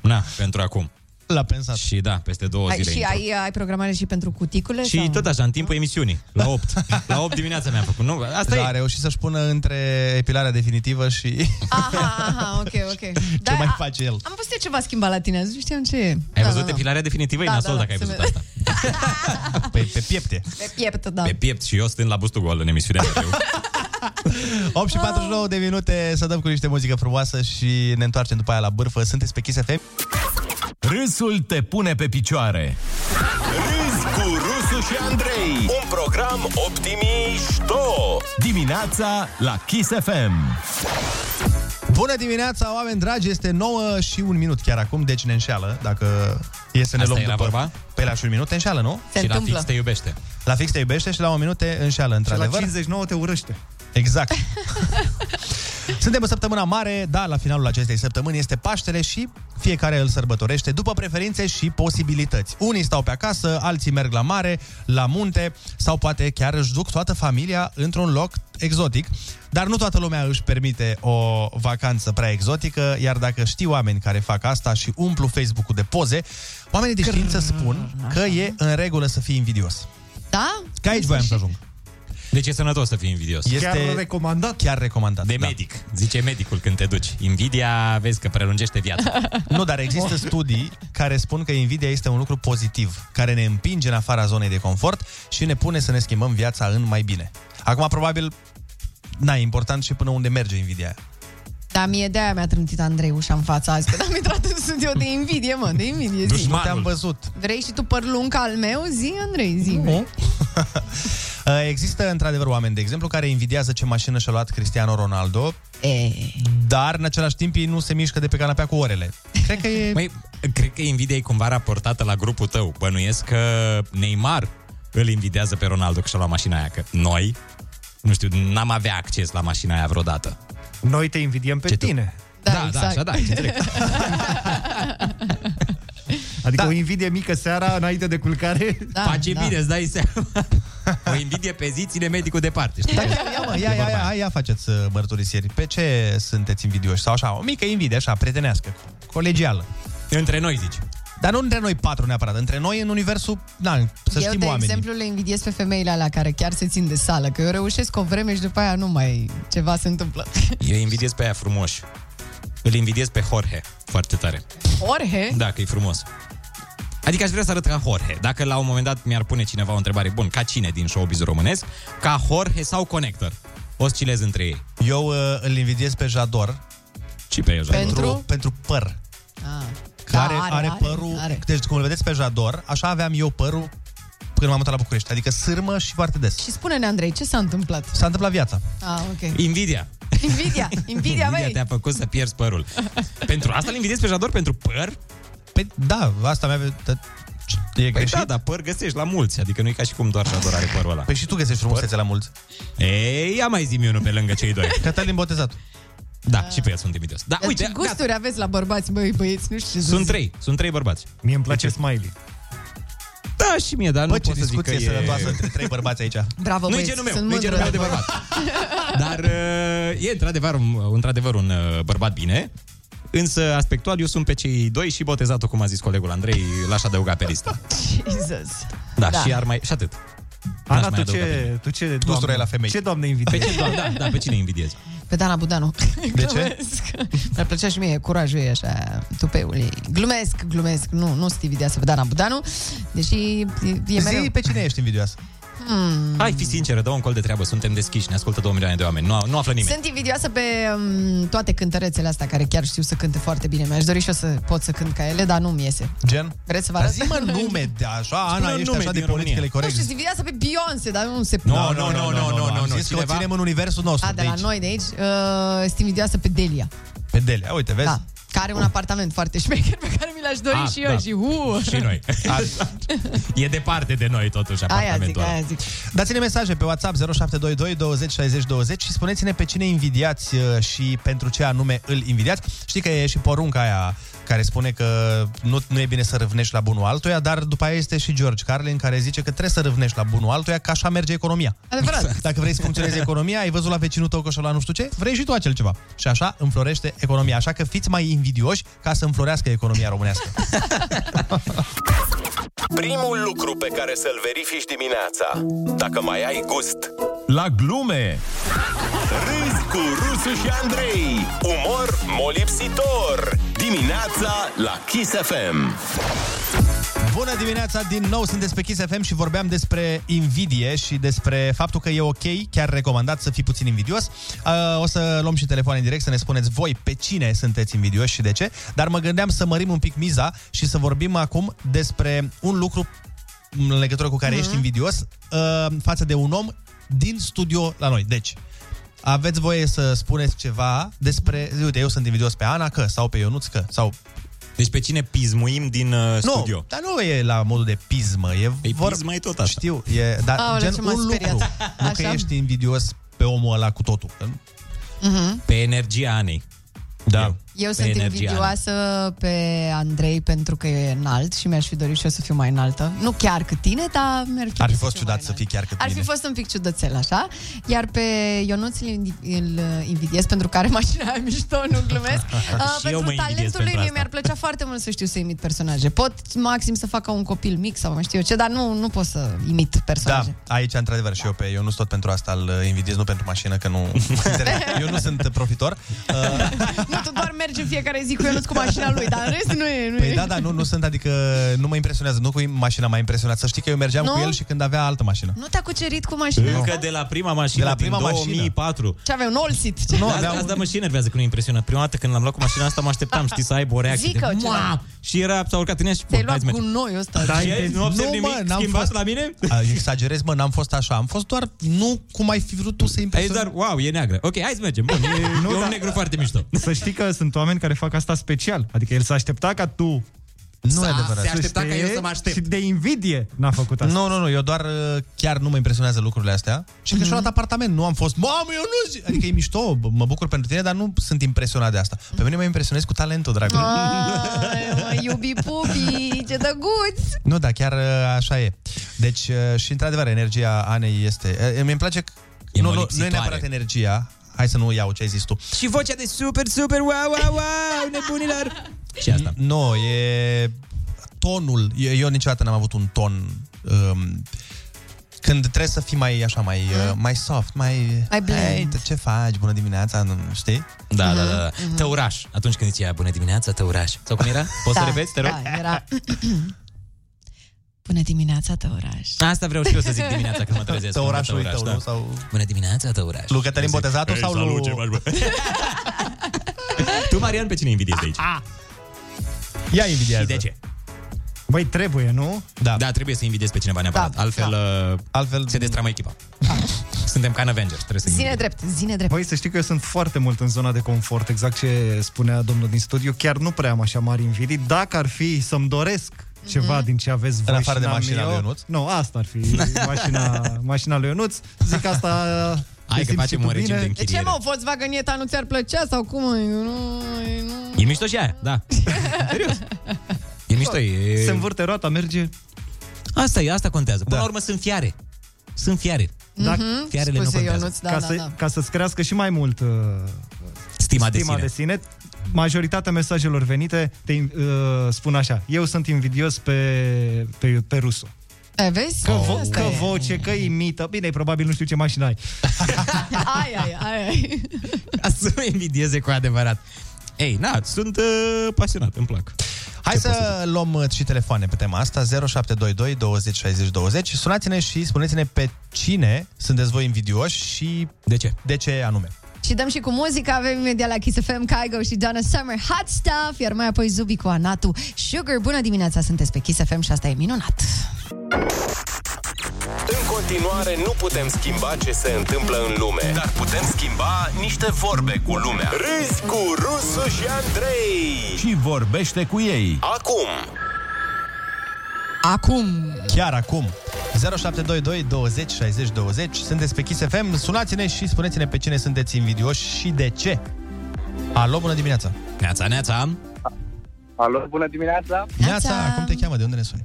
Speaker 9: na, pentru acum.
Speaker 6: La pensat.
Speaker 9: Și da, peste două
Speaker 8: Ai,
Speaker 9: zile
Speaker 8: și
Speaker 9: intru.
Speaker 8: ai, ai programare și pentru cuticule?
Speaker 9: Și
Speaker 8: sau?
Speaker 9: tot așa, în timpul emisiunii, la 8. La 8 dimineața mi-am făcut. Nu, asta
Speaker 6: Asta
Speaker 9: e.
Speaker 6: a reușit să-și pună între epilarea definitivă și
Speaker 8: Aha, aha, ok, ok. Da,
Speaker 6: ce mai
Speaker 8: a-
Speaker 6: face el.
Speaker 8: Am văzut eu ceva schimbat la tine, nu știam ce e.
Speaker 9: Ai
Speaker 8: da,
Speaker 9: văzut
Speaker 8: da, da.
Speaker 9: depilarea definitivă? E
Speaker 8: Da,
Speaker 9: nasol
Speaker 8: da, da,
Speaker 9: dacă ai
Speaker 8: se
Speaker 9: văzut
Speaker 8: vede.
Speaker 9: asta.
Speaker 6: Pe, pe piepte.
Speaker 8: Pe piept, da.
Speaker 9: Pe piept și eu stând la bustul gol în emisiunea mereu.
Speaker 6: 8 și 49 de minute să dăm cu niște muzică frumoasă și ne întoarcem după aia la bârfă. Sunteți pe Kiss FM?
Speaker 5: Râsul te pune pe picioare.
Speaker 4: Râzi cu Rusu și Andrei Un program optimișto
Speaker 5: Dimineața la Kiss FM.
Speaker 6: Bună dimineața, oameni dragi! Este 9 și 1 minut chiar acum, deci ne înșeală dacă e să ne
Speaker 9: Asta
Speaker 6: luăm
Speaker 9: e la
Speaker 6: după...
Speaker 9: vorba?
Speaker 6: Păi la și un minut te înșeală, nu?
Speaker 9: și la fix te iubește.
Speaker 6: La fix te iubește și la un minut te înșeală,
Speaker 16: Și la
Speaker 6: într-adevăr.
Speaker 16: 59 te urăște.
Speaker 6: Exact. Suntem în săptămâna mare, da, la finalul acestei săptămâni este Paștele și fiecare îl sărbătorește după preferințe și posibilități. Unii stau pe acasă, alții merg la mare, la munte sau poate chiar își duc toată familia într-un loc exotic. Dar nu toată lumea își permite o vacanță prea exotică, iar dacă știi oameni care fac asta și umplu Facebook-ul de poze, oamenii de știință spun că e în regulă să fii invidios.
Speaker 8: Da?
Speaker 6: Că aici voiam să ajung.
Speaker 9: Deci e sănătos să fii invidios.
Speaker 6: Este Chiar
Speaker 16: recomandat.
Speaker 6: Chiar recomandat. da.
Speaker 9: De medic. Zice medicul când te duci. Invidia, vezi că prelungește viața.
Speaker 6: Nu, dar există studii care spun că invidia este un lucru pozitiv, care ne împinge în afara zonei de confort și ne pune să ne schimbăm viața în mai bine. Acum, probabil, na, e important și până unde merge invidia aia.
Speaker 8: Da, mie de-aia mi-a trântit Andrei ușa în fața azi, că da, am intrat în studio de invidie, mă, de invidie, zi.
Speaker 6: Nu te-am văzut.
Speaker 8: Vrei și tu păr lung ca al meu? Zi, Andrei, zi. Nu.
Speaker 6: Uh, Există, într-adevăr, oameni, de exemplu, care invidiază ce mașină și-a luat Cristiano Ronaldo,
Speaker 8: E.
Speaker 6: dar, în același timp, ei nu se mișcă de pe canapea cu orele. Cred că e...
Speaker 9: Măi, cred că invidia e cumva raportată la grupul tău. Bănuiesc că Neymar îl invidiază pe Ronaldo că și-a luat mașina aia. Că noi, nu știu, n-am avea acces la mașina aia vreodată.
Speaker 16: Noi te invidiem pe Ce tine.
Speaker 9: Da, da, exact. așa da, înțeleg.
Speaker 16: Adică da. o invidie mică seara înainte de culcare.
Speaker 7: Da, Face da. bine, îți dai seama. O invidie pe zi, ține medicul departe. știi?
Speaker 6: Da, ia, ia, mă, ia, ia, ia, ia, faceți uh, mărturisiri. Pe ce sunteți invidioși? Sau așa, o mică invidie, așa, prietenească, colegială.
Speaker 7: Între noi, zici.
Speaker 6: Dar nu între noi patru neapărat, între noi în universul, na, să
Speaker 8: eu,
Speaker 6: știm
Speaker 8: de
Speaker 6: oamenii.
Speaker 8: exemplu, le invidiez pe femeile alea care chiar se țin de sală, că eu reușesc o vreme și după aia nu mai ceva se întâmplă.
Speaker 9: Eu invidiez pe aia frumos. Îl invidiez pe Jorge foarte tare.
Speaker 8: Orhe?
Speaker 9: Da, că e frumos. Adică aș vrea să arăt ca Jorge. Dacă la un moment dat mi-ar pune cineva o întrebare, bun, ca cine din showbiz românesc? Ca Jorge sau Connector? Oscilez între ei.
Speaker 6: Eu uh, îl invidiez pe Jador.
Speaker 9: Și pe Jador.
Speaker 6: Pentru, pentru păr.
Speaker 8: Ah.
Speaker 6: Care
Speaker 8: Da,
Speaker 6: are, are, părul... Are. Deci, cum îl vedeți pe Jador, așa aveam eu părul când m-am mutat la București. Adică sârmă și foarte des.
Speaker 8: Și spune-ne, Andrei, ce s-a întâmplat?
Speaker 6: S-a întâmplat viața.
Speaker 8: Ah, ok.
Speaker 9: Invidia.
Speaker 8: Invidia, invidia,
Speaker 9: Invidia da.
Speaker 8: băi.
Speaker 9: te-a făcut să pierzi părul. pentru asta îl invidiez pe Jador pentru păr?
Speaker 6: Păi da, asta mi-a... Da, e
Speaker 9: păi da, dar păr găsești la mulți, adică nu e ca și cum doar Jador are părul ăla. Păi
Speaker 6: și tu găsești frumusețe la mulți.
Speaker 9: Ei, ia mai zi unul pe lângă cei doi.
Speaker 6: Cătălin Botezat.
Speaker 9: Da, și pe el sunt invidios. Da,
Speaker 8: Deci
Speaker 9: uite, gata.
Speaker 8: gusturi aveți la bărbați, băi, băieți, nu știu ce să
Speaker 9: Sunt
Speaker 8: zic.
Speaker 9: trei, sunt trei bărbați.
Speaker 16: Mie îmi place Smiley.
Speaker 9: Da, și mie, dar
Speaker 6: Bă,
Speaker 9: nu
Speaker 6: ce
Speaker 9: pot să zic că
Speaker 6: discuție
Speaker 9: e...
Speaker 6: sănătoasă între trei bărbați aici.
Speaker 8: Bravo,
Speaker 9: Nu-i
Speaker 8: băieți,
Speaker 9: genul meu,
Speaker 8: sunt
Speaker 9: nu-i
Speaker 8: mândră
Speaker 9: genul meu de
Speaker 8: voi.
Speaker 9: bărbat. Dar uh, e într-adevăr un, într-adevăr un uh, bărbat bine. Însă, aspectual, eu sunt pe cei doi și botezatul, cum a zis colegul Andrei, l-aș adăuga pe listă.
Speaker 8: Jesus.
Speaker 9: Da, da. și ar mai... și atât. N-aș
Speaker 16: Ana,
Speaker 9: mai
Speaker 16: tu
Speaker 9: adăuga pe nimeni.
Speaker 16: ce, tu ce
Speaker 9: Tu
Speaker 16: doamne,
Speaker 9: usturai la femei.
Speaker 16: Ce doamne invidiezi?
Speaker 9: Pe ce, da, da, da, pe cine invidiezi?
Speaker 8: Pe Dana Budanu.
Speaker 9: De ce?
Speaker 8: Glumesc. Mi-ar plăcea și mie curajul ei așa, tupeul ei. Glumesc, glumesc. Nu, nu sunt invidioasă pe Dana Budanu, deși e, e mereu...
Speaker 6: Zi pe cine ești invidioasă.
Speaker 8: Hmm.
Speaker 9: Hai, fi sinceră, dă un col de treabă, suntem deschiși, ne ascultă 2 milioane de oameni, nu, nu află nimeni.
Speaker 8: Sunt invidioasă pe um, toate cântărețele astea care chiar știu să cânte foarte bine. Mi-aș dori și eu să pot să cânt ca ele, dar nu-mi iese.
Speaker 6: Gen?
Speaker 8: Vreți să vă
Speaker 6: Dar
Speaker 8: arăt?
Speaker 6: zi mă nume de așa, Ana,
Speaker 9: Spune un
Speaker 6: ești
Speaker 9: nume
Speaker 6: așa de
Speaker 9: din
Speaker 6: politicile
Speaker 8: Nu
Speaker 6: corect.
Speaker 8: știu, sunt invidioasă pe Beyoncé, dar nu se
Speaker 6: Nu, nu, nu, nu, nu, nu,
Speaker 9: nu,
Speaker 6: nu. Cineva...
Speaker 9: cineva-
Speaker 6: o ținem în universul nostru
Speaker 8: A,
Speaker 6: de
Speaker 8: de la
Speaker 6: aici.
Speaker 8: noi de aici. Uh, sunt invidioasă pe Delia,
Speaker 6: Pe Delia, uite, vezi?
Speaker 8: Da. care are un apartament foarte șmecher pe care mi l-aș dori
Speaker 9: Ah,
Speaker 8: și eu.
Speaker 9: da.
Speaker 8: Și, uh.
Speaker 9: Și noi. e departe de noi, totuși,
Speaker 8: Exact. Aia zic,
Speaker 9: apartamentul ăla.
Speaker 8: aia zic.
Speaker 6: Dați-ne mesaje pe WhatsApp 0722 20 60 20 și spuneți-ne pe cine invidiați uh, și pentru ce anume îl invidiați. Știi că e și porunca aia care spune că nu, nu e bine să râvnești la bunul altuia, dar după aia este și George Carlin care zice că trebuie să râvnești la bunul altuia, că așa merge economia. Exact.
Speaker 8: Adevărat.
Speaker 6: Dacă vrei să funcționeze economia, ai văzut la vecinul tău că și la nu știu ce, vrei și tu acel ceva. Și așa înflorește economia. Așa că fiți mai invidioși ca să înflorească economia românească.
Speaker 4: Primul lucru pe care să-l verifici dimineața, dacă mai ai gust.
Speaker 5: La glume!
Speaker 4: Râzi cu Rusu și Andrei. Umor molipsitor. Dimineața la Kiss FM.
Speaker 6: Bună dimineața, din nou sunteți pe Kiss FM și vorbeam despre invidie și despre faptul că e ok, chiar recomandat să fii puțin invidios. Uh, O să luăm și telefoane în direct să ne spuneți voi pe cine sunteți invidioși și de ce, dar mă gândeam să mărim un pic miza și să vorbim acum despre un lucru în legătură cu care
Speaker 1: Mhm.
Speaker 6: ești invidios uh, față de un om din studio la noi. Deci, aveți voie să spuneți ceva despre, uite, eu sunt invidios pe Ana că, sau pe Ionuț că, sau...
Speaker 9: Deci pe cine pismuim din uh,
Speaker 6: Nu,
Speaker 9: studio?
Speaker 6: dar nu e la modul de pismă, e
Speaker 9: Ei, pismă e tot asta.
Speaker 6: Știu, e, dar
Speaker 8: Aoleu,
Speaker 6: Aolea,
Speaker 8: ce
Speaker 6: gen
Speaker 8: m-a
Speaker 6: un
Speaker 8: speriat.
Speaker 6: lucru. Nu că
Speaker 8: Așa?
Speaker 6: ești invidios pe omul ăla cu totul. că nu-
Speaker 8: Mhm.
Speaker 9: Pe energia Anei.
Speaker 6: Da.
Speaker 8: Eu
Speaker 9: Pe
Speaker 8: sunt
Speaker 9: energia
Speaker 8: invidioasă pe Andrei pentru că e înalt și mi-aș fi dorit și eu să fiu mai înaltă. Nu chiar cât tine, dar mi-ar fi
Speaker 6: Ar fi
Speaker 8: plăcut
Speaker 6: fost
Speaker 8: să fiu mai
Speaker 6: ciudat să fii chiar cât
Speaker 8: Ar
Speaker 6: mine.
Speaker 8: fi fost un pic ciudățel, așa. Iar pe Ionuț îl, indi- îl invidiez pentru că are mașina aia mișto, nu glumesc. Uh,
Speaker 9: Și eu mă
Speaker 8: pentru
Speaker 9: invidiez
Speaker 8: talentul
Speaker 9: pentru
Speaker 8: lui mie
Speaker 9: asta.
Speaker 8: mi-ar plăcea foarte mult să știu să imit personaje. Pot maxim să fac ca un copil mic sau mai știu eu ce, dar nu, nu pot să imit
Speaker 6: Da,
Speaker 8: personaje.
Speaker 6: aici într-adevăr și eu pe eu nu tot pentru asta îl uh, invidiez, nu pentru mașină, că nu eu nu sunt profitor. Uh,
Speaker 9: Da.
Speaker 8: Nu, tu doar mergi în fiecare zi cu Ionuț cu mașina lui, dar în rest nu e. Nu
Speaker 6: Păi
Speaker 8: e.
Speaker 6: da, da, nu, nu sunt, adică nu mă impresionează, nu cu mașina m-a impresionat. Să știi că eu mergeam
Speaker 8: Nu?
Speaker 6: cu el și când avea altă mașină.
Speaker 8: Nu te-a cucerit cu mașina
Speaker 9: Încă
Speaker 8: asta?
Speaker 9: de la prima mașină,
Speaker 6: De la
Speaker 9: din
Speaker 6: prima mașină.
Speaker 9: 2004.
Speaker 8: Ce avea, un olsit?
Speaker 9: Nu, da, aveam... asta mă și enervează când e impresionat. Prima dată când l-am luat cu mașina asta, mă așteptam, știi, să aibă o reacție.
Speaker 8: Zică
Speaker 9: de,
Speaker 8: ceva.
Speaker 9: "Mua!" Și era, s-a urcat în ea și...
Speaker 8: Te-ai
Speaker 9: "Bun, hai
Speaker 8: luat
Speaker 9: să mergem."
Speaker 8: gunoiul ăsta.
Speaker 9: Da, e- nu observ nimic schimbat la mine?
Speaker 6: A, exagerez, mă, n-am fost așa. Am fost doar nu cum ai fi vrut tu să
Speaker 9: Ai zis
Speaker 6: impresionezi. da.
Speaker 9: doar, wow, e neagră. Ok, hai să mergem. Bun, e, nu, e un negru foarte mișto.
Speaker 16: Să știi că sunt oameni care fac asta special. Adică el s-a aștepta ca tu
Speaker 6: Nu e adevărat.
Speaker 24: Se aștepta ca eu să mă aștept.
Speaker 16: Și de invidie n-a făcut asta.
Speaker 6: Nu, nu, nu, eu doar uh, chiar nu mă impresionează lucrurile astea. Și
Speaker 16: Mhm.
Speaker 6: că și-au dat apartament, nu am fost, mamă, eu nu zic. Adică e mișto, b- mă bucur pentru tine, dar nu sunt impresionat de asta. Pe mine mă impresionez cu talentul, dragul.
Speaker 16: Ah.
Speaker 25: Ai, mă, iubi pupi, ce dăguț!
Speaker 6: Nu, da, chiar uh, așa e. Deci, uh, și într-adevăr, energia Anei este... uh, Mi-mi place... că- Nu, nu, nu e
Speaker 24: molipsitoare.
Speaker 6: neapărat energia. Hai să nu iau ce ai zis tu.
Speaker 24: Și vocea de super, super, wow, wow, wow, nebunilor!
Speaker 6: Și asta. Nu, e tonul. Eu, eu niciodată n-am avut un ton um, când trebuie să fii mai așa, mai, uh, mai soft, mai...
Speaker 25: Ai blend.
Speaker 6: "Hai, te- ce faci? Bună dimineața, nu, știi?
Speaker 9: Da, da, da. da. Tăuraș. Atunci când zicea bună dimineața, tăuraș. Sau cum era? Poți să repeți, te rog?
Speaker 8: Mhm. Da, era... Bună dimineața, Tăuraș.
Speaker 9: Asta vreau și eu să zic dimineața când mă trezesc.
Speaker 6: Tăurașul
Speaker 9: Bună,
Speaker 6: tău, nu? Sau...
Speaker 9: da. Bună dimineața, tăuraș.
Speaker 6: Lui Cătălin
Speaker 9: Eu zic,
Speaker 6: Botezatul
Speaker 9: "Ei,
Speaker 6: sau
Speaker 9: salut,
Speaker 6: lui-
Speaker 9: ce faci, bă?" Tu, Marian, pe cine invidiezi de aici?
Speaker 6: Ia invidiază.
Speaker 9: Ah, Și de ce?
Speaker 16: Băi, trebuie, nu?
Speaker 9: Da. da, trebuie să invidiezi pe cineva neapărat. Da, Altfel, da.
Speaker 6: Altfel
Speaker 9: se destramă echipa. Suntem ca în Avengers, trebuie să
Speaker 8: Zine drept, zine drept.
Speaker 16: Băi, Păi să știi că eu sunt foarte mult în zona de confort, exact ce spunea domnul din studiu. Chiar nu prea am așa mari invidii. Dacă ar fi să-mi doresc ceva din ce aveți voi
Speaker 6: afară
Speaker 16: și
Speaker 6: de
Speaker 16: n-am
Speaker 6: mașina
Speaker 16: eu,
Speaker 6: lui Ionuț?
Speaker 16: Nu, asta ar fi mașina, mașina lui Ionuț. Zic asta...
Speaker 9: Hai
Speaker 16: te
Speaker 9: că
Speaker 16: simți
Speaker 9: facem
Speaker 16: și tu
Speaker 9: un regim
Speaker 16: bine.
Speaker 9: de
Speaker 8: De ce, mă, Volkswagen Ieta nu ți-ar plăcea sau cum? Nu, nu.
Speaker 9: E mișto și aia, da. Serios. E mișto, e...
Speaker 16: Se învârte roata, merge...
Speaker 9: Asta e, asta contează. Până da. la urmă sunt fiare. Sunt fiare.
Speaker 16: Dar
Speaker 9: Fiarele nu contează.
Speaker 16: Deci, ca, să, ca să-ți crească și mai mult uh,
Speaker 9: Stima de
Speaker 16: stima
Speaker 9: sine.
Speaker 16: de sine, majoritatea mesajelor venite te uh, spun așa, eu sunt invidios pe, pe, pe rusul.
Speaker 8: E, vezi?
Speaker 16: Că, vo- că
Speaker 8: Asta e.
Speaker 16: voce, că imită. Bine, probabil nu știu ce mașină ai.
Speaker 8: Ai, ai, ai, ai.
Speaker 9: Ca să mă invidieze cu adevărat. Ei, na, sunt uh, pasionat, îmi plac.
Speaker 6: Hai să luăm uh, și telefoane pe tema asta 0722 20 60 20 Sunați-ne și spuneți-ne pe cine sunteți voi invidioși și
Speaker 9: de ce,
Speaker 6: de ce anume
Speaker 8: Și dăm și cu muzica, avem imediat la Kiss FM, Kaigo și Donna Summer, Hot Stuff, iar mai apoi Zubi cu Anatu, Sugar. Bună dimineața, sunteți pe Kiss FM și asta e minunat.
Speaker 4: În continuare nu putem schimba ce se întâmplă în lume, dar putem schimba niște vorbe cu lumea. Râzi cu Rusu și Andrei.
Speaker 26: Și vorbește cu ei.
Speaker 4: Acum.
Speaker 8: Acum.
Speaker 6: Chiar acum 0722 20 60 20 Sunteți pe Kiss FM, sunați-ne și spuneți-ne pe cine sunteți invidioși și de ce Alo, bună dimineața
Speaker 9: Neața, neața
Speaker 19: Alo, bună dimineața!
Speaker 6: Neața, cum te cheamă, de unde ne suni?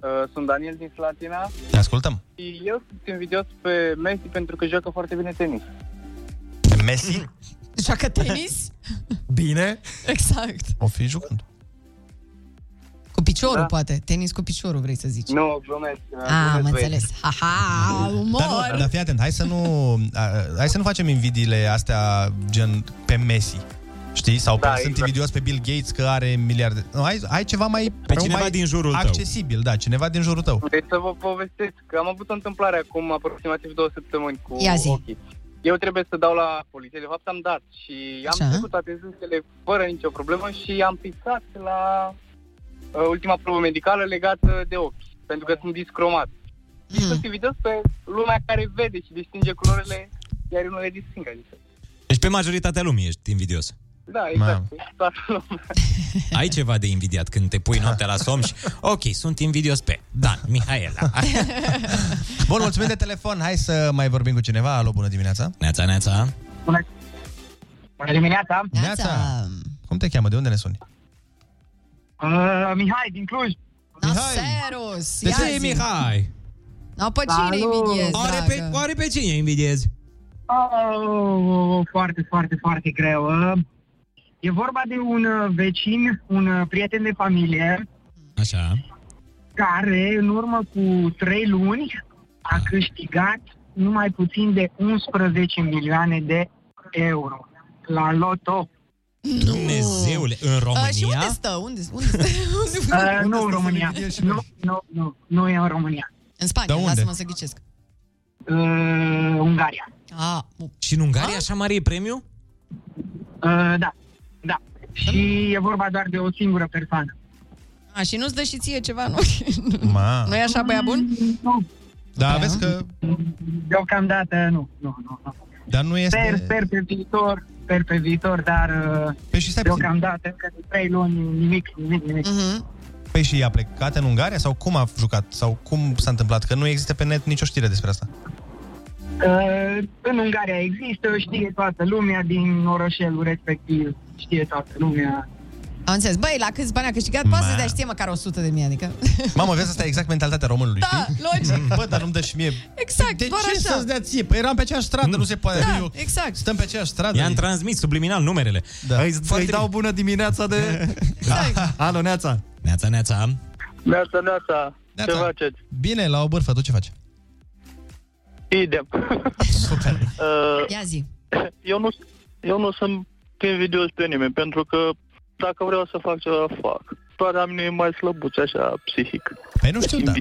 Speaker 19: Uh, Sunt Daniel din Slatina
Speaker 6: Te ascultăm
Speaker 19: și eu sunt invidios pe Messi pentru că joacă foarte bine tenis.
Speaker 6: Messi?
Speaker 8: Joacă tenis?
Speaker 16: Bine
Speaker 8: Exact.
Speaker 6: O fi jucând
Speaker 8: Cu piciorul,
Speaker 19: Da.
Speaker 8: da. poate. Tenis cu piciorul, vrei să zici.
Speaker 19: Nu, glumesc.
Speaker 8: Ah, am înțeles. Aha,
Speaker 6: Dar, nu,
Speaker 8: umor.
Speaker 6: dar fii atent, hai să nu, a, hai să nu facem invidiile astea gen pe Messi. Știi? Sau pe,
Speaker 19: Da,
Speaker 6: da, sunt
Speaker 19: exact.
Speaker 6: invidios pe Bill Gates că are miliarde. Nu, hai, hai ceva mai
Speaker 19: Pe cineva
Speaker 6: mai
Speaker 19: din jurul tău.
Speaker 6: accesibil, da, cineva din jurul tău.
Speaker 19: Vrei Deci să vă povestesc că am avut o întâmplare acum aproximativ două săptămâni cu
Speaker 6: Ia zi.
Speaker 19: ochii. Eu trebuie să dau la poliție, de fapt am dat și am
Speaker 8: Așa.
Speaker 19: trecut toate zâmbetele fără nicio problemă și am pisat la uh, ultima probă medicală legată de ochi, pentru că sunt discromat. Și
Speaker 6: Hmm.
Speaker 19: sunt invidios pe lumea care vede și distinge culorile, iar eu nu le disting, adică.
Speaker 9: Deci pe majoritatea lumii ești invidios.
Speaker 19: Da, exact. Toată lumea.
Speaker 9: Ai ceva de invidiat când te pui noaptea la somn și... Ok, sunt invidios pe Dan, Mihaela.
Speaker 6: Bun, mulțumim de telefon. Hai să mai vorbim cu cineva. Alo, bună dimineața.
Speaker 9: Neața, neața.
Speaker 19: Bună dimineața!
Speaker 6: Neața. Cum te cheamă? De unde ne suni?
Speaker 19: Uh, Mihai din Cluj.
Speaker 8: Naseros.
Speaker 9: De ce e Mihai?
Speaker 8: No, pe cine invidiezi,
Speaker 9: Oare
Speaker 8: dragă?
Speaker 9: pe, oare pe cine invidiezi?
Speaker 19: Oh, foarte, foarte, foarte greu. Uh, E vorba de un uh, vecin, un uh, prieten de familie,
Speaker 9: Așa.
Speaker 19: care în urmă cu trei luni a câștigat numai puțin de 11 milioane de euro la loto.
Speaker 9: Dumnezeule, în România?
Speaker 8: Uh, și unde stă? Unde, unde stă? Unde,
Speaker 19: Uh, nu în România. Nu, nu, nu, nu e în România.
Speaker 8: În Spania,
Speaker 9: Dar unde?
Speaker 8: lasă-mă să ghicesc.
Speaker 19: Uh, Ungaria.
Speaker 8: Ah,
Speaker 9: Și în Ungaria așa mare e premiu?
Speaker 19: Uh, da, da. Și e vorba doar de o singură persoană.
Speaker 8: a, Ah, și nu-ți dă și ție ceva, nu?
Speaker 6: Ma.
Speaker 8: nu e așa, băia bun?
Speaker 19: Nu.
Speaker 6: Da, vezi că...
Speaker 19: Deocamdată nu, nu, nu.
Speaker 6: Dar nu este...
Speaker 19: Sper, sper pe viitor,
Speaker 20: sper pe viitor, dar uh,
Speaker 6: păi și
Speaker 20: deocamdată încă de 3 luni nimic, nimic, nimic. Mm-hmm.
Speaker 6: Păi și a plecat în Ungaria sau cum a jucat? Sau cum s-a întâmplat? Că nu există pe net nicio știre despre asta.
Speaker 20: Uh, în Ungaria există, știe toată lumea din orășelul respectiv, știe toată lumea.
Speaker 8: Am înțeles. Băi, la câți bani a câștigat? Poate să
Speaker 6: Ma.
Speaker 8: dea știe măcar 100 de mii, adică...
Speaker 6: Mamă, vezi, asta e exact mentalitatea românului,
Speaker 8: Da,
Speaker 6: știi?
Speaker 8: logic.
Speaker 6: Bă, dar nu-mi dă și mie.
Speaker 8: Exact,
Speaker 6: de
Speaker 8: doar
Speaker 6: ce
Speaker 8: așa.
Speaker 6: să-ți dea ție? Păi eram pe aceeași stradă, nu se poate.
Speaker 8: Da,
Speaker 6: Eu
Speaker 8: exact.
Speaker 6: Stăm pe aceeași stradă.
Speaker 9: I-am transmis subliminal numerele. Păi,
Speaker 6: Da.
Speaker 16: Îi, îi dau bună dimineața de...
Speaker 8: Da.
Speaker 16: Alo, Neața.
Speaker 9: Neața, neața.
Speaker 27: Neața, neața. Ce faceți?
Speaker 6: Bine, la o bârfă, tu ce faci?
Speaker 27: Idem.
Speaker 6: Super.
Speaker 8: Ia zi.
Speaker 27: Uh, Eu nu, eu nu sunt invidios pe nimeni, pentru că dacă vreau să fac ceva, fac. Doar am mine mai slăbuți, așa, psihic.
Speaker 6: Păi nu știu, da.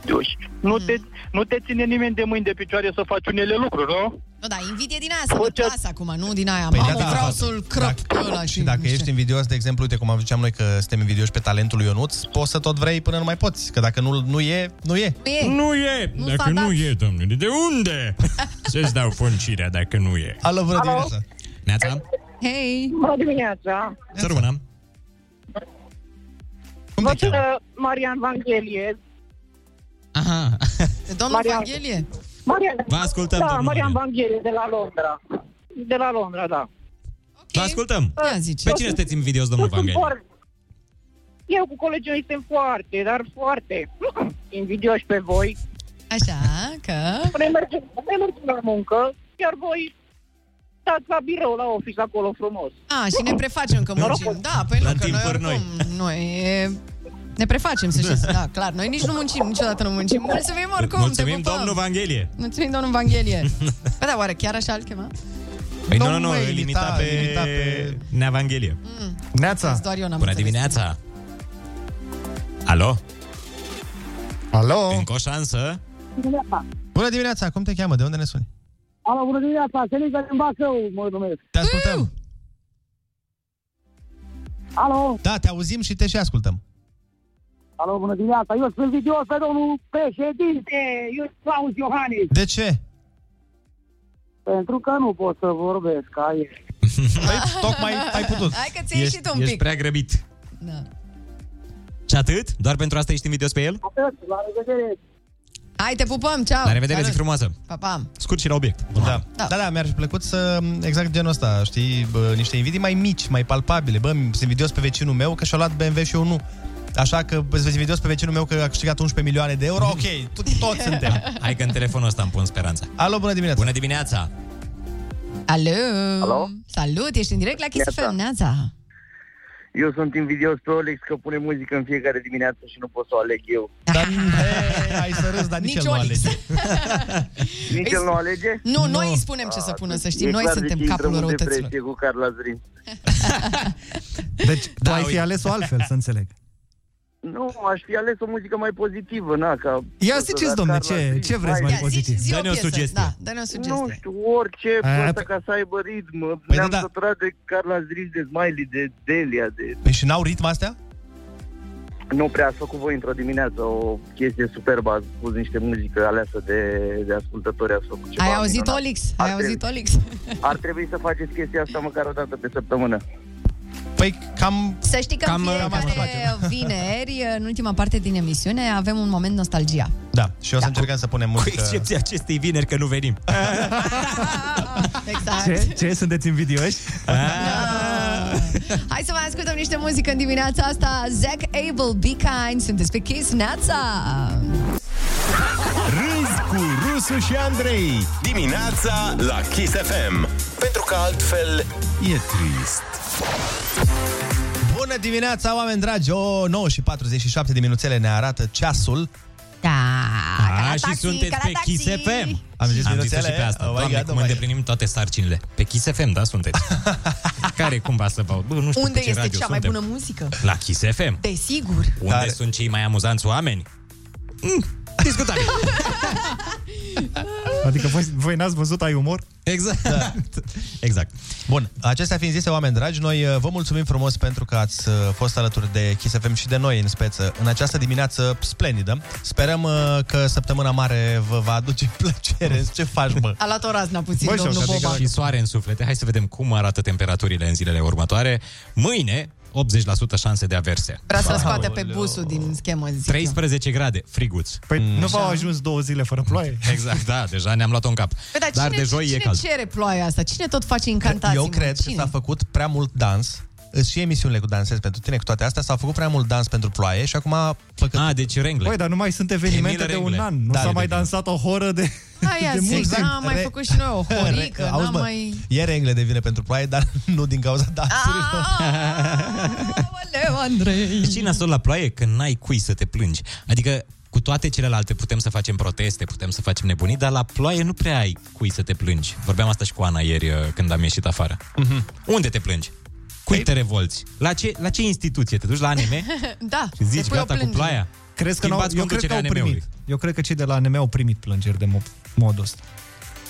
Speaker 27: Nu, te, nu te ține nimeni de mâini de picioare să faci unele lucruri, nu?
Speaker 8: Nu, da, invidie din aia să mă plasă acum, nu din aia. Păi
Speaker 6: da,
Speaker 8: Mamă,
Speaker 6: da,
Speaker 8: vreau
Speaker 6: da.
Speaker 8: să-l crăp pe ăla și...
Speaker 6: Și dacă ești invidios, de exemplu, uite cum am ziceam noi că suntem invidioși pe talentul lui Ionuț, poți să tot vrei până nu mai poți, că dacă nu, nu e, nu e.
Speaker 9: Nu e.
Speaker 8: Nu
Speaker 9: dacă
Speaker 8: s-a
Speaker 9: nu
Speaker 8: dat.
Speaker 9: e, domnule, de unde? Să-ți dau foncirea dacă nu e.
Speaker 6: Alo, bună
Speaker 20: Alo.
Speaker 6: dimineața.
Speaker 9: Neața,
Speaker 20: Hei! Bună dimineața!
Speaker 9: să rămână.
Speaker 6: Cum
Speaker 20: te uh, Marian Vanghelie.
Speaker 9: Aha.
Speaker 20: Domnul Marian... Vanghelie? Marian...
Speaker 9: Vă ascultăm,
Speaker 20: Da,
Speaker 9: domnul Marian.
Speaker 20: Marian Vanghelie de la Londra. De la Londra, da.
Speaker 9: Vă ascultăm.
Speaker 20: Ia zice.
Speaker 9: Pe cine sunteți invidios, domnul
Speaker 20: Eu sunt
Speaker 9: Vangel?
Speaker 20: foarte- Eu cu colegii mei suntem foarte, dar foarte invidioși pe voi.
Speaker 8: Așa, că...
Speaker 20: Ne mergem, ne mergem la muncă, iar voi stați la birou, la office, acolo frumos.
Speaker 8: A, și ne prefacem că muncim. Da, păi nu, că noi oricum, noi e... Ne prefacem, să știți, da, clar. Noi nici nu muncim, niciodată nu muncim. Mulțumim oricum,
Speaker 9: Mulțumim,
Speaker 8: te pupăm.
Speaker 9: domnul Vanghelie.
Speaker 8: Mulțumim, domnul Vanghelie. Bă, da, oare chiar așa îl chema?
Speaker 9: Păi nu,
Speaker 8: Nu
Speaker 9: nu, nu,
Speaker 8: mă
Speaker 9: îl
Speaker 8: imita,
Speaker 9: imita pe... Imita pe... Neavanghelie.
Speaker 8: Mm.
Speaker 16: Neața.
Speaker 8: Doar eu n-am
Speaker 9: Bună
Speaker 8: înțeles.
Speaker 9: dimineața! Alo?
Speaker 16: Alo?
Speaker 9: Încă o șansă?
Speaker 20: Dimineața.
Speaker 6: Bună dimineața, cum te cheamă? De unde ne suni?
Speaker 20: Alo, bună dimineața, Senica din Bacău, mă numesc.
Speaker 6: Te ascultăm.
Speaker 20: Alo,
Speaker 6: Da, te auzim și te și ascultăm.
Speaker 20: alo, bună dimineața, eu sunt invidios pe domnul președinte, eu sunt Claus Iohannis.
Speaker 6: De ce?
Speaker 20: Pentru că nu pot să vorbesc ca el.
Speaker 6: Tocmai ai putut.
Speaker 8: Hai că ți-ai ieșit un
Speaker 9: ești
Speaker 8: pic.
Speaker 9: prea grăbit.
Speaker 8: Da.
Speaker 9: Și atât? Doar pentru asta ești invidios pe el?
Speaker 20: Atât, la revedere.
Speaker 8: Hai, te pupăm, ceau!
Speaker 9: La revedere,
Speaker 8: Salut.
Speaker 9: zi frumoasă!
Speaker 8: Pa, pa!
Speaker 9: Scurt și la obiect.
Speaker 6: Da. da. Da, da, mi-ar fi plăcut să exact genul ăsta, știi, bă, niște invidii mai mici, mai palpabile. Bă, sunt invidios pe vecinul meu că și-a luat BMW și eu nu. Așa că sunt invidios pe vecinul meu că a câștigat 11 milioane de euro. Ok, to- toți suntem.
Speaker 9: Hai că în telefonul ăsta îmi pun speranța.
Speaker 6: Alo, bună dimineața!
Speaker 9: Bună dimineața!
Speaker 8: Alo!
Speaker 19: Alo?
Speaker 8: Salut, ești în direct la Kiss
Speaker 19: Neața.
Speaker 8: FM, Neața.
Speaker 19: Eu sunt invidios pe Olex că pune muzică în fiecare dimineață și nu pot să o aleg eu.
Speaker 8: Da.
Speaker 6: Dar ai să râzi, dar nici,
Speaker 19: el nu
Speaker 8: Olix.
Speaker 19: Nici el nu deci alege?
Speaker 8: Nu, noi îi spunem ce
Speaker 16: Ah,
Speaker 8: să pună, să știi. Noi suntem capul răutăților.
Speaker 19: cu Carla Zrin.
Speaker 16: Deci
Speaker 9: Da,
Speaker 16: tu ai fi
Speaker 19: uite.
Speaker 16: ales-o altfel, să înțeleg.
Speaker 19: Nu, aș fi ales o muzică mai pozitivă, na, ca...
Speaker 16: Ia
Speaker 19: tot
Speaker 16: ziceți,
Speaker 19: la
Speaker 16: domne,
Speaker 19: Carla
Speaker 16: ce-
Speaker 19: Zrin.
Speaker 16: ce vreți mai Ia, zici- pozitiv? zi o Dă-ne o piesă. sugestie. Da,
Speaker 8: dă-ne o
Speaker 19: Nu
Speaker 8: sugestie.
Speaker 19: știu, orice,
Speaker 6: Aia
Speaker 19: pe asta
Speaker 6: pe-
Speaker 19: ca să aibă ritm.
Speaker 6: Păi
Speaker 19: Ne-am
Speaker 6: da, da.
Speaker 19: săturat de Carla Zrin, de Smiley, de Delia, de...
Speaker 6: Păi și n-au ritm astea?
Speaker 19: Nu prea ați făcut voi într-o dimineață o chestie superbă, ați pus niște muzică aleasă de, de ascultători, ați făcut ceva
Speaker 8: Ai auzit
Speaker 19: minunat.
Speaker 8: Olix?
Speaker 19: Ar
Speaker 8: Ai auzit
Speaker 19: trebui-
Speaker 8: Olix?
Speaker 19: Ar trebui să faceți chestia asta măcar o dată pe săptămână.
Speaker 6: Păi cam...
Speaker 8: Să știi că în fiecare vineri, în ultima parte din emisiune, avem un moment nostalgia.
Speaker 6: Da, și o să încercăm să punem muzică...
Speaker 9: Cu excepția acestei vineri că nu venim.
Speaker 8: Exact.
Speaker 16: Ce? Ce? Sunteți invidioși?
Speaker 9: Ah.
Speaker 8: Hai să mai ascultăm niște muzică în dimineața asta. Zack Abel, Be Kind, sunteți pe Kiss Neața.
Speaker 4: Râzi cu Rusu și Andrei Dimineața la Kiss FM Pentru că altfel e trist
Speaker 6: Bună dimineața, oameni dragi! O, 9 și 47 de minuțele ne arată ceasul.
Speaker 8: Da,
Speaker 9: A, Ah, și sunteți pe Kiss FM.
Speaker 6: Am zis
Speaker 9: Am zis
Speaker 6: minuțele?
Speaker 9: și pe asta.
Speaker 6: Oh my
Speaker 9: Doamne,
Speaker 6: God,
Speaker 9: cum
Speaker 6: oh my
Speaker 9: îndeplinim toate sarcinile. Pe Kiss FM, da, sunteți. Care cumva să vă... Bă, nu știu
Speaker 8: Unde
Speaker 9: pe ce
Speaker 8: este
Speaker 9: radio
Speaker 8: cea mai
Speaker 9: suntem.
Speaker 8: bună muzică?
Speaker 9: La Kiss FM.
Speaker 8: Desigur.
Speaker 9: Unde sunt cei mai amuzanți oameni? Mm, discutabil.
Speaker 16: Adică voi, voi n-ați văzut, ai umor?
Speaker 9: Exact. Da.
Speaker 6: Exact. Bun, acestea fiind zise, oameni dragi, noi uh, vă mulțumim frumos pentru că ați uh, fost alături de Kiss FM și de noi în speță în această dimineață splendidă. Sperăm uh, că săptămâna mare vă va aduce plăcere. Ce faci, mă?
Speaker 8: A luat o razna puțin, domnul Boba.
Speaker 9: și soare în suflete. Hai să vedem cum arată temperaturile în zilele următoare. Mâine, 80% șanse de averse.
Speaker 8: Vrea să-l
Speaker 9: Wow.
Speaker 8: scoate pe busul din schemă, zic eu.
Speaker 9: 13 grade, friguț.
Speaker 16: Păi Nu v-au ajuns două zile fără ploaie?
Speaker 9: Exact, da, deja ne-am luat-o în cap.
Speaker 8: Păi, dar,
Speaker 9: Dar
Speaker 8: cine,
Speaker 9: de joi
Speaker 8: cine
Speaker 9: e cald.
Speaker 8: cere ploaia asta? Cine tot face incantații?
Speaker 6: Eu
Speaker 8: mă?
Speaker 6: cred că
Speaker 8: Cine?
Speaker 6: s-a făcut prea mult dans. Îs și emisiunile cu dansez pentru tine, cu toate astea, s-a făcut prea mult dans pentru ploaie și acum... Păcă...
Speaker 9: A, deci rengle.
Speaker 16: Băi, dar nu mai sunt evenimente de un an.
Speaker 6: Da,
Speaker 16: Nu s-a mai dansat o horă de...
Speaker 8: Aia
Speaker 16: de
Speaker 8: zic,
Speaker 16: mult timp.
Speaker 8: n-am mai
Speaker 16: Re-
Speaker 8: făcut și noi o horică,
Speaker 6: Re- auzi,
Speaker 8: n-am
Speaker 6: mă,
Speaker 8: mai...
Speaker 6: E rengle de vine pentru ploaie, dar nu din cauza dansurilor.
Speaker 8: Leu, Andrei.
Speaker 9: Cine a stat Deci, la ploaie? Că n-ai cui să te plângi. Adică cu toate celelalte putem să facem proteste, putem să facem nebunii, dar la ploaie nu prea ai cui să te plângi. Vorbeam asta și cu Ana ieri uh, când am ieșit afară. Unde te plângi? Cui te revolți? La ce, la ce instituție te duci? La anime?
Speaker 8: da,
Speaker 9: Și zici,
Speaker 8: te pui o
Speaker 9: gata, cu
Speaker 8: plângere.
Speaker 9: ploaia?
Speaker 16: Crezi că n-au,
Speaker 9: Schimbați
Speaker 16: eu cred că
Speaker 9: conducerea
Speaker 16: au primit.
Speaker 9: ANM-ului.
Speaker 16: Eu cred că cei de la ANM au primit plângeri de mo- modul ăsta.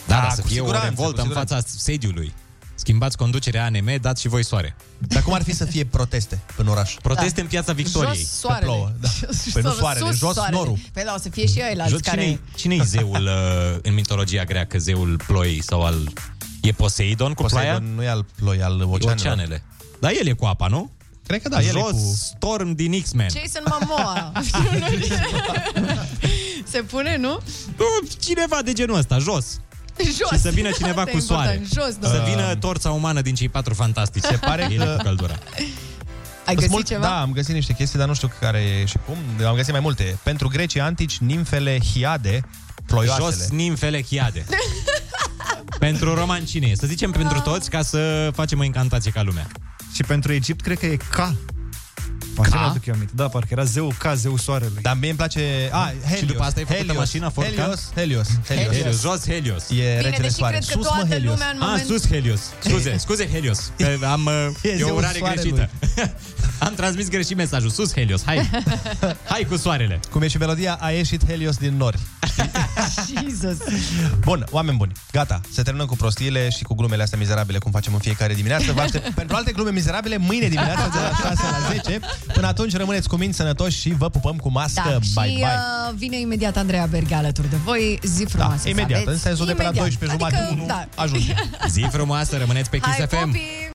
Speaker 9: Da,
Speaker 16: Da,
Speaker 9: da, să
Speaker 16: cu
Speaker 9: fie o
Speaker 16: siguranță,
Speaker 9: revoltă
Speaker 16: cu
Speaker 9: în fața sediului. Schimbați conducerea ANM, dați și voi soare.
Speaker 6: Dar cum ar fi să fie proteste în oraș?
Speaker 9: Proteste în piața Victoriei.
Speaker 8: Jos soarele. Jos
Speaker 9: Păi nu
Speaker 8: soarele,
Speaker 9: soarele,
Speaker 8: sus
Speaker 9: jos
Speaker 8: soarele.
Speaker 9: norul.
Speaker 8: Păi da, o să fie și ăilalți
Speaker 9: Jos,
Speaker 8: care...
Speaker 9: cine, cine e zeul uh, în mitologia greacă, zeul ploii sau al... E Poseidon cu
Speaker 6: Poseidon
Speaker 9: ploaia?
Speaker 6: nu e al ploi, al
Speaker 9: oceanele.
Speaker 6: oceanelor.
Speaker 9: oceanele. Dar el e cu apa, nu?
Speaker 6: Cred că da, el e
Speaker 9: Jos,
Speaker 6: cu-
Speaker 9: Storm din X-Men.
Speaker 8: Jason Momoa. Se pune, nu?
Speaker 9: Nu, Cineva de genul ăsta, jos.
Speaker 8: Jos.
Speaker 9: Și să vină cineva
Speaker 8: Asta
Speaker 9: cu
Speaker 8: e
Speaker 9: soare.
Speaker 8: important. Jos,
Speaker 9: să
Speaker 8: da.
Speaker 9: vină torța umană din cei patru fantastici.
Speaker 6: Se pare
Speaker 9: Ele
Speaker 6: că-
Speaker 9: cu căldura.
Speaker 8: Ai
Speaker 6: Sunt
Speaker 8: găsit ceva?
Speaker 6: Da, am găsit niște chestii, dar nu știu care e și cum. Am găsit mai multe. Pentru grecii antici, nimfele hiade, ploioasele.
Speaker 9: Jos nimfele chiade. pentru roman cine e? Să zicem pentru
Speaker 8: Da.
Speaker 9: toți ca să facem o incantație ca lumea.
Speaker 16: Și pentru Egipt cred că e ca. Așa mi-aduc eu aminte. Da, parcă era zeul ca, zeul soarele.
Speaker 6: Dar mie îmi place... A, Helios.
Speaker 9: Și după asta ai făcut
Speaker 6: Helios.
Speaker 9: mașina Ford Ka?
Speaker 6: Helios, Helios, Helios.
Speaker 9: Helios. Jos Helios.
Speaker 6: E Bine, regele deși soare. cred că Sus, mă, toată Helios. lumea în
Speaker 9: ah,
Speaker 6: moment-
Speaker 9: sus Helios. Scuze, scuze Helios. Că Am, e,
Speaker 6: E
Speaker 9: e o
Speaker 6: zeul
Speaker 9: urare
Speaker 6: soarelui.
Speaker 9: greșită. Am transmis greșit mesajul. Sus Helios, hai. hai cu soarele.
Speaker 6: Cum e și melodia, a ieșit Helios din nori.
Speaker 8: Jesus.
Speaker 6: Bun, oameni buni, gata, să terminăm cu prostiile și cu glumele astea mizerabile, cum facem în fiecare dimineață. Vă aștept pentru alte glume mizerabile mâine dimineața de la 6 la 10. Până atunci rămâneți cu minți sănătoși și vă pupăm cu mască.
Speaker 8: Da,
Speaker 6: bye,
Speaker 8: și
Speaker 6: bye. Da,
Speaker 8: Uh, vine imediat Andreea Berghe alături de voi. Zi frumoasă să
Speaker 6: imediat,
Speaker 8: aveți.
Speaker 6: în sensul Tá. de pe la
Speaker 8: Imediat.
Speaker 6: 12 jumate,
Speaker 8: adică,
Speaker 6: unu,
Speaker 8: da.
Speaker 6: ajunge.
Speaker 9: Zi frumoasă, rămâneți pe Kiss
Speaker 8: Hai,
Speaker 9: FM.
Speaker 8: copii!